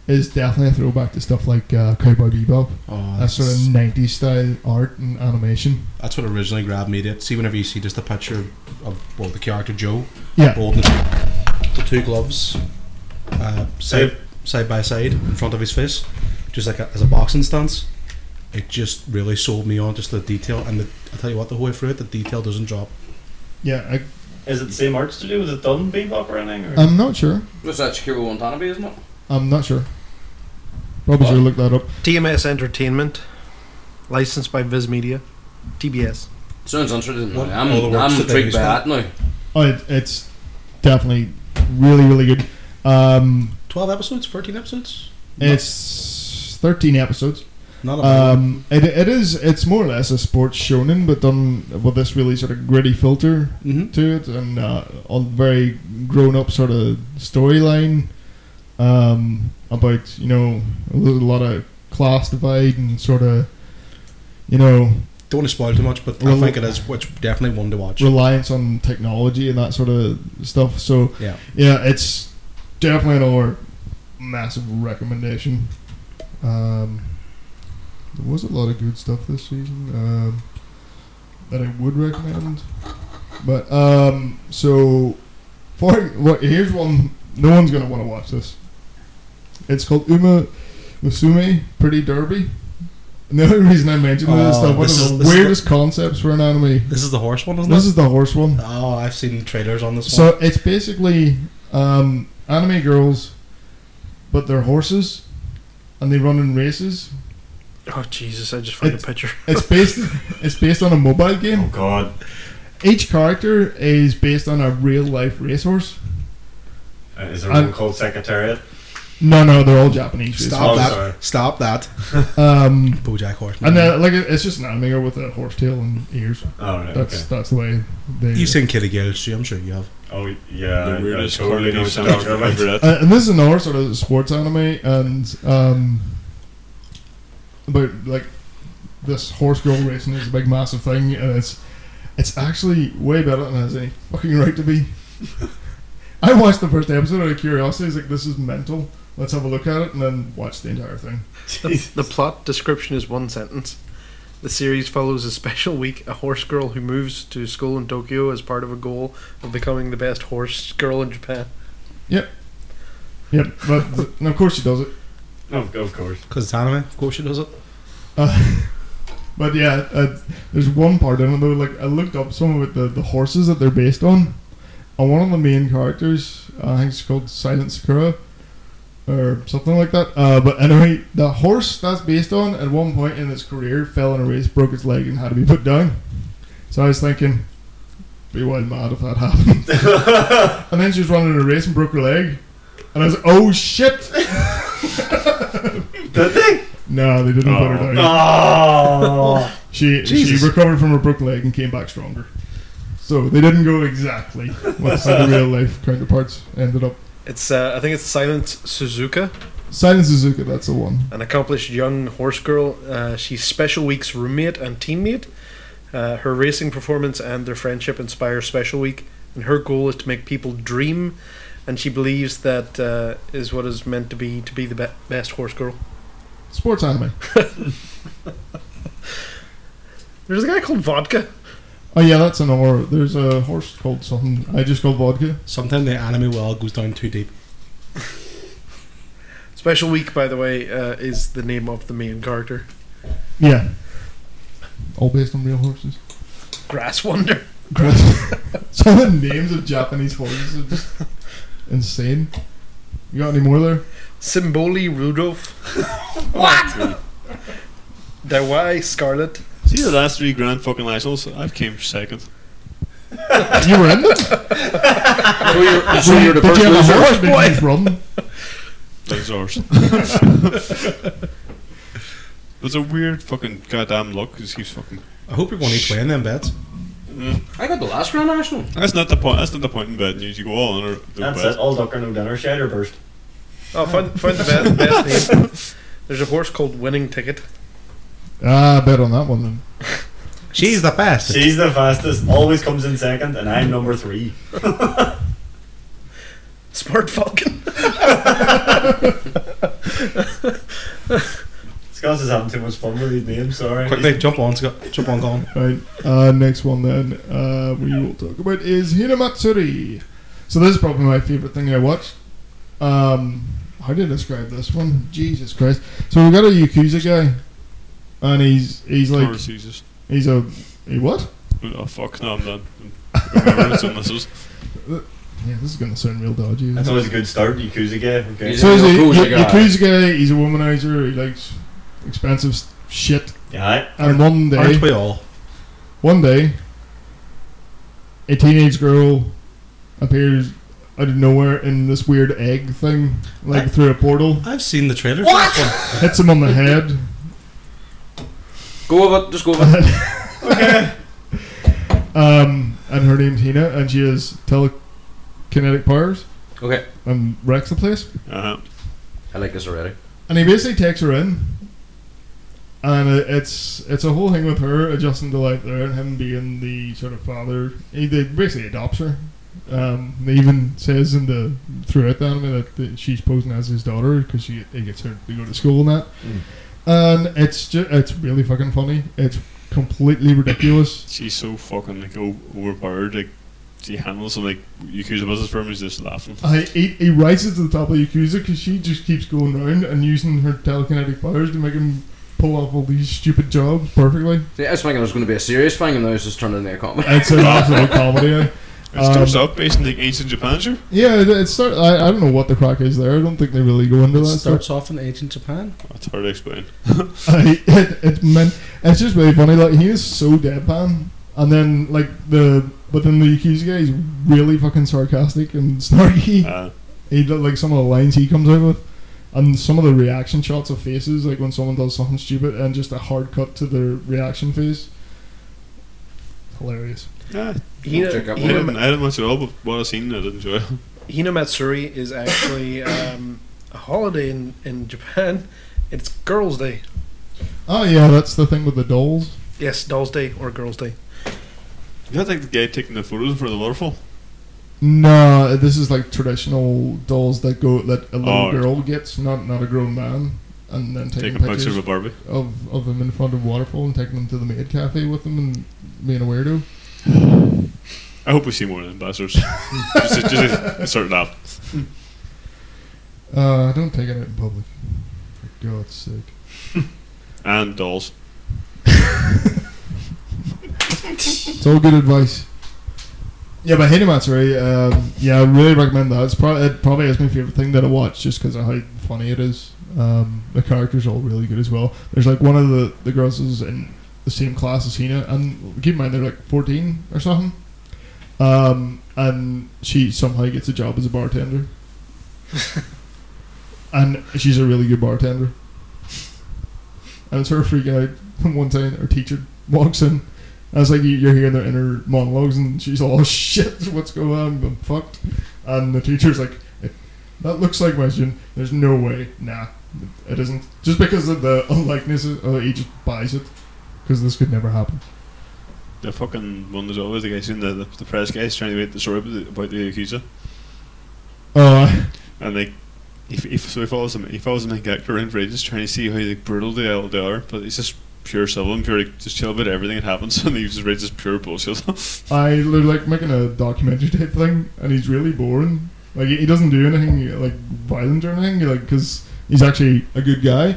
A: is definitely a throwback to stuff like uh, Cowboy Bebop.
E: Oh,
A: That sort of 90s style art and animation.
E: That's what originally grabbed me. To see whenever you see just a picture of well the character Joe
A: Yeah.
E: holding the two, the two gloves uh, side side by side in front of his face, just like a, as a boxing stance. It just really sold me on just the detail, and the, I tell you what, the whole way through it, the detail doesn't drop.
A: Yeah,
B: Is it the same arts to do? Was it done bebop or anything?
A: I,
B: Or?
A: I'm not sure.
C: what's that Shakiro Watanabe, isn't it?
A: I'm not sure. Probably should have looked that up.
G: TMS Entertainment, licensed by Viz Media, TBS.
C: Sounds interesting.
E: What-
C: I'm,
E: all the works
C: I'm
E: that they
C: intrigued
E: used
C: by that
E: to-
C: now.
A: Oh, it, it's definitely really, really good. Um,
E: Twelve episodes, thirteen episodes.
A: it's 13 episodes.
E: Not a bad one.
A: Um, it, it is. It's more or less a sports shonen, but done with this really sort of gritty filter
E: Mhm.
A: to it, and uh, a very grown-up sort of storyline um, about you know a little- lot of class divide and sort of you know
E: Don't want to spoil too much, but
A: Well,
E: I think it is. It's definitely one to watch.
A: reliance on technology and that sort of stuff. So
E: Yeah.
A: yeah, it's definitely an over massive recommendation. Um, there was a lot of good stuff this season um, that I would recommend, but um, so for what here's one no one's gonna want to watch this. It's called Uma Musume Pretty Derby. And The only reason I mentioned this is
E: Oh,
A: that one
E: this
A: of
E: is-
A: the
E: this is the-
A: weirdest concepts for an anime.
E: This is the horse one, isn't
A: This
E: it?
A: is the horse one.
E: oh, I've seen trailers on this one.
A: So it's basically um, anime girls, but they're horses, and they run in races.
G: Oh Jesus! I just found
A: It's-
G: a picture.
A: It's based. it's based on a mobile
B: Oh
A: game.
B: God!
A: Each character is based on a real life racehorse.
B: Uh, Is there
A: I'm-
B: one called Secretariat?
A: No, no, they're all Japanese.
E: Stop
B: Oh,
E: that!
B: sorry.
E: Stop that!
A: racehorses. Um,
E: BoJack Horseman.
A: and then, like it's just an anime girl with a horse tail and ears.
B: Oh, right,
A: That's
B: okay.
A: that's the way they.
E: You've seen Kitty Gales, too, I'm sure you have.
B: Oh yeah,
F: the
B: I-
F: weirdest
B: I totally
F: corny
B: know what you're
F: stuff
B: talking
F: I've ever
B: about.
F: read.
A: Uh, and this is another sort of sports anime, and um, about like this horse girl racing is a big massive thing, and it's it's actually way better than it has any fucking right to be. I watched the first episode out of curiosity. It's like this is mental. Let's have a look at it, and then watch the entire thing.
B: Jesus.
G: The plot description is one sentence. The series follows a special week a horse girl who moves to school in Tokyo as part of a goal of becoming the best horse girl in Japan.
A: Yep, but th- and of course she does it.
B: Of, of course.
E: Because it's anime, of course she does it.
A: Uh, but yeah, uh, there's one part in it though. Like I looked up some of it, the the horses that they're based on, and one of the main characters, uh, I think it's called Silent Sakura, or something like that. Uh, but anyway, the horse that's based on at one point in its career fell in a race, broke its leg, and had to be put down. So I was thinking, be wild mad if that happened. and then she was running a race and broke her leg. And I was like, oh shit!
B: Did they?
A: No, they didn't put her down.
B: Oh.
A: She
G: Jesus.
A: she recovered from her broke leg and came back stronger. So they didn't go exactly with how the real life counterparts ended up.
D: It's uh, I think it's Silent Suzuka,
A: Silent Suzuka, that's the one.
D: an accomplished young horse girl. Uh, she's Special Week's roommate and teammate. Uh, her racing performance and their friendship inspire Special Week, and her goal is to make people dream. And she believes that uh, is what is meant to be to be the be- best horse girl.
A: Sports anime.
D: There's a guy called Vodka.
A: Oh yeah, that's an or. There's a horse called something. I just called vodka.
E: Sometimes the anime well goes down too deep.
D: Special Week, by the way, uh, is the name of the main character.
A: Yeah. All based on real horses.
D: Grass Wonder.
A: Great. Some of the names of Japanese horses are just insane. You got any more there?
D: Simboli Rudolph. what? Dawai Scarlet.
F: See the last three grand fucking nationals? I came second.
A: You were in them.
C: So you're, so you're the
A: Did
C: first
A: you have a
C: loser.
A: horse being run?
F: That's ours. It's a weird fucking goddamn luck because he's fucking.
E: I hope you're going each way in them bets.
C: I got the last Grand National.
F: That's not the point. That's not the point in betting. You, you go all in or no
B: That's
F: bet.
B: it. All duck or no dinner. Shite or burst.
D: Oh, find, find the best, best name. There's a horse called Winning Ticket.
A: Ah, I bet on that one then.
E: She's the best.
B: She's the fastest. Always comes in second, and I'm number three.
D: Smart Falcon.
B: Scott's is having too much fun with these names. Sorry.
E: Quickly jump on, Scott. Jump on, Colin.
A: Right. Uh, next one then uh, we will talk about is Hinamatsuri. So this is probably my favorite thing I watched. Um, how do I describe this one? Jesus Christ! So we got a yakuza guy, and he's he's
F: Of
A: like
F: course, he's just-
A: he's a he what?
F: Oh fuck! No, I'm done. Remember, it's a missus.
A: Yeah, this is gonna sound real dodgy. isn't
B: That's
A: it?
B: always a good start. Yakuza guy. Okay.
C: He's
A: So he's a
C: Yakuza
A: yakuza,
C: guy.
A: yakuza guy. He's a womanizer. He likes expensive s- shit.
B: Yeah.
A: And one day,
E: Aren't we all?
A: One day, a teenage girl appears out of nowhere in this weird egg thing, like
E: I-
A: through a portal,
E: I've seen the trailer. What? For this
A: hits him on the head.
C: Go with it. Just go with it.
A: Um, and her name's Hina, and she has telekinetic powers
C: Okay.
A: and wrecks the place.
F: Uh-huh.
C: I like this already.
A: And he basically takes her in, and it- it's it's a whole thing with her adjusting to life there, and him being the sort of father. He they basically adopts her. Um, they even says in the throughout the anime that, that she's posing as his daughter because she it gets her to go to school and that. And it's just it's really fucking funny. It's completely ridiculous.
F: She's so fucking like o- overpowered. Like she handles some like Yakuza business for him. He's just laughing.
A: I, he, he rises to the top of Yakuza because she just keeps going round and using her telekinetic powers to make him pull off all these stupid jobs perfectly.
C: See, I was thinking it was going to be a serious thing, and now it's just turned into a comedy.
A: It's an absolute comedy. eh?
F: It starts up based in like ancient Japan, sure.
A: Yeah, it, it start, I, I don't know what the crack is there. I don't think they really go into
E: It
A: that stuff.
E: starts off in ancient Japan.
F: That's hard to explain.
A: I, it, it meant, it's just really funny. Like he is so deadpan, and then like the but then the Yakuza guy is really fucking sarcastic and snarky.
F: Uh,
A: he did, like some of the lines he comes out with, and some of the reaction shots of faces, like when someone does something stupid, and just a hard cut to their reaction face. Hilarious.
F: yeah,
D: Hina,
C: check out
F: I didn't,
D: Hina,
F: I didn't watch it all, but what I seen, I did enjoy. it.
D: Hina Matsuri is actually um, a holiday in, in Japan. It's Girls' Day.
A: Oh yeah, that's the thing with the dolls.
D: Yes, Dolls' Day or Girls' Day.
F: You had like the guy taking the photos in front of the waterfall.
A: No, this is like traditional dolls that go that a little
F: Oh.
A: girl gets, not not a grown man, and then taking,
F: Taking a picture
A: pictures
F: of a Barbie.
A: of of them in front of waterfall and taking them to the maid cafe with them and being a weirdo.
F: I hope we see more than bastards. just, just, just start that.
A: Uh, don't take it out in public. For God's sake.
F: And dolls.
A: It's all good advice. Yeah, but Hidden Matsuri, um, yeah, I really recommend that. It's probably it probably is my favorite thing that I watch just because of how funny it is. Um, the characters are all really good as well. There's like one of the, the girls is in the same class as Hina, and keep in mind they're like 14 or something, um, and she somehow gets a job as a bartender. and she's a really good bartender. And it's her freaking out. One time, her teacher walks in. I was like, "You- "You're hearing their inner monologues," and she's all, "Oh shit, what's going on? I'm fucked." And the teacher's like, "That looks like my student. There's no way. Nah, it isn't. Just because of the unlikeness, uh, he just buys it. Because this could never happen."
F: The fucking one that's always the guy seen the, the, the press guy's trying to make the story about the, about the accuser.
A: Uh,
F: And like, if, if so, he follows him. He follows the main character around for ages, trying to see how like brutal they all they are. But he's just pure civil and pure, like, just chill about everything that happens. And he just reads this pure bullshit.
A: I look like making a documentary type thing, and he's really boring. Like he he doesn't do anything like violent or anything, like because he's actually a good guy.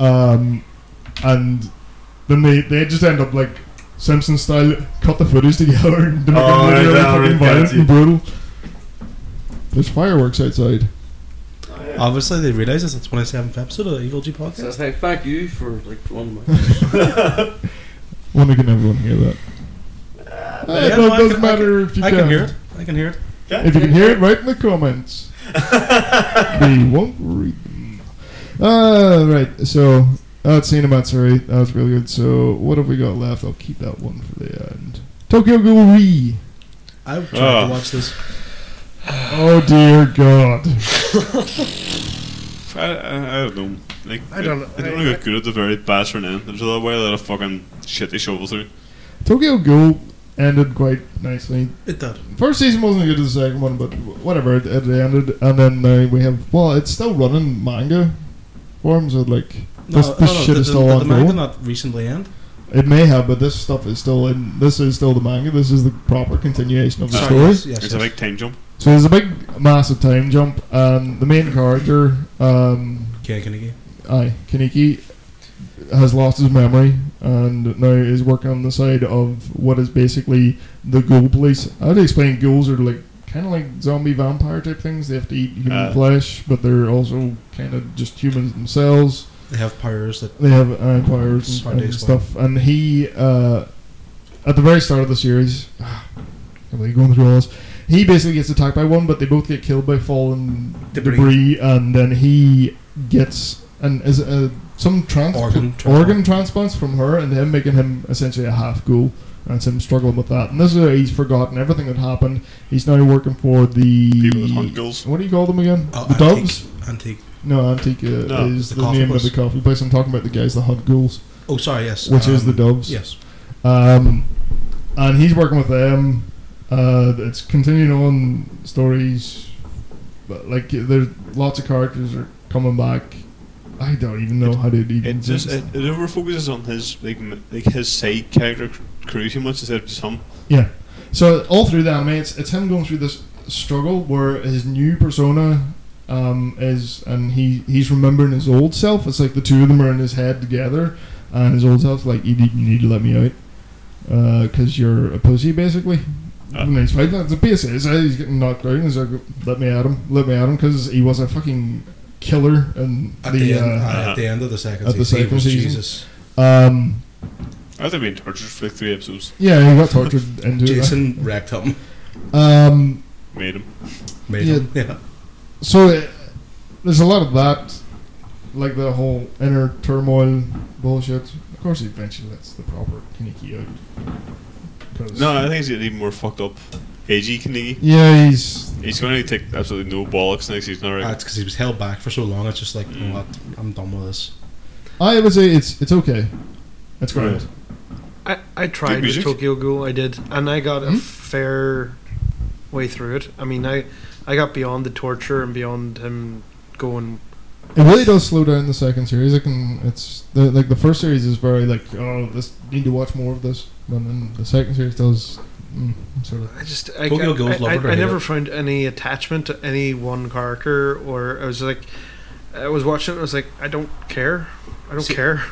A: Um, and then they they just end up like Simpson style, cut the footage together and make
B: Oh,
A: it
B: right,
A: really
B: yeah,
A: fucking
B: right,
A: violent
B: gotcha.
A: and brutal. There's fireworks outside.
E: Obviously, they realise this. It's 27th episode of the Eagle G
C: So
E: podcast.
C: it's like, thank you for like one of my.
A: Wonder can everyone hear that? Eh,
E: Uh, yeah,
A: no,
E: no, I
A: it doesn't
E: can- I
A: matter if you
E: I can hear it. I can hear it.
A: If you can hear it, write in the comments. we won't read them. Uh, right, so oh, that's Cinematsurai. That was really good. So, what have we got left? I'll keep that one for the end. Tokyo Ghoul
E: I would try
F: Ah.
E: to watch this.
A: Oh dear god.
F: I, I, I don't know. Like,
G: I don't know.
F: I don't
G: I-
F: want to get good at the very bastard end. There's a lot way that a fucking shit they shovel through.
A: Tokyo Ghoul ended quite nicely.
E: It did.
A: First season wasn't as good as the second one, but whatever, it, it ended. And then uh, we have, well, it's still running manga forms of like. This- this shit
E: the,
A: is still
E: the, The
A: ongoing?
E: manga not recently end.
A: It may have, but this stuff is still in. This is still the manga. This is the proper continuation of the
F: Sorry,
A: story.
E: Yes, yes,
F: It's a
E: yes.
F: big time jump.
A: So there's a big, massive time jump. Um, the main character, um,
E: Okay, can I get-
A: aye, Kaneki, has lost his memory and now is working on the side of what is basically the ghoul police. I'd explain ghouls are like kind of like zombie vampire type things. They have to eat human
F: Uh.
A: flesh, but they're also kind of just humans themselves.
E: They have powers that
A: They have Iron Powers
E: Hard to
A: and
E: explain.
A: stuff. And he, uh, at the very start of the series, I'm really going through all this. He basically gets attacked by one, but they both get killed by fallen debris,
E: Debris.
A: and then he gets an is it, uh, some trans-
E: Organ
A: organ
E: transplant.
A: transplants from her and him, making him essentially a half ghoul. And it's him struggling with that. And this is how he's forgotten everything that happened. He's now working for the
F: People that hunt ghouls. Uh,
A: What do you call them again?
E: Oh,
A: the
E: antique,
A: doves.
E: Antique.
A: No, Antique uh,
F: No,
A: is
E: the
A: the,
E: coffee
A: name
E: place.
A: of the coffee place. I'm talking about the guys that hunt ghouls,
E: Oh, sorry. Yes.
A: which is the
E: um,
A: doves.
E: Yes.
A: Um, and he's working with them. Uh, it's continuing on stories, but like there's lots of characters are coming back. I don't even know how to even.
F: It just
A: sense-
F: it, it over focuses on his like, m- like his side character crew too much instead of just him.
A: Yeah. So all through the anime, it's, it's him going through this struggle where his new persona um, is, and he he's remembering his old self. It's like the two of them are in his head together, and his old self's like, "You need, you need to let me out, because you're a pussy, basically."
F: Ah.
A: And he's fighting. That's the base. Is eh, he's getting knocked down. He's like, "Let me at him, let me at him," because he was a fucking killer and
E: At
A: the.
E: the, end,
A: uh,
E: uh, at the end of the second
A: at the
E: season, he
A: second
E: was
A: season.
E: Jesus.
A: um,
F: I'd have been tortured for like three episodes.
A: yeah, he got tortured into it.
E: Jason wrecked him.
A: Um,
F: Made him.
E: Made
A: Yeah.
E: him. Yeah.
A: so uh, there's a lot of that, like the whole inner turmoil bullshit. Of course, he eventually lets the proper Kaneki out. 'Cause-
F: No, I think he's getting even more fucked up. AG Kanigi.
A: Yeah, he's
F: He's going to take absolutely no bollocks next season already.
E: Uh, it's because he was held back for so long. It's just like, you know what? I'm done with this.
A: I would say it's it's okay. That's great.
F: Right.
G: I, I tried with
F: music?
G: Tokyo Ghoul, I did, and I got
A: Hmm?
G: a fair way through it. I mean, I I got beyond the torture and beyond him going.
A: It really does slow down the second series. It can it's the, like the first series is very like oh this need to watch more of this, and then the second series does mm, sort of.
G: I just I,
E: Tokyo
G: got-
E: Ghoul's
G: I,
E: love
G: I,
E: it or
G: I
E: hate
G: never
E: it.
G: found any attachment to any one character, or I was like, I was watching, it, I was like, I don't care, I don't
E: See-
G: care.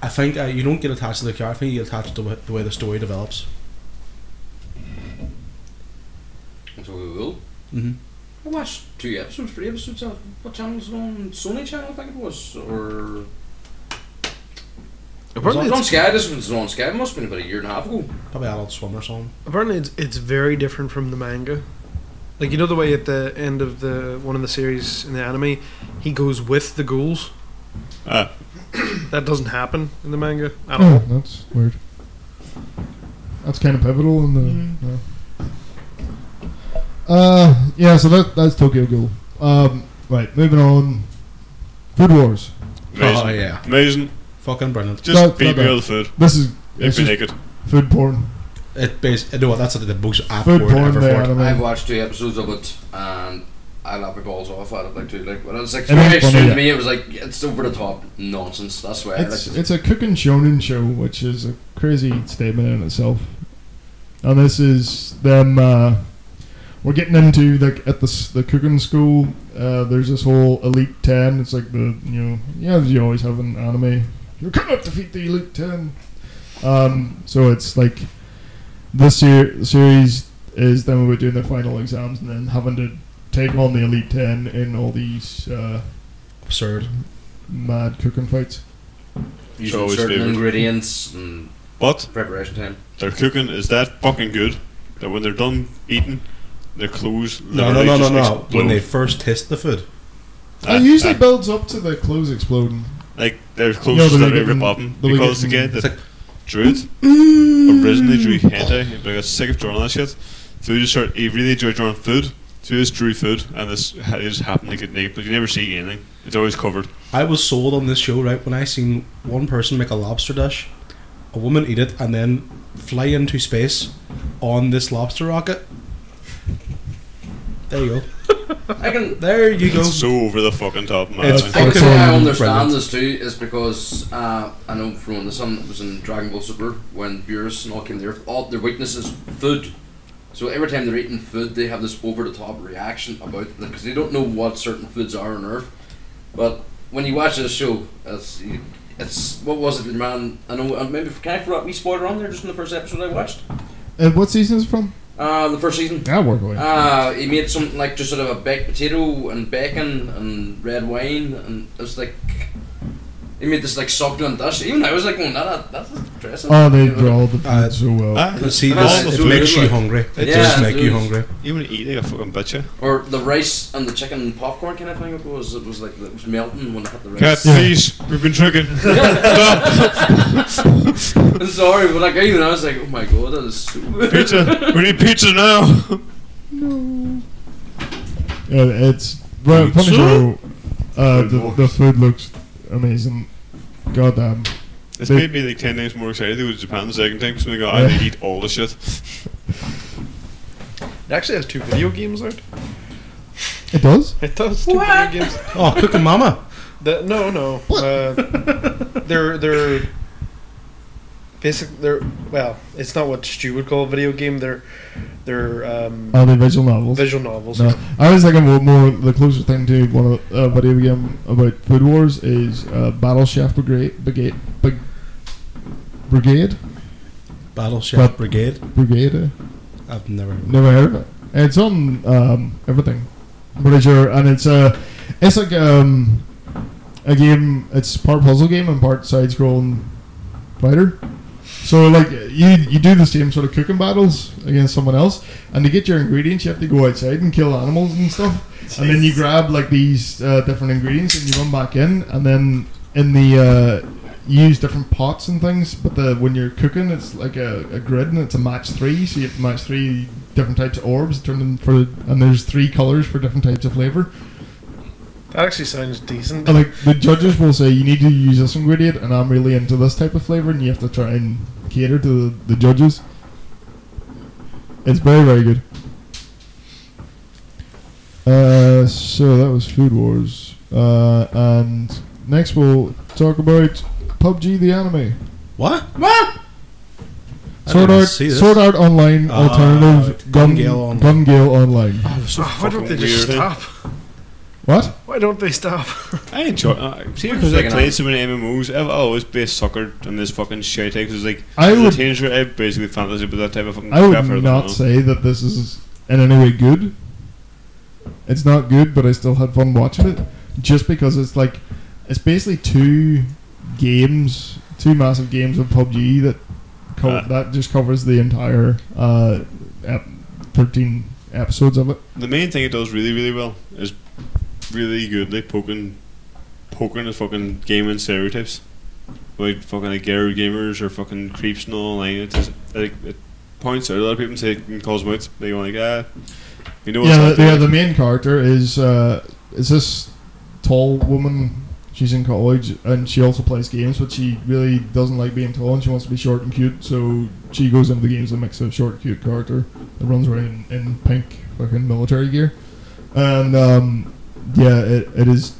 E: I think uh, you don't get attached to the character. I think you get attached to the way, the way the story develops.
C: It's all cool.
E: Mm-hmm.
C: I watched two episodes, three episodes of what channel was it on? Sony Channel, I think it was, or
D: Apparently,
C: It's on
D: it's,
C: Sky. This was on Sky. It must have been about a year and a half ago.
E: Probably Adult Swim or something.
G: Apparently, it's, it's very different from the manga. Like you know the way at the end of the one of the series in the anime, he goes with the ghouls.
F: Ah.
G: that doesn't happen in the manga at all.
A: Oh, that's weird. That's kind of pivotal in the.
G: Mm.
A: Yeah. Uh, yeah, so that that's Tokyo Ghoul. Um, right, moving on. Food Wars.
F: Amazing.
E: Oh, yeah.
F: Amazing.
E: Fucking brilliant.
F: Just
A: Not-
F: beat
A: not
F: me
A: bad.
F: with food.
A: This is
F: It'd
A: it's
F: be
A: just
F: naked.
A: food porn.
E: It bas- no, that's the most apt
A: Food
E: word
A: porn
E: ever
A: there.
E: for it.
A: Anime.
C: I've watched two episodes of it, and I laughed my balls off at it. Like, too, like when it was like
A: It ain't
C: very
A: funny
C: extreme to
A: yet.
C: me, it was like it's over the top nonsense. That's why I
A: It's
C: like it.
A: it's a cooking shonen show, which is a crazy statement in itself. And this is them. Uh, we're getting into like at the s- the cooking school. Uh, there's this whole elite ten. It's like the you know yeah you always have an anime. You cannot defeat the elite ten. Um, so it's like this ser- series is them about doing their final exams and then having to take on the elite ten in all these uh,
E: Absurd.
A: mad cooking fights.
C: Using
F: always
C: certain
F: favoured.
C: ingredients and
F: But
C: preparation time.
F: their cooking is that fucking good that when they're done eating, their clothes
E: No, no,
F: literally
E: no, no,
F: just
E: no.
F: explode.
E: When they first taste the food.
A: It usually builds up to the clothes exploding.
F: like their
A: You know,
F: clothes
A: the
F: literally
A: Wigan-
F: rip off them
A: the
F: because
A: Wigan-
F: again, the
E: It's like-
F: drew it. Originally drew hentai, but I got sick of drawing that shit. So he just started. He really enjoyed drawing food. So he just drew food, and this ha- it just happened to get naked. But you never see anything. It's always covered.
E: I was sold on this show, right, when I seen one person make a lobster dish, a woman eat it, and then fly into space on this lobster rocket. There you go.
C: I can.
E: There you go.
F: It's so over the fucking top, man.
E: It's
C: I
E: fucking
C: can say I
E: brilliant.
C: understand this too is because uh, I know from the sun it was in Dragon Ball Super when viewers and all came there. All their weakness is food. So every time they're eating food, they have this over the top reaction about because they don't know what certain foods are on Earth. But when you watch this show, it's you, it's what was it, man? I know. uh, Maybe can I throw a wee spoiler on there just in the first episode I watched?
A: And what season is it from?
C: Uh, the first season.
A: Yeah, work away.
C: Uh, he made something like just sort of a baked potato and bacon and red wine, and it was like he made this like succulent dish. Even I was like, going, that, that, that's dressing.
A: oh, they draw the food
E: Uh,
A: so well.
F: Ah,
E: But see,
C: Uh,
E: this,
F: it's
E: it makes you
C: really-
E: hungry. It
C: Yeah,
E: does make
C: it
E: you
C: is.
E: hungry.
F: you want to eat like a fucking bitch, eh?
C: Or the rice and the chicken and popcorn kind of thing. It was it was like it was melting when I hit the
F: Cat,
C: rice.
F: please, we've been drinking.
C: I'm Sorry, but like even I was like, oh my god, that is so good.
F: pizza. We need pizza now.
A: Yeah, it's well,
F: Food
A: funny
F: show?
A: show. Uh,
F: Food
A: the,
F: wars.
A: the food looks amazing. Goddamn.
F: It's
A: They-
F: made me like ten times more excited to go to er Japan the second time because we go, I need to eat all the shit.
G: It actually has two video games out.
A: It does.
G: It does two
C: What?
G: video games.
E: Oh, cooking mama.
G: The, no, no. Uh, they're they're basic. They're well. It's not what Stu would call a video game. They're they're um,
A: Are they visual novels?
G: visual novels.
A: No, I was thinking more, more the closest thing to one of uh, a video game about food wars is uh, Battle Chef Brigade, Brigade, Brig- Brigade,
E: Battleship
A: But-
E: Brigade.
A: Brigade. eh?
E: I've never heard of it.
A: Never heard of it. It's on um, everything, I'm pretty sure, and it's a, it's like um, a game. It's part puzzle game and part side scrolling fighter. So like you you do the same sort of cooking battles against someone else, and to get your ingredients, you have to go outside and kill animals and stuff, and then you grab like these uh, different ingredients and you run back in, and then in the uh, you use different pots and things. But the when you're cooking, it's like a, a grid and it's a match three, so you have to match three different types of orbs, turn them for, and there's three colors for different types of flavor.
G: That actually sounds decent.
A: And, like the judges will say, you need to use this ingredient, and I'm really into this type of flavor, and you have to try and cater to the, the judges. It's very very good. Uh, so that was Food Wars, uh, and next we'll talk about PUBG the anime.
E: What? I
A: Sword
E: didn't
A: Art,
E: see this.
A: Sword Art Online
E: Uh,
A: alternative Gun
E: Gungale Online.
A: Gungale Online.
G: Oh, why don't they just
F: Fucking
G: stop?
A: What?
G: Why don't they stop?
F: I enjoy. Uh, see,
C: We're
F: because
C: just
F: I
C: taking
F: played
C: out-
F: so many MMOs, I've always been suckered on this fucking shit. Because er like,
A: I
F: as a
A: would-
F: teenager, I basically fantasy about that type of fucking
A: I
F: crap for a
A: would
F: long
A: not
F: while.
A: say that this is in any way good. It's not good, but I still had fun watching it. Just because it's like, it's basically two games two massive games of PUBG that co-
F: Uh.
A: that just covers the entire uh, ep- thirteen episodes of it.
F: The main thing it does really, really well is really good, like poking, poking at fucking gaming stereotypes, like fucking like Gary gamers or fucking creeps and all. Like it, just, like, it points out a lot of people and say and calls them out. They go like, ah, you know what's
A: yeah,
F: out
A: the, yeah.
F: there.
A: The main character is uh, is this tall woman. She's in college and she also plays games, but she really doesn't like being tall and she wants to be short and cute. So she goes into the games and makes a short, cute character that runs around in, in pink fucking military gear. And um, yeah, it, it is.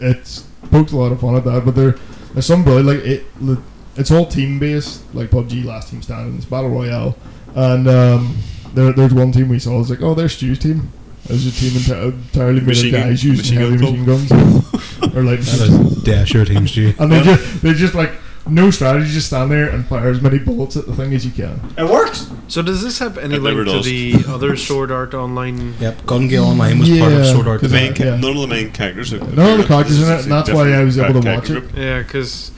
A: It pokes a lot of fun at that, but there there's some really like it. It's all team based, like PUBG, Last Team Standing, it's battle royale, and um, there, there's one team we saw. It's like, oh, there's Stu's team. There's a team enti- entirely made
F: Machine
A: of guys
F: gun-
A: using heavy machine
F: machine
A: guns or lightning
E: That
A: guns,
E: is yeah, sure teams G.
A: and they just they just like no strategy, just stand there and fire as many bullets at the thing as you can.
B: It works.
G: So does this have any
F: I've never
G: link to
F: lost.
G: the other Sword Art Online?
E: Yep, Gun Gale Online was part of
A: Yeah,
E: Sword Art.
A: 'cause
F: The main
A: that,
F: ca-
A: yeah.
F: None of the main characters. are-
A: None of the characters in it, and that's why I was able to watch it.
G: Yeah, because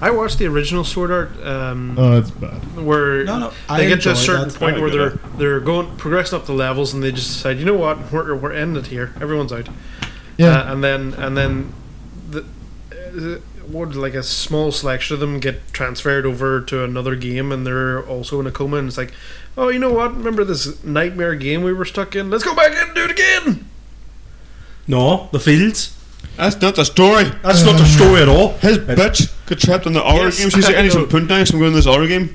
G: I watched the original Sword Art, um,
A: Oh, it's bad.
G: where
E: No, no, I
G: they get to a
E: enjoyed
G: certain
E: that.
F: I
G: point where
F: enjoyed
G: they're they're going progressing up the levels, and they just decide, you know what, we're we're ending it here. Everyone's out.
A: Yeah,
G: Uh, and then and then the uh, would like a small selection of them get transferred over to another game, and they're also in a coma. And it's like, oh, you know what? Remember this nightmare game we were stuck in? Let's go back in and do it again.
E: No, the fields.
F: That's not the story.
E: That's not the story at all.
F: His bitch got trapped in the horror
G: Yes,
F: game. She's like,
G: I
F: I need some
G: know.
F: punch now, so I'm going to this horror game.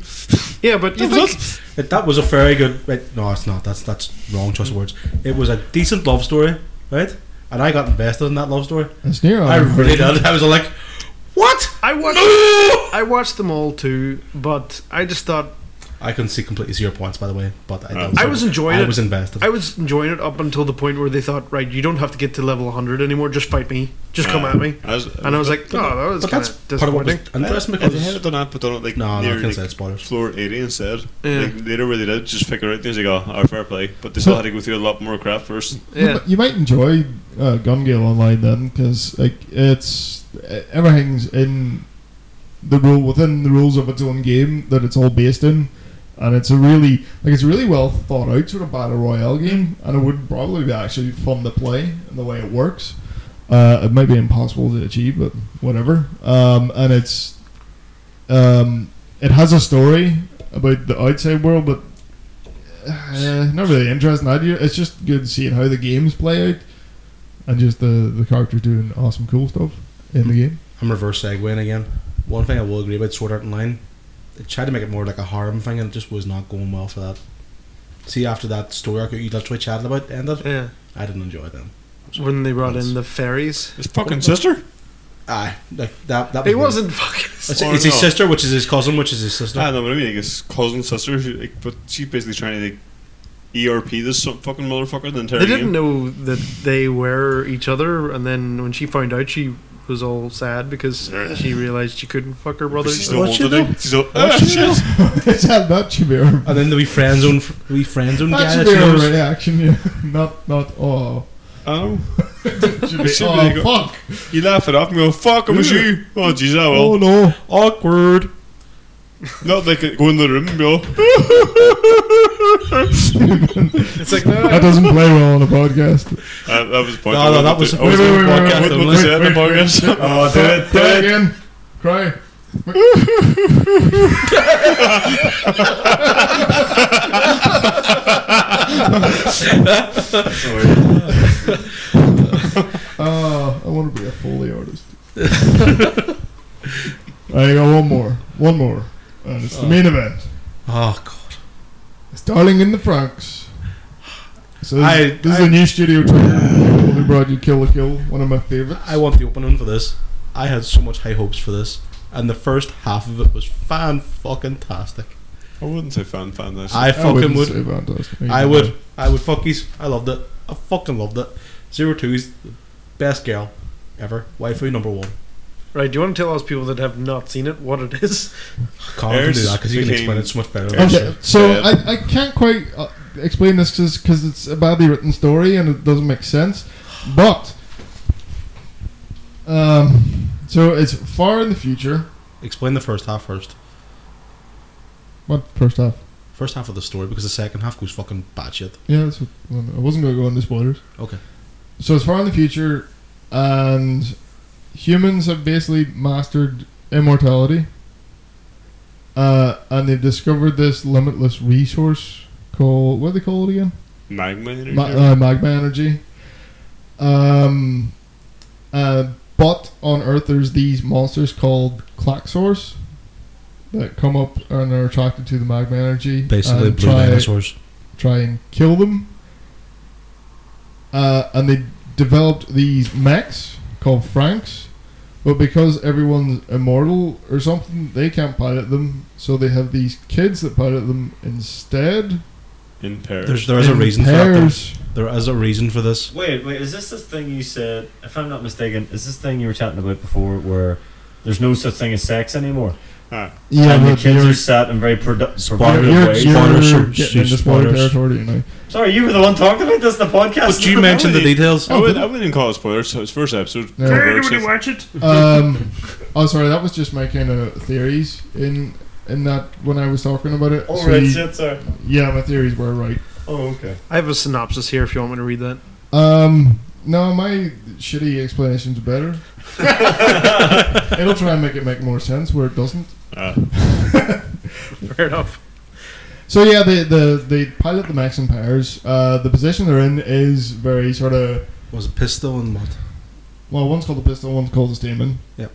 G: Yeah, but you think
E: It, that was a very good. Wait, no, it's not. That's that's wrong choice of words. It was a decent love story, right? And I got invested in that love story.
A: it's near.
E: I really did. I was like, what?
G: I watched
E: No!
G: I watched them all too, but I just thought
E: I can see completely zero points, by the way. But I,
F: Uh,
E: that
G: Oh, I was enjoying
E: I
G: it.
E: was invested.
G: I was enjoying it up until the point where they thought, right, you don't have to get to level 100 anymore. Just fight me. Just come
F: Uh,
G: at me.
F: I was,
G: And I was like, oh, that was
E: but
G: kind
E: that's
G: of
E: part of what was
G: disappointing.
E: interesting
F: If they had
E: because
F: done that, but done it like
E: no, no,
F: near
E: I can't
F: like,
E: say it's spoilers.
F: floor area instead.
G: Yeah.
F: Like, they never really did just figure out things like, oh, our fair play. But they still had to go through a lot more crap first.
A: You
G: Yeah.
A: mi- You might enjoy uh, Gun Gale Online then, because like it's e- everything's in the rule within the rules of its own game that it's all based in, and it's a really like it's a really well thought out sort of battle royale game, and it would probably be actually fun to play and the way it works. Uh, it might be impossible to achieve, but whatever. Um, and it's um, it has a story about the outside world, but uh, not really interesting idea. It's just good seeing how the games play out and just the, the characters doing awesome cool stuff in the game.
E: I'm reverse segueing again. One thing I will agree about Sword Art Online, they tried to make it more like a harem thing, and it just was not going well for that. See, after that story arc that you that's what I chatted about ended,
G: Yeah.
E: I didn't enjoy it then.
G: When they brought in the fairies.
F: His fucking sister?
E: Aye, like that. That was
G: It
E: weird.
G: wasn't fucking.
E: It's,
F: Or
E: it's his
F: no.
E: sister, which is his cousin, which is his sister.
F: I don't know what I mean. Like his cousin sister. She, like, but she's basically trying to like ERP this some fucking motherfucker the entire
G: They
F: game.
G: didn't know that they were each other, and then when she found out, she was all sad because she realized she couldn't fuck her brother.
F: But She still
E: What she
F: wanted
E: do?
F: it. She's all,
E: What
F: ah,
E: she
F: shit.
A: it's had that should be our,
E: And then the wee friend zone, wee friend zone
A: that
E: guy.
A: should be
E: That she
A: our
E: knows.
A: reaction. Yeah, not not oh.
F: Oh,
A: It should be,
F: should be
A: oh
F: like-
A: fuck!
F: you laugh it off and go, fuck, it was you. Oh, jeez, I
A: Oh
F: will.
A: no!
E: Awkward.
F: Not like go in the room and go,
G: It's like, no,
A: That doesn't play well on a podcast.
F: Uh, that was point.
E: No, no, that was.
F: I was
A: wait,
F: what,
A: wait, wait,
E: podcast
F: what, what
E: only.
F: was that in the podcast?
B: Oh, do it, do
A: Cry
B: it.
A: again. Cry. Uh, I want to be a foley artist. I got one more, one more, and it's the main event.
E: Oh god.
A: It's Darling in the Franks. So this,
E: I-
A: this is
E: I-
A: a new studio trip. Who brought you Kill the Kill? One of my favorites.
E: I want the opening for this. I had so much high hopes for this, and the first half of it was fan fucking tastic.
F: I wouldn't say fan fan. That's
E: I fucking
A: wouldn't
E: would.
A: say fantastic.
E: I would. I would fuckies. I loved it. I fucking loved it. Zero Two's the best girl ever. Waifu number one.
G: right? Do you want to tell us people that have not seen it what it is?
E: Connor can do
F: Airs
E: that because he can
F: became-
E: explain it so much better. Than
F: Airs-
E: us.
A: Okay, so
F: Yeah.
A: I, I can't quite uh, explain this because it's a badly written story and it doesn't make sense. But um, so it's far in the future,
E: explain the first half first.
A: What first half?
E: First half of the story because the second half goes fucking batshit.
A: Yeah, that's what, well, I wasn't going to go into spoilers.
E: Okay.
A: So it's far in the future, and humans have basically mastered immortality, uh, and they've discovered this limitless resource called what do they call it again?
F: Magma. energy.
A: Ma- uh, magma energy. Um, uh, but on Earth, there's these monsters called Klaxors that come up and are attracted to the magma energy.
E: Basically,
A: and
E: blue
A: try-
E: dinosaurs.
A: try and kill them. Uh, and they developed these mechs called Franks, but because everyone's immortal or something, they can't pilot them, so they have these kids that pilot them instead.
F: in Paris.
E: There's there is a
A: In
E: reason for that.
A: pairs.
E: There there is a reason for this.
B: Wait, wait, is this this thing you said, if I'm not mistaken, is this thing you were chatting about before where there's no such thing as sex anymore?
F: Ah. Oh,
A: Yeah,
B: and the
A: but
B: kids
A: you're-
B: are sat in very produ-
E: Spoiler-
B: provocative
A: you're,
B: ways.
A: you're
E: Spoilers, sir.
A: getting into
E: Spoilers.
A: spoiler territory, you know.
B: Sorry, you were the one talking about this in the podcast.
E: But you mentioned the details.
F: I,
A: Oh.
F: would, I wouldn't even call it spoilers. It's first episode.
A: No. Um, oh, sorry, that was just my kind of theories in in that when I was talking about it.
B: Oh,
A: So
B: right,
A: you-
B: shit, sorry.
A: yeah, my theories were right.
B: Oh, okay.
G: I have a synopsis here if you want me to read that.
A: Um, no, my shitty explanation's better. It'll try and make it make more sense where it doesn't.
F: Uh,
G: Fair enough.
A: So yeah, the the they pilot the Max Empires. Uh, the position they're in is very sort of
E: Was a pistol and what?
A: well, one's called the pistol, one's called the stamen.
E: Yep.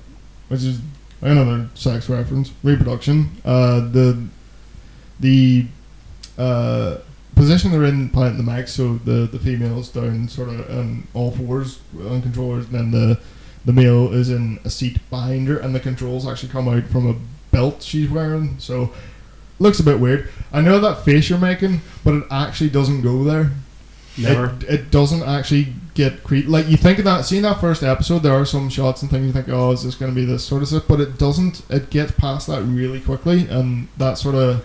A: Which is another sex reference reproduction. Uh, the the uh, position they're in pilot the Max, so the the females down sort of on all fours on controllers, and then the the male is in a seat behind her, and the controls actually come out from a belt she's wearing. So looks a bit weird. I know that face you're making, but it actually doesn't go there.
E: Never.
A: It, it doesn't actually get creep. Like you think of that, seeing that first episode, there are some shots and things you think, oh, is this going to be this sort of stuff? But it doesn't. It gets past that really quickly, and that sort of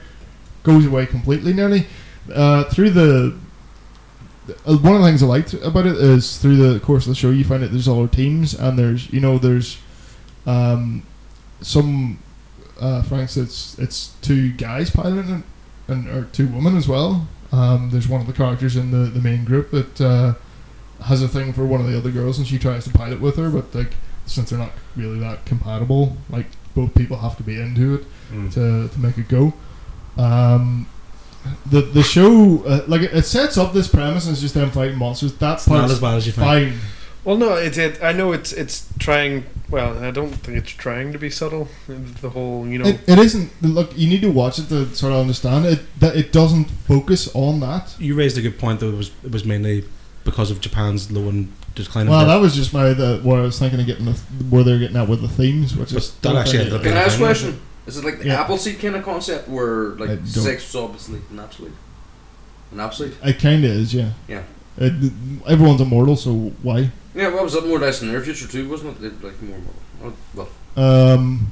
A: goes away completely nearly. Uh, through the uh, one of the things I liked about it is through the course of the show, you find out there's other teams, and there's you know there's um, some uh, Franks. It's it's two guys piloting it, and or two women as well. Um, there's one of the characters in the, the main group that uh, has a thing for one of the other girls, and she tries to pilot with her, but like since they're not really that compatible, like both people have to be into it to, to make it go. Um, the the show uh, like it, it sets up this premise and it's just them fighting monsters. That's
E: It's not as bad as you think.
A: fine.
G: Well, no, it, it. I know it's it's trying. Well, I don't think it's trying to be subtle. The whole, you know,
A: It, it isn't. Look, you need to watch it to sort of understand it. That it doesn't focus on that.
E: You raised a good point though. It was it was mainly because of Japan's low and declining.
A: Well,
E: birth
A: that was just my the, where I was thinking of getting the, where they're getting at with the themes, which is
E: But that actually ended up
C: Can
E: being
C: I ask a
E: fine.
C: question? Is it like the
A: Yeah.
C: Appleseed kind of concept where
A: I
C: like
A: don't-
C: sex is obviously an absolute? An absolute?
A: It kind of is, yeah.
C: Yeah.
A: It, everyone's immortal, so why?
C: Yeah, well, was that more or less in their future too, wasn't it? Like more. more- oh, Well,
A: Um,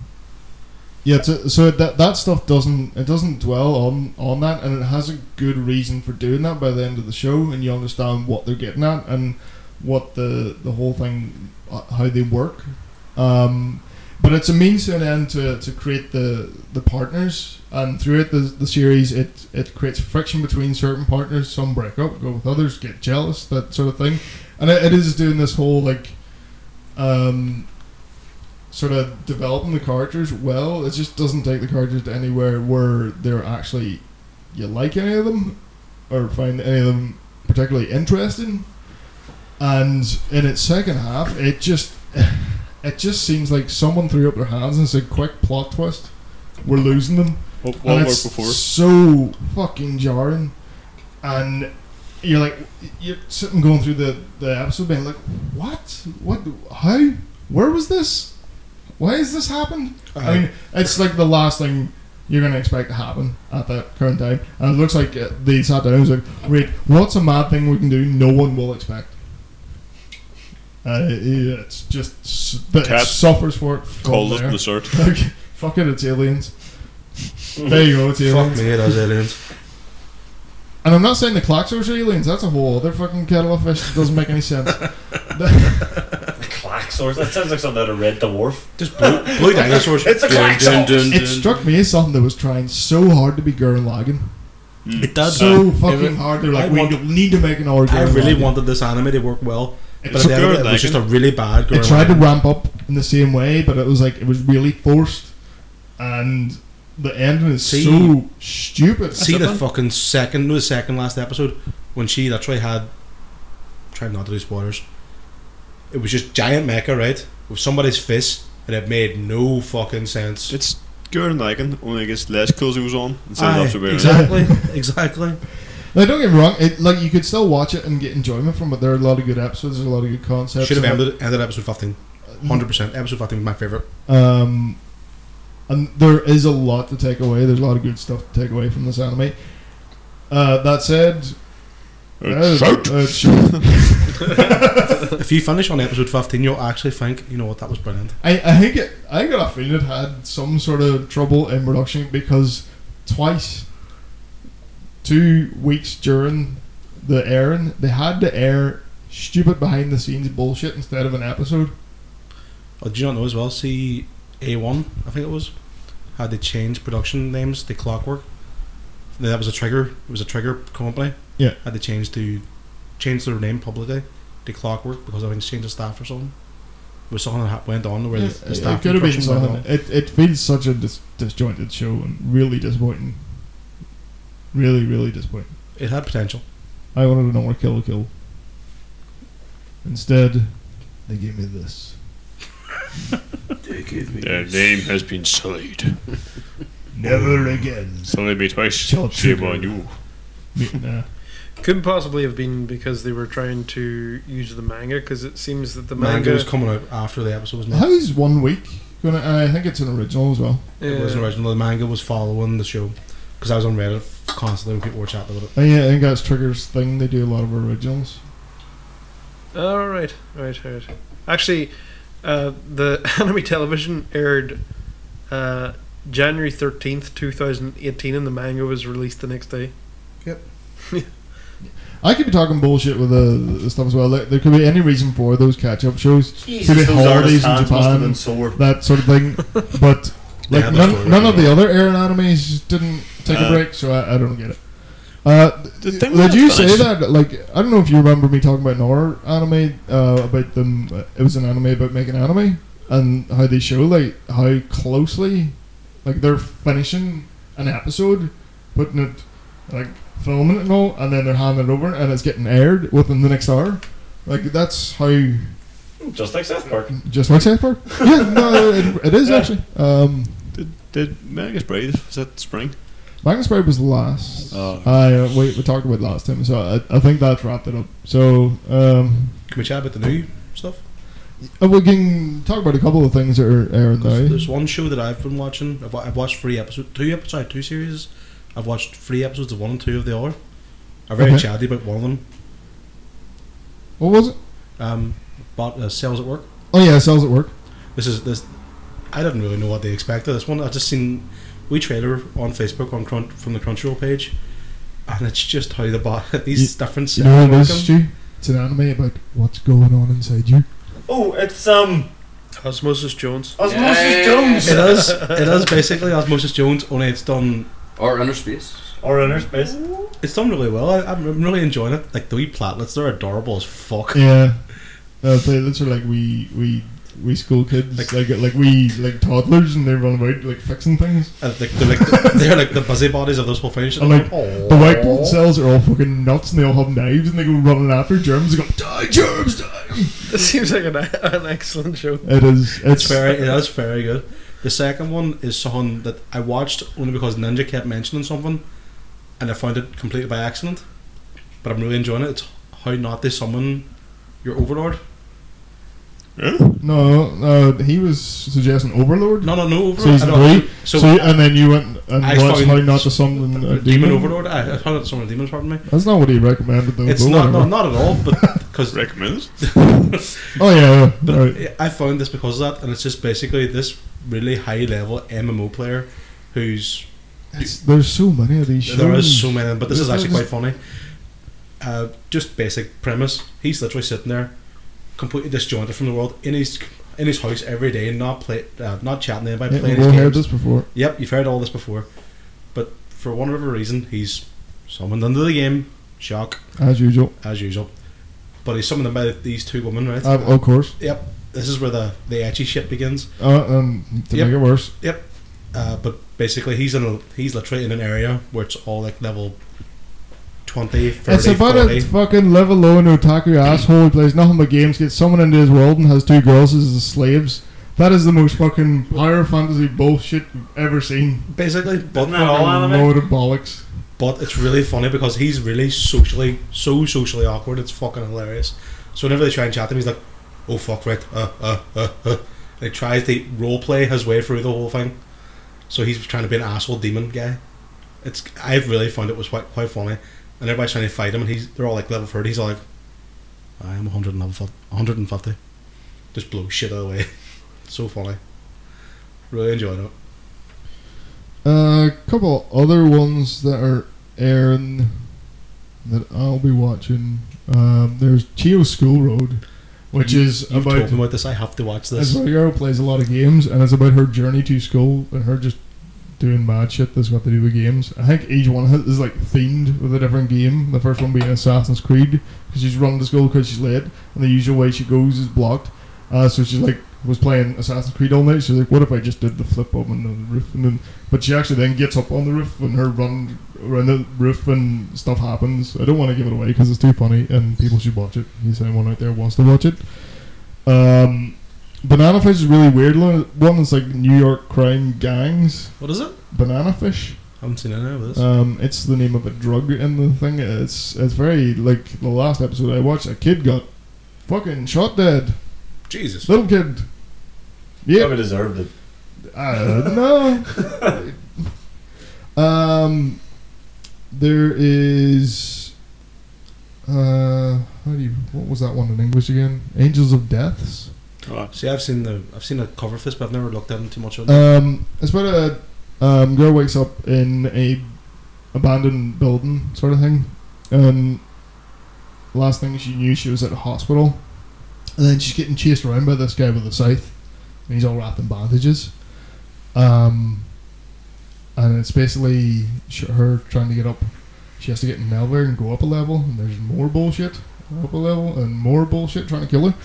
A: yeah, so, so that that stuff doesn't it doesn't dwell on on that, and it has a good reason for doing that by the end of the show, and you understand what they're getting at and what the the whole thing uh, how they work. Um, but it's a means to an end to, to create the the partners, and throughout the, the series, it it creates friction between certain partners. Some break up, go with others, get jealous, that sort of thing, and it, it is doing this whole like. Um, sort of developing the characters well. It just doesn't take the characters to anywhere where they're actually you like any of them or find any of them particularly interesting. And in its second half, it just it just seems like someone threw up their hands and said, "Quick plot twist, we're losing them."
F: what what
A: And
F: worked
A: it's
F: before?
A: so fucking jarring, and you're like, you're sitting going through the the episode, being like, what, what, how, where was this? Why has this happened? I mean,
F: Uh-huh.
A: it's like the last thing you're gonna expect to happen at that current time, and it looks like uh, they sat down and was like, right, what's a mad thing we can do? No one will expect. Uh, yeah, it's just s- that it
F: Cat
A: suffers for it. from
F: Called it
A: there.
F: in the cert.
A: Like, fuck it, it's aliens. there you go, it's aliens.
E: Uh, Fuck me, it is aliens.
A: And I'm not saying the clocks are aliens, that's a whole other fucking kettle of fish that doesn't make any sense.
B: Klaxors. That sounds like something out of Red Dwarf.
E: Just blue, blue dinosaurs.
B: It's a
H: Dun,
B: Klaxor.
H: dun, dun,
A: It
H: dun.
A: struck me as something that was trying so hard to be Gurren Lagann.
E: It does.
A: So fucking
E: it-
A: hard. They're like,
E: I
A: we
E: want-
A: need to make an order.
E: I really wanted this anime to work well, but at
F: It's
E: the end of
F: good,
E: it, it was
F: like-
E: just a really bad.
A: It
E: Gurren
A: tried to
E: Lagann.
A: ramp up in the same way, but it was like it was really forced, and the ending is
E: See-
A: so stupid.
E: See the fucking second, no, the second last episode when she literally had. Trying not to do spoilers. It was just giant mecha, right, with somebody's fist, and it made no fucking sense.
F: It's Gurren Lagann, only it gets less closings on instead
E: Aye,
F: of observation.
E: exactly, exactly.
A: Now, don't get me wrong. It, like you could still watch it and get enjoyment from it. There are a lot of good episodes. There's a lot of good concepts.
E: Should have
A: in it.
E: ended, ended episode 15. 100%. Episode 15 was my favourite.
A: Um, and there is a lot to take away. There's a lot of good stuff to take away from this anime. Uh, that said,
H: It's
A: uh,
H: out.
A: uh, shoot.
E: If you finish on episode 15, you'll actually think, you know what, that was brilliant.
A: I, I think it. I got a feeling it had some sort of trouble in production because twice, two weeks during the airing, they had to air stupid behind the scenes bullshit instead of an episode.
E: Oh, do you not know as well? See, A1, I think it was, had to change production names to Clockwork. Then That was a trigger. It was a trigger company.
A: Yeah.
E: Had to change to change their name publicly to Clockwork because I think it's changed the staff or something. It was something that ha- went on where
A: Yeah,
E: the, the
A: it,
E: staff
A: could have been
E: production went
A: something. It, it feels such a dis- disjointed show and really disappointing. Really, really disappointing.
E: on. It had potential.
A: I wanted an hour kill the kill. Instead, they gave me this.
H: Their name has been sullied.
A: Never again.
H: Sullied me twice.
A: Shall
H: Shame
A: trigger.
H: on you.
A: nah.
D: Couldn't possibly have been because they were trying to use the manga, because it seems that the
E: The manga
D: manga.
E: was coming out after the episode was made.
A: How's one week gonna? And I think it's an original as well.
E: It wasn't
D: Yeah.
E: original. The manga was following the show because I was on Reddit constantly when people were chatting about it.
A: Oh, yeah, I think that's Trigger's thing. They do a lot of originals.
D: All Oh, right, right, right. Actually, uh, the anime television aired uh, January thirteenth, two thousand eighteen, and the manga was released the next day.
A: I could be talking bullshit with the, the stuff as well. There, there could be any reason for those catch-up shows,
B: Jesus,
A: Could be
B: those
A: holidays
B: artists'
A: in
B: hands must have
A: Japan.
B: been sore.
A: that sort of thing. But
E: They
A: like
E: had that
A: none,
E: story
A: none of
E: already.
A: the other Aaron animes didn't take a
F: Uh,
A: break, so I, I don't get it. Uh,
F: The
A: th-
F: thing
A: did
F: with
A: you
F: that
A: say
F: finish-
A: that? Like, I don't know if you remember me talking about an horror anime uh, about them. uh, It was an anime about making anime and how they show like how closely, like they're finishing an episode, putting it like filming it and all, and then they're handing it over and it's getting aired within the next hour. Like that's how
B: Just like South Park.
A: just like South Park? yeah, no, it, it is actually. Um,
F: Did, did Magus Bride, was that spring?
A: Magnus Bride was last.
F: Oh.
A: I, uh, we, we talked about last time, so I, I think that wrapped it up. So, um,
E: Can we chat about the new stuff?
A: uh, we can talk about a couple of things that are airing
E: 'Cause
A: now.
E: There's one show that I've been watching. I've, wa- I've watched three episodes, two episodes, sorry, two series. I've watched three episodes of one and two of the other. I'm very
A: Okay.
E: chatty about one of them.
A: What was it?
E: Um, bought uh, sales at work.
A: Oh yeah, Cells at Work.
E: This is this. I didn't really know what they expected. This one I just seen we trailer on Facebook on Crunch, from the Crunchyroll page, and it's just how the bot these different
A: You know what it
E: sections
A: is,
E: work 'em.
A: Stu? It's an anime about what's going on inside you.
B: Oh, it's um
D: Osmosis Jones.
B: Osmosis
C: Yeah.
B: Jones
E: It is. It is basically Osmosis Jones, only it's done.
C: Or Inner Space.
B: or Inner Space.
E: It's done really well. I, I'm really enjoying it. Like the wee platelets, they're adorable as fuck.
A: Yeah, uh, platelets are like we we we school kids, like
E: Like-
A: like, we like toddlers, and they run about like fixing things.
E: Uh, like, they're like the, they're like the busybodies of this whole finish.
A: I like- The white blood cells are all fucking nuts, and they all have knives, and they go running after germs. They go die germs, die.
D: This seems like an, an excellent show.
A: It is.
E: It's
A: It's
E: very it is very good. The second one is something that I watched only because Ninja kept mentioning something, and I found it completely by accident. But I'm really enjoying it. It's how not to summon your overlord.
A: No, no, he was suggesting Overlord.
E: No, no, no overlord.
A: Season
E: I don't-
A: three.
E: So,
A: So, and then you went and
E: I
A: watched
E: found
A: how not to summon a
E: demon,
A: demon.
E: overlord. I, I found it summon demons. Pardon me.
A: That's not what he recommended though.
E: It's
A: but
E: not no,
A: whatever.
E: not at all. But because
F: Recommend it?
A: Oh yeah, yeah.
E: But
A: all right.
E: I found this because of that, and it's just basically this really high level MMO player who's
A: It's- there's so many of these shows.
E: there is so many, but this is
A: There's
E: actually
A: not
E: quite funny. Uh, just basic premise. He's literally sitting there, completely disjointed from the world in his in his house every day and not play uh, not chatting to anybody,
A: Yeah,
E: playing
A: we've
E: his
A: all heard
E: games.
A: this before.
E: Yep, you've heard all this before, but for whatever reason, he's summoned into the game. Shock
A: As usual.
E: as usual, but he's summoned by these two women, right?
A: Uh, of course.
E: yep. This is where the the etchy shit begins.
A: Uh, um, to
E: Yep.
A: make it worse.
E: Uh, but basically, he's in a he's literally in an area where it's all like level 20, 30,
A: it's about
E: 40.
A: a fucking level low and otaku asshole who plays nothing but games, gets summoned into his world and has two girls as his slaves. That is the most fucking higher fantasy bullshit we've ever seen.
E: basically, but
B: Isn't that all
A: Fucking
B: anime?
A: Load of bollocks.
E: But it's really funny because he's really socially, so socially awkward. It's fucking hilarious. So whenever they try and chat to him, he's like, "Oh fuck, right, uh, uh, uh, uh." And he tries to role play his way through the whole thing. So he's trying to be an asshole demon guy. It's I've really found it was quite quite funny. And everybody's trying to fight him, and he's they're all like level thirty. He's all like, "I am 150, 150. Just blow shit out of the way. so funny. Really enjoyed it.
A: A Uh, couple other ones that are airing that I'll be watching. Um, there's Chio School Road, which
E: You-
A: is
E: Mm-hmm. You've
A: about
E: told me about this. I have to watch
A: This
E: this.
A: girl plays a lot of games, and it's about her journey to school and her just doing mad shit that's got to do with games. I think each one has- is like themed with a different game. The first one being Assassin's Creed, because she's running to school because she's late, and the usual way she goes is blocked. Uh, so she's like was playing Assassin's Creed all night. She's like, "What if I just did the flip up on the roof?" And then, but she actually then gets up on the roof and her run around the roof and stuff happens. I don't want to give it away because it's too funny and people should watch it. If anyone out there wants to watch it, um, Banana Fish is a really weird lo- one. It's like New York crime gangs.
E: What is it?
A: Banana Fish.
E: I haven't seen any of this.
A: Um, it's the name of a drug in the thing. It's it's very like the last episode I watched. A kid got fucking shot dead.
E: Jesus.
A: Little kid.
B: Probably
A: Yeah.
B: deserved it.
A: Uh, no. um, there is. Uh, how do you? What was that one in English again? Angels of Deaths.
F: Ah,
E: See, I've seen the I've seen a cover for this, but I've never looked at them too much. On
A: Um, it's about a um, girl wakes up in a abandoned building sort of thing, and last thing she knew she was at a hospital, and then she's getting chased around by this guy with a scythe, and he's all wrapped in bandages, um, and it's basically sh- her trying to get up. She has to get in an elevator and go up a level, and there's more bullshit up a level and more bullshit trying to kill her.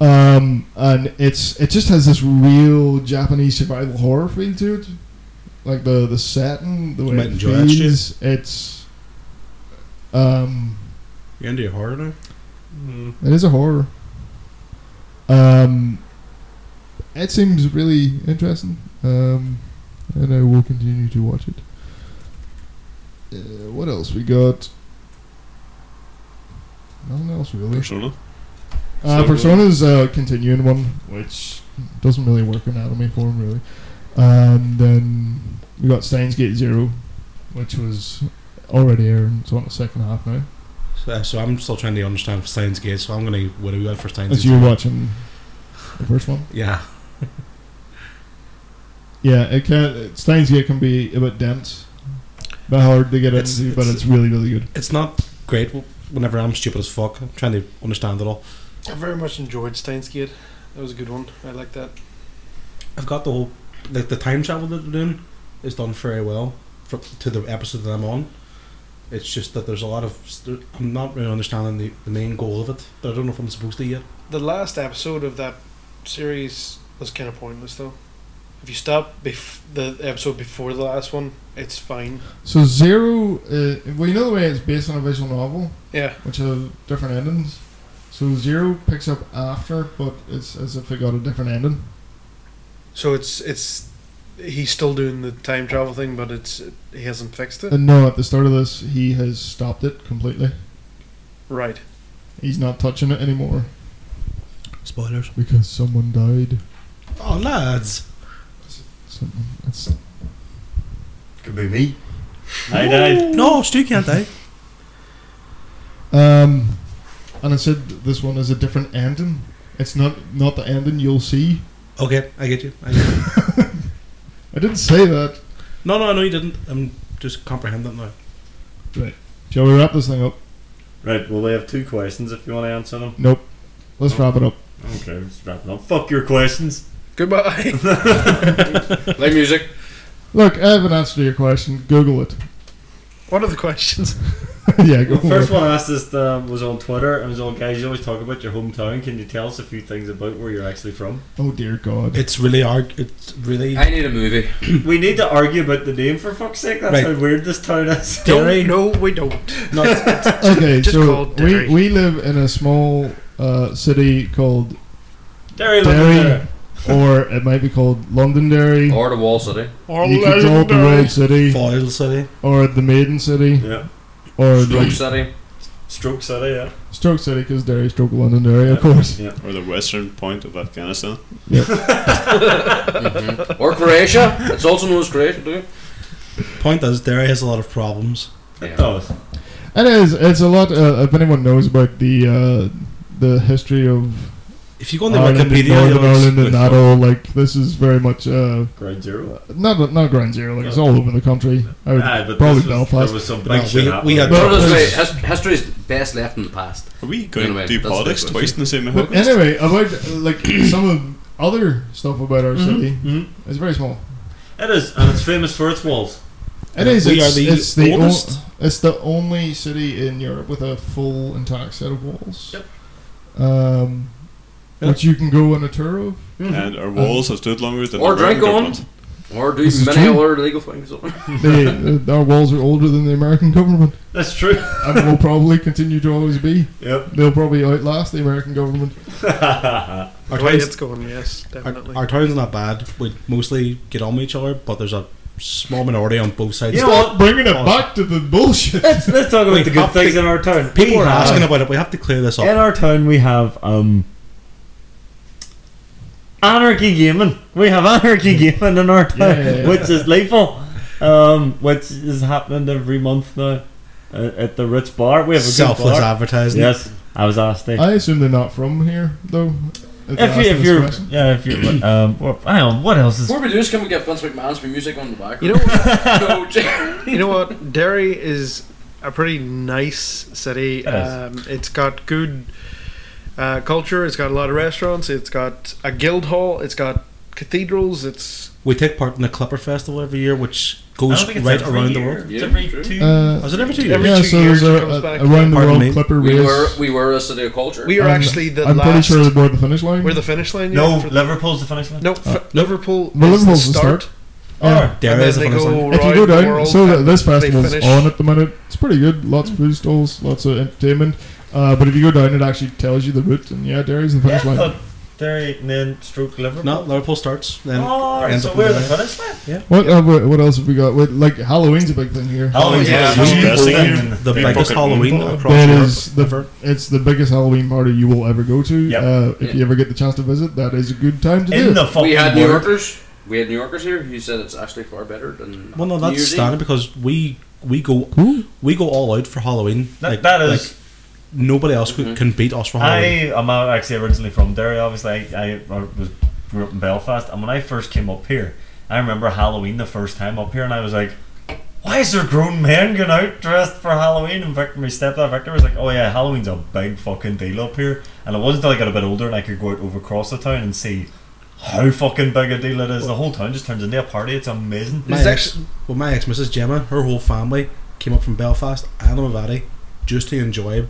A: Um, and it's it just has this real Japanese survival horror feel to it, like the the setting, the way
E: might
A: it
E: enjoy that shit.
A: feels. It's um,
E: you into your horror now?
A: it is a horror. Um, it seems really interesting, um, and I will continue to watch it. Uh, what else we got? Nothing else really.
F: Persona.
A: Uh,
F: So-
A: Persona's uh, continuing one, which doesn't really work in anime form, really. And then we got Steins Gate Zero, which was already airing. It's on the second half now.
E: So, uh, so I'm still trying to understand Steins Gate, so I'm gonna what do we got for Steins
A: As
E: Gate?
A: you were watching the first one.
E: Yeah,
A: Yeah, it can. Steins Gate can be a bit dense, but hard to get
E: It's-
A: into, but
E: it's-
A: it's really, really good.
E: it's not great. w- Whenever I'm stupid as fuck, I'm trying to understand it all.
G: I very much enjoyed Steins Gate. That was a good one. I like that.
E: I've got the whole like the time travel that they're doing is done very well for, to the episode that I'm on. It's just that there's a lot of st- I'm not really understanding the, the main goal of it. But I don't know if I'm supposed to yet.
G: The last episode of that series was kind of pointless, though. If you stop bef- the episode before the last one, it's fine.
A: So Zero, uh, well, you know the way it's based on a visual novel,
G: Yeah,
A: which have different endings. So Zero picks up after, but it's as if it got a different ending.
G: so it's it's he's still doing the time travel thing, but it's he hasn't fixed it.
A: And no, at the start of this, he has stopped it completely.
G: Right.
A: He's not touching it anymore
E: Spoilers.
A: because someone died.
E: Oh lads,
A: Someone, that's,
B: Could be me. I died.
E: no, Stu can't eh? die.
A: um, and I said this one is a different ending. It's not not the ending you'll see.
E: Okay, I get you. I get you.
A: I didn't say that.
E: No, no, no, you didn't. I'm just comprehend that now.
A: Shall we wrap this thing up?
B: Right, well, we have two questions if you want to answer them.
A: Nope. Let's wrap it up.
B: Okay, let's wrap it up. Fuck your questions.
D: Goodbye.
C: Play music.
A: Look, I haven't answered your question. Google it.
G: What are the questions?
A: yeah, go
B: The
A: for it.
B: first one I asked this um, was on Twitter and was on guys. You always talk about your hometown. Can you tell us a few things about where you're actually from?
A: Oh dear God.
E: It's really arg. It's really
C: I need a movie.
B: we need to argue about the name for fuck's sake. That's
E: Right.
B: how weird this town is.
E: Derry.
G: No, we don't.
E: Not,
A: Okay,
G: Just
A: so
G: called
A: we,
G: Derry.
A: we live in a small uh, city called
B: Derry,
A: Derry, or it might be called Londonderry.
C: Or the Wall City.
A: You could call it the Royal City,
E: Foyle City.
A: or the Maiden City,
B: Yeah,
A: or
C: Stroke
A: the
C: City.
B: Stroke City. Yeah,
A: Stroke City, because Derry, Stroke Londonderry, of
B: Yeah.
A: course.
B: Yeah.
F: Or the western point of Afghanistan.
C: Mhm. Or Croatia. It's also known as Croatia, too.
E: Point is, Derry has a lot of problems.
C: Yeah.
B: It does.
A: It is. It's a lot. Uh, if anyone knows about the uh, the history of
E: If you go on the
A: Ireland, and
E: Wikipedia,
A: Northern
E: you'll-
A: Ireland,
F: with
A: and that all, like this is very much uh,
B: Ground zero.
A: not not ground zero. Like it's all over the country. I would
B: Aye, but
A: probably
B: this was,
A: Belfast.
B: There was some big
E: Well,
B: shit
E: we-
B: happening.
E: we had-
C: Put it this
A: Well,
C: way,
A: it's-
C: his- history is best left in the past.
F: Are we going
C: Anyway,
F: to do
C: that's the
F: politics
C: question.
F: twice in the same
A: But
F: episode?
A: anyway, about like some of other stuff about our
E: Mm-hmm.
A: city.
B: Mhm.
A: It's very small.
B: It is, and it's famous for its walls.
A: It
E: Yeah,
A: is.
E: we
A: it's,
E: are the
A: it's the on-
E: oldest.
A: it's the only city in Europe with a full intact set of walls. Um,
E: Yeah.
A: Which you can go on a tour of.
F: And our walls have stood longer than
C: Or
F: the
C: drink
F: American
C: on.
F: government.
C: Or do
A: This is
C: many
A: true.
C: other illegal things.
A: They, uh, our walls are older than the American government,
B: That's true.
A: and will probably continue to always be.
B: Yep.
A: They'll probably outlast the American government.
E: Our
G: The way
E: town's-
G: it's going, yes,
E: Our,
G: definitely.
E: our town's not bad. We mostly get on with each other, but there's a small minority on both sides.
B: You know
A: Stop
B: what?
A: bringing
G: Oh,
A: it back to the bullshit.
B: Let's, let's talk about
E: We
B: the good
E: have to-
B: things in our town.
E: People
B: We
E: are
B: have-
E: asking about it. We have to clear this
B: In
E: up.
B: our town, we have um, anarchy gaming. We have anarchy gaming in our town,
A: Yeah.
B: which is lethal. Um, which is happening every month now uh, at the Ritz Bar. We have a
E: Selfless
B: good bar.
E: advertising.
B: Yes, I was asked. eh?
A: I assume they're not from here, though.
B: If, you, if you're, yeah, if you're, um, well, hang on, what else is?
C: Before we do this, can we get Vince McMahon's for music on the back?
G: You know what?
C: No, Jay-
G: You know what? Derry is a pretty nice city.
B: It is.
G: um, it's got good uh, culture. It's got a lot of restaurants. It's got a guild hall. It's got cathedrals. It's
E: We take part in the Clipper Festival every year, which
B: I
E: goes
B: don't think it's
E: right
B: every
E: around the
B: year.
E: world.
B: It's
C: Yeah,
B: every
C: true.
B: two.
A: uh,
E: Is it every two years?
G: every
A: yeah,
G: two
A: so
G: years
A: there's
G: it
A: a,
G: comes
A: a-
G: back.
A: around the
E: Pardon
A: world
E: me.
A: clipper
C: we
A: race.
C: were we were a city of culture.
G: we are
A: I'm-
G: actually the
A: Um, I'm pretty
G: last.
A: sure they're the finish line.
G: we're the finish line.
B: No,
G: yeah, for-
B: Liverpool's the finish line.
G: no. F- Liverpool
A: Well,
G: is the
A: Uh, Liverpool's the
G: start.
A: Yeah.
E: There
G: and
E: is a
G: then they
E: funny
G: go
E: song.
A: If you go
G: round the
A: down,
G: world
A: so that
G: and
A: this
G: they
A: festival's
G: finish.
A: on at the minute. It's pretty good. Lots of food stalls, lots of entertainment. Uh, but if you go down, it actually tells you the route. And yeah, Derry's the
B: Yeah, I
A: finish line.
B: thought Derry and then stroke Liverpool.
E: No, Liverpool starts. Then
B: oh,
E: ends
B: so
E: up in
B: we're the
E: the-
B: finish line.
A: What uh, what what else have we got? Wait, like Halloween's a big thing here.
E: Oh,
B: Halloween's
G: Yeah,
B: the
F: Halloween's
B: best
F: the
B: thing.
F: thing.
E: the
F: Big
E: biggest
F: bucket
E: Halloween
F: moon.
E: across
A: That
E: Europe.
A: is the it's the biggest Halloween party you will ever go to.
B: Yep.
A: Uh, if
C: Yeah.
A: you ever get the chance to visit, that is a good time to do.
B: in
A: it.
B: the fucking
C: we had New
B: world.
C: Yorkers. We had New Yorkers here who said it's actually far better than.
E: Well, no,
C: New
E: that's
C: Year's Eve.
E: standard because we we go
A: Cool.
E: we go all out for Halloween.
B: That- that is-
E: like, nobody else could
G: Mm-hmm.
C: Mhm.
E: can beat us for
B: I
E: Halloween.
B: am actually originally from Derry. Obviously, I, I was grew up in Belfast, and when I first came up here, I remember Halloween the first time up here, and I was like, "Why is there grown men going out dressed for Halloween?" And Victor, my stepdad Victor, was like, "Oh yeah, Halloween's a big fucking deal up here." And it wasn't until I got a bit older and I could go out over across the town and see how fucking big a deal it is. The whole town just turns into a party. It's amazing.
E: My
G: It's
E: ex,
G: actually-
E: well, my ex, Mrs. Gemma, her whole family came up from Belfast and Mavati just to enjoy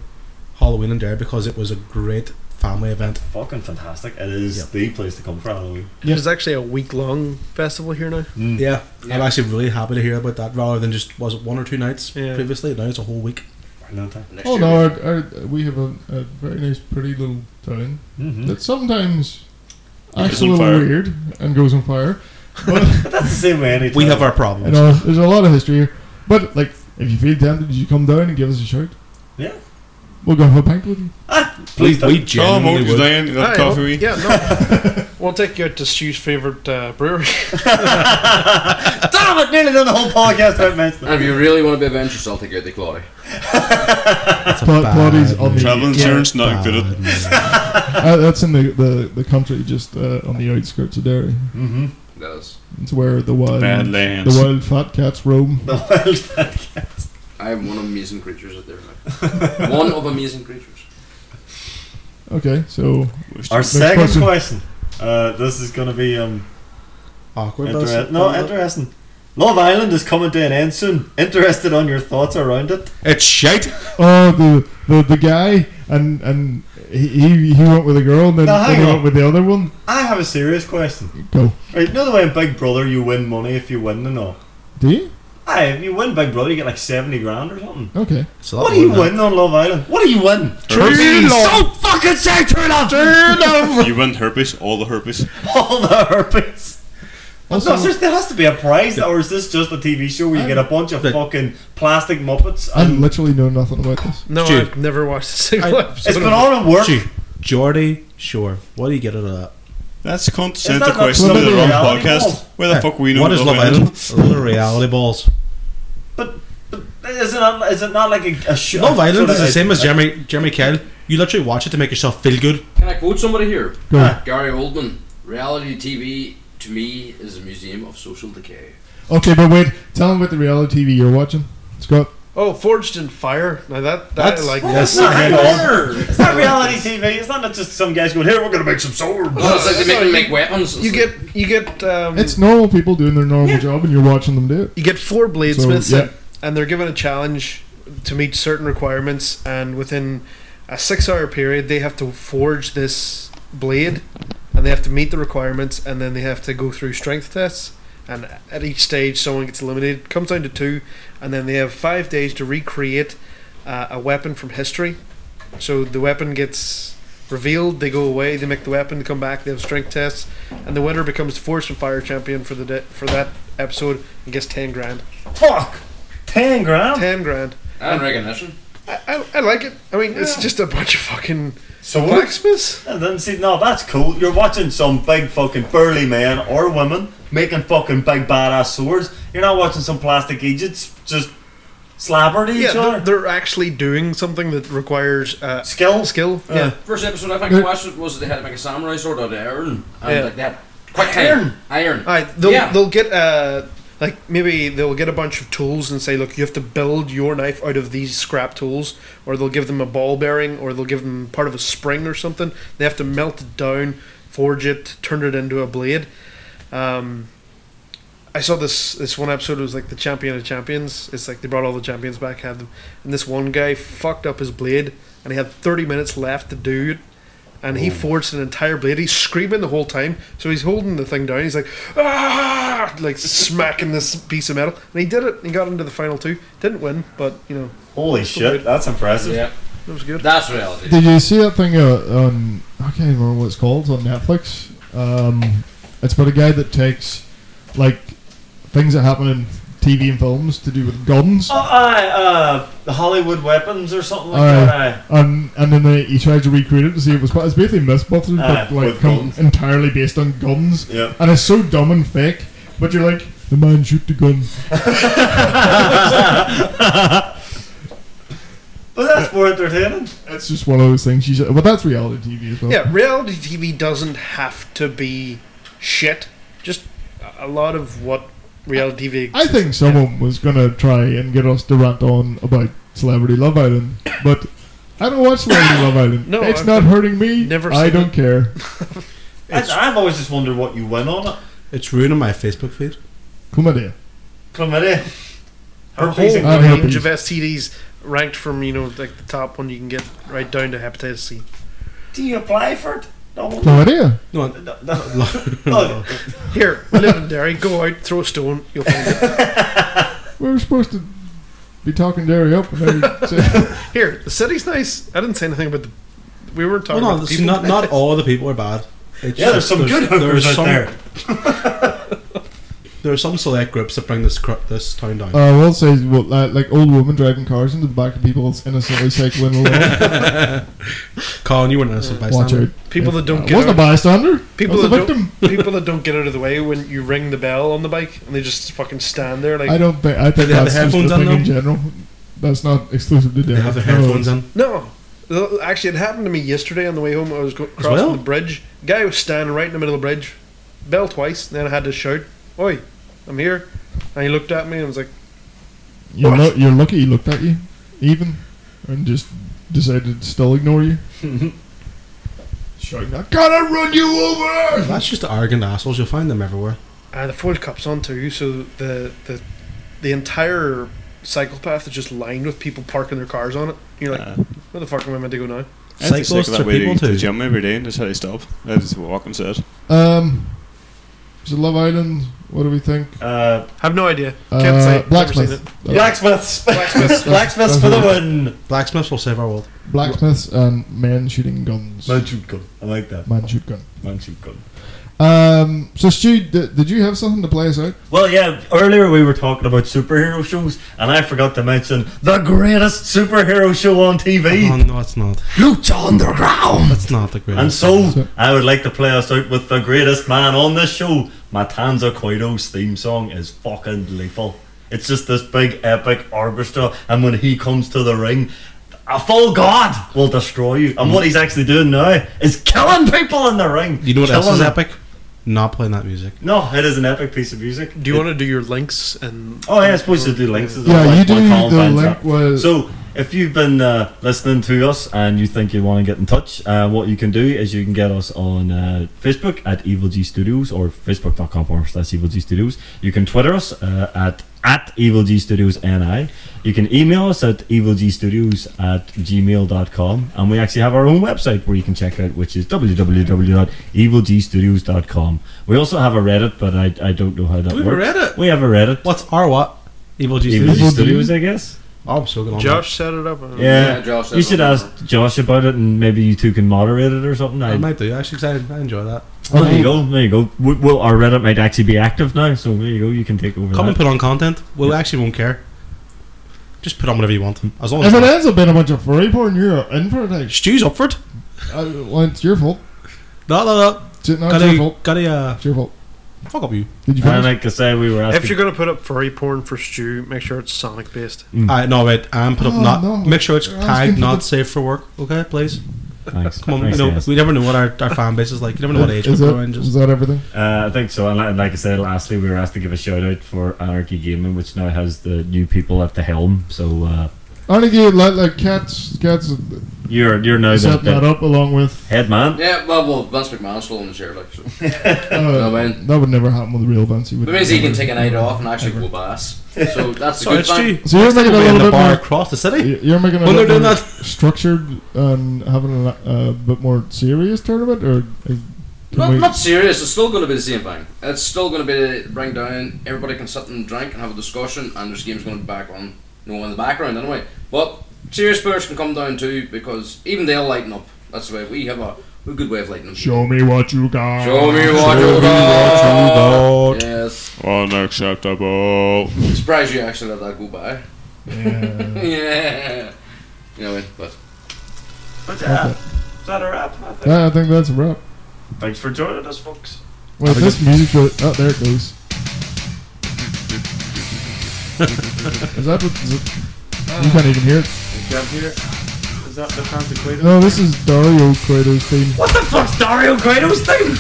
E: Halloween in Derry because it was a great family event.
B: Fucking fantastic! It is
E: Yep.
B: the place to come for Halloween.
G: There's actually a week long festival here now.
B: Mm.
E: Yeah,
C: Yeah.
E: I'm actually really happy to hear about that rather than just was it one or two nights
G: Yeah.
E: previously. Now it's a whole week.
C: Next
A: Oh
C: year.
A: no, our, our, we have a, a very nice, pretty little town
B: Mm-hmm.
A: that sometimes acts
F: Goes
A: a
F: on
A: little
F: fire.
A: weird and goes on fire. But
B: But that's the same way. Any
E: We
B: town.
E: have our
A: you
E: problems.
A: know, there's a lot of history here. But like, if you feel tempted, you come down and give us a shout.
B: Yeah.
A: We'll go have a pint with you.
E: We,
B: Please don't.
E: we
F: Oh, Moat,
E: genuinely
F: you're
E: would.
F: dying. You got
G: Aye,
F: coffee
G: well,
F: wee?
G: Yeah, no. we'll take you out to Stu's favourite uh, brewery.
B: Damn it! Nearly done the whole podcast about men's.
C: And if you really want to be adventurous, I'll take you out to Claudia.
E: That's a
A: Cla-
E: bad
A: Claudia's on the-
E: move.
F: Travel insurance not
E: Bad
F: included.
E: move.
A: uh, that's in the, the, the country, just uh, on the outskirts of Derry.
B: Mm-hmm.
C: That is.
A: It's where the wild the
F: Badlands.
A: wild fat cats roam.
B: The wild fat cat.
C: I have one amazing creatures out there. Now. one of amazing creatures.
A: Okay, so
F: Worst-
B: Our
A: Next
B: second
A: question.
B: question. Uh, this is going to be um,
E: Awkward. that's-
B: inter- no interesting. Love Island is coming to an end soon. Interested on your thoughts around it?
E: It's shite.
A: oh the the, the guy and and he- he he went with a girl and then,
B: Now,
A: then
B: hang
A: he
B: on.
A: went with the other one.
B: I have a serious question.
A: Go.
B: Right, you know the way in Big Brother you win money if you win and all.
A: Do you?
B: Aye, if you win Big Brother you get like seventy grand or something.
A: Okay.
E: It's a lot
B: What do you
E: more than
B: win on Love Island? What do you win?
E: Herpes.
B: Don't fucking say true love. True love.
F: You win herpes, all the herpes.
B: All the herpes.
A: Also-
B: no, seriously, there has to be a prize, or is this just a TV show where you get a bunch of
E: Look.
B: fucking plastic muppets
A: I
B: and
A: literally know nothing about this.
G: No,
E: Stu.
G: I've never watched a single
E: I-
G: episode.
B: it's
G: of
B: been
G: it.
B: on at work.
E: Gee, Geordie Shore. What do you get out of that?
F: That's cunt sent the
B: that not
F: question to
A: something
F: the wrong
B: reality
F: podcast.
B: balls?
F: Where the
E: Hey,
F: fuck we know
E: eh, What is Love Island? A lot of reality balls.
B: But, but is it not? Is it not like a, a show?
E: Love Island
B: sort
E: is
B: of
E: the
B: a-
E: same as Jeremy Jeremy Kyle. You literally watch it to make yourself feel good.
C: Can I quote somebody here?
A: Go.
C: Ah, Gary Oldman. Reality TV to me is a museum of social decay.
A: Okay, but wait. Tell him about the reality TV you're watching, Scott.
G: Oh, Forged in Fire. Now that, that
E: That's-
G: like
E: Well, that's
G: yes.
B: No, hang on.
C: Oh,
B: It's not reality TV. It's not just some guys going, "Here, we're gonna make some swords."
C: it's like they make, them make weapons.
G: You get you get um,
A: It's normal people doing their normal job, and you're watching them do it.
G: you get four bladesmiths,
A: So, yeah.
G: in, and they're given a challenge to meet certain requirements, and within a six-hour period, they have to forge this blade, and they have to meet the requirements, and then they have to go through strength tests. And at each stage, someone gets eliminated. Comes down to two, and then they have five days to recreate uh, a weapon from history. So the weapon gets revealed. They go away. They make the weapon. They come back. They have strength tests, and the winner becomes the force and fire champion for the de- for that episode and gets ten grand.
B: Fuck. Ten grand.
G: Ten grand.
C: and recognition.
G: I, I, I like it. I mean, it's just a bunch of fucking
B: So what?
G: blacksmiths.
B: And then see, no, that's cool. You're watching some big fucking burly man or woman making fucking big badass swords. You're not watching some plastic idiots just slabber to each
G: Yeah, they're,
B: other.
G: they're actually doing something that requires uh,
B: Skill.
G: skill. Yeah.
C: First episode I think I watched it was they had to make a samurai sword out of iron. And
G: Yeah.
C: like that. Quick
B: Iron.
C: time. Iron.
G: All right, they'll
C: Yeah.
G: they'll get uh like maybe they'll get a bunch of tools and say, look, you have to build your knife out of these scrap tools, or they'll give them a ball bearing, or they'll give them part of a spring or something. They have to melt it down, forge it, turn it into a blade. Um, I saw this this one episode. It was like the champion of champions. It's like they brought all the champions back, had them, and this one guy fucked up his blade, and he had thirty minutes left to do it. And
A: Oh.
G: he forged an entire blade. He's screaming the whole time, so he's holding the thing down. He's like, ah, like smacking this piece of metal. And he did it. He got into the final two. Didn't win, but you know
B: Holy shit, that's impressive.
C: Yeah.
G: it was good.
C: That's reality.
A: Did you see that thing uh, on? I can't even remember what it's called it's on Netflix. Um, it's about a guy that takes like things that happen in TV and films to do with guns,
B: Oh, aye, uh, the Hollywood weapons or something like
A: Aye.
B: that.
A: and
B: Aye.
A: Um, and then they, he tried to recreate it to see if it was. But it's basically MythBusters,
B: Ah,
A: but like
B: with
A: com-
B: guns.
A: entirely based on guns,
B: Yeah.
A: and it's so dumb and fake. But you're like, the man shoot the gun.
B: But that's more entertaining.
A: It's just one of those things. You said, but that's reality TV as well.
G: Yeah, reality TV doesn't have to be shit. Just a- a lot of what reality TV.
A: I think someone was gonna try and get us to rant on about Celebrity Love Island, but I don't watch Celebrity Love Island.
G: No,
A: it's
G: I've
A: not hurting me.
G: never
A: I
G: seen
A: don't
G: it.
A: care.
B: I,
E: It's-
B: I've always just wondered what you win on it.
E: It's ruining my Facebook feed.
A: Chlamydia.
B: Chlamydia.
G: a
B: Herpes and
A: whole-
G: whole
A: I'd
G: range
A: hope
G: of STDs ranked from you know like the top one you can get right down to hepatitis C.
B: Do you apply for it? No. No.
A: Chlamydia.
E: No,
B: no, no. Look,
G: Here, we live in Derry. Go out, throw a stone, you'll find it.
A: We were supposed to be talking dairy up. And now we say-
G: Here, the city's nice. I didn't say anything about the. We weren't
E: well,
G: talking
E: no
G: about the
E: see,
G: people.
E: not, not all the people are bad. It's
B: yeah, there's some good hookers out
E: some,
B: there.
E: There are some select groups that bring this cr- this town down.
A: Uh, I will say, well, uh, like, like old women driving cars into the back of people innocently cycling along.
E: Colin, you were an innocent
A: Watch out.
E: bystander.
G: people that don't
A: I
G: get
A: wasn't a
G: out,
A: bystander.
G: people
A: I was a
G: that don't-
A: victim.
G: people that don't get out of the way when you ring the bell on the bike and they just fucking stand there like
A: I don't think. I think
E: they have
A: that's
E: the
A: just a
E: headphones on
A: thing in
E: though?
A: general. That's not exclusive to dairy.
E: They have their headphones
A: Oh.
E: in.
G: No. Well, Actually, it happened to me yesterday on the way home. I was go- crossing
E: well?
G: the bridge. Guy was standing right in the middle of the bridge. Bell twice, and then I had to shout, Oi, I'm here. And he looked at me and was like,
A: You're, lu- you're lucky he looked at you, even, and just decided to still ignore you. shouting that. Gotta run you over!
E: That's just the arrogant assholes. You'll find them everywhere.
G: Uh, the foil cup's on too, so the the the entire cycle path is just lined with people parking their cars on it. You're like,
F: Uh,
G: where the fuck am I meant to go
F: I
G: now?
F: have to stick
E: Cyclists
F: that
E: are
F: way
E: people
F: to, to
E: too.
F: the gym every day, and that's how they stop. I just walk and sit.
A: Um, so Love Island, what do we think?
B: Uh,
G: Have no idea. Can't
A: Uh,
G: say. Never seen
A: Blacksmith.
G: it.
A: Uh,
B: blacksmiths, blacksmiths, blacksmiths for the win.
E: Blacksmiths will save our world.
A: Blacksmiths and men shooting guns.
B: shoot gun. I like that.
A: Man shoot gun.
B: Man shoot gun.
A: Um, so Stu, d- did you have something to play us out?
B: Well, yeah. Earlier we were talking about superhero shows, and I forgot to mention the greatest superhero show on TV,
E: Oh, no, it's not.
B: Lucha Underground.
E: That's not the greatest.
B: And so,
A: So-
B: I would like to play us out with the greatest man on this show. Matanza Koido's theme song is fucking lethal. It's just this big epic orchestra, and when he comes to the ring, a full god will destroy you. And what he's actually doing now is killing people in the ring.
E: you know what else
B: Killing
E: is
B: them.
E: epic? Not playing that music.
B: No, it is an epic piece of music.
D: Do you
B: It-
D: want to do your links and?
B: Oh yeah, I suppose to do links. as well,
A: yeah,
B: like
A: you
B: what
A: do
B: Colin
A: the
B: finds out.
A: link was.
B: So, if you've been uh, listening to us and you think you want to get in touch, uh, what you can do is you can get us on uh, Facebook at Evil G Studios or facebook.com forward slash Evil G Studios. You can Twitter us uh, at at Evil G Studios NI. You can email us at evilgstudios at gmail.com. And we actually have our own website where you can check out, which is www.evilgstudios.com. We also have a Reddit, but I, I don't know how that
E: We've
B: works.
E: read it.
B: We have a Reddit.
E: What's our what? Evil G
B: Evil G
E: Studios.
B: Studios, I guess.
E: Oh, I'm so good on that.
D: Josh set it up.
B: Yeah.
C: Josh,
B: You should ask Josh about it, and maybe you two can moderate it or something.
E: I
B: I,
E: might do actually. 'cause I, I enjoy that.
B: well, there you go. There you go. We, well, our Reddit might actually be active now, so there you go. You can take over.
E: Come and
B: that.
E: put on content. We actually won't care. Just put on whatever you want. As long
A: if
E: as
A: it ends up being a bunch of furry porn, you're in for a day.
E: Stew's up for it.
A: Uh, well, it's your fault.
E: No, no, no.
A: It's, no, it's your
E: Gotta,
A: fault.
E: gotta, uh,
A: It's your fault.
E: fuck up you.
A: Did you
B: And
A: finish?
B: like I say, we were
G: If you're
B: asking.
G: gonna put up furry porn for Stew, make sure it's Sonic based.
E: Alright, no, wait. I'm put up
A: Oh,
E: not.
A: no.
E: Make sure it's
A: You're asking
E: tagged
A: for
E: not
A: the-
E: safe for work. Okay, please.
B: Thanks.
E: Come on,
B: Thanks,
E: you know,
B: yes.
E: we never know what our, our fan base is like. You never know what age
A: is,
E: we're
A: that,
E: growing.
A: is
E: Just
A: that everything?
B: Uh, I think so. And like, and like I said, lastly, we were asked to give a shout out for Anarchy Gaming, which now has the new people at the helm. So uh,
A: I think you let like cats cats
B: you're you're now the,
A: set that
B: the
A: up along with.
B: head man.
C: Yeah, well, well, Vince McMahon's still in the chair, like so.
A: Uh,
C: No, man.
A: that would never happen with the real Vince. He would
C: But means he
A: never-
C: can take a night off and actually go bass. So that's a
E: Sorry,
C: good thing.
E: Stu.
A: So you're making a
E: We're in
A: little
E: the
A: bit
E: bar
A: more.
E: across the city.
A: you- You're making a
E: When they're
A: little
E: doing
A: more
E: that,
A: structured and having a uh, bit more serious tournament, or is, can
C: Not,
A: we-
C: not serious. It's still going to be the same thing. It's still going to be bring down. Everybody can sit and drink and have a discussion, and this game's going to be back on. No one in the background anyway. But serious players can come down too because even they'll lighten up. That's the way we have a, a good way of lightening.
A: Show me what you got.
C: Show me what
A: Show
C: you
A: me
C: got.
E: Oh,
C: Yes.
F: Unacceptable.
C: Surprise you actually let that go by.
A: Yeah.
C: Yeah. You know what I mean? But
B: But yeah, is that a wrap? I think.
A: Yeah, I think that's a wrap.
B: Thanks for joining us, folks.
A: Well, this music, was- oh, there it goes. is that what? Is it, you can't even hear it.
B: Is that the fancy Kratos?
A: No, this is Dario Kratos' theme.
B: What the fuck's Dario Kratos thing?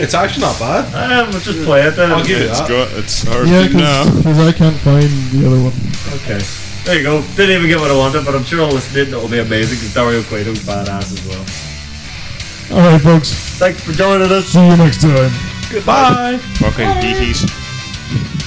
E: it's actually not bad.
B: Um, let's just play it then.
E: I'll give it
F: It's
E: that.
F: got. It's hard
A: Yeah,
F: now.
A: because I can't find the other one.
B: Okay. There you go. Didn't even get what I wanted, but I'm sure all this did that will be amazing because Dario Cueto's badass as well.
A: All right, folks.
B: Thanks for joining us.
A: See you next time.
E: Goodbye.
F: Fucking geekies.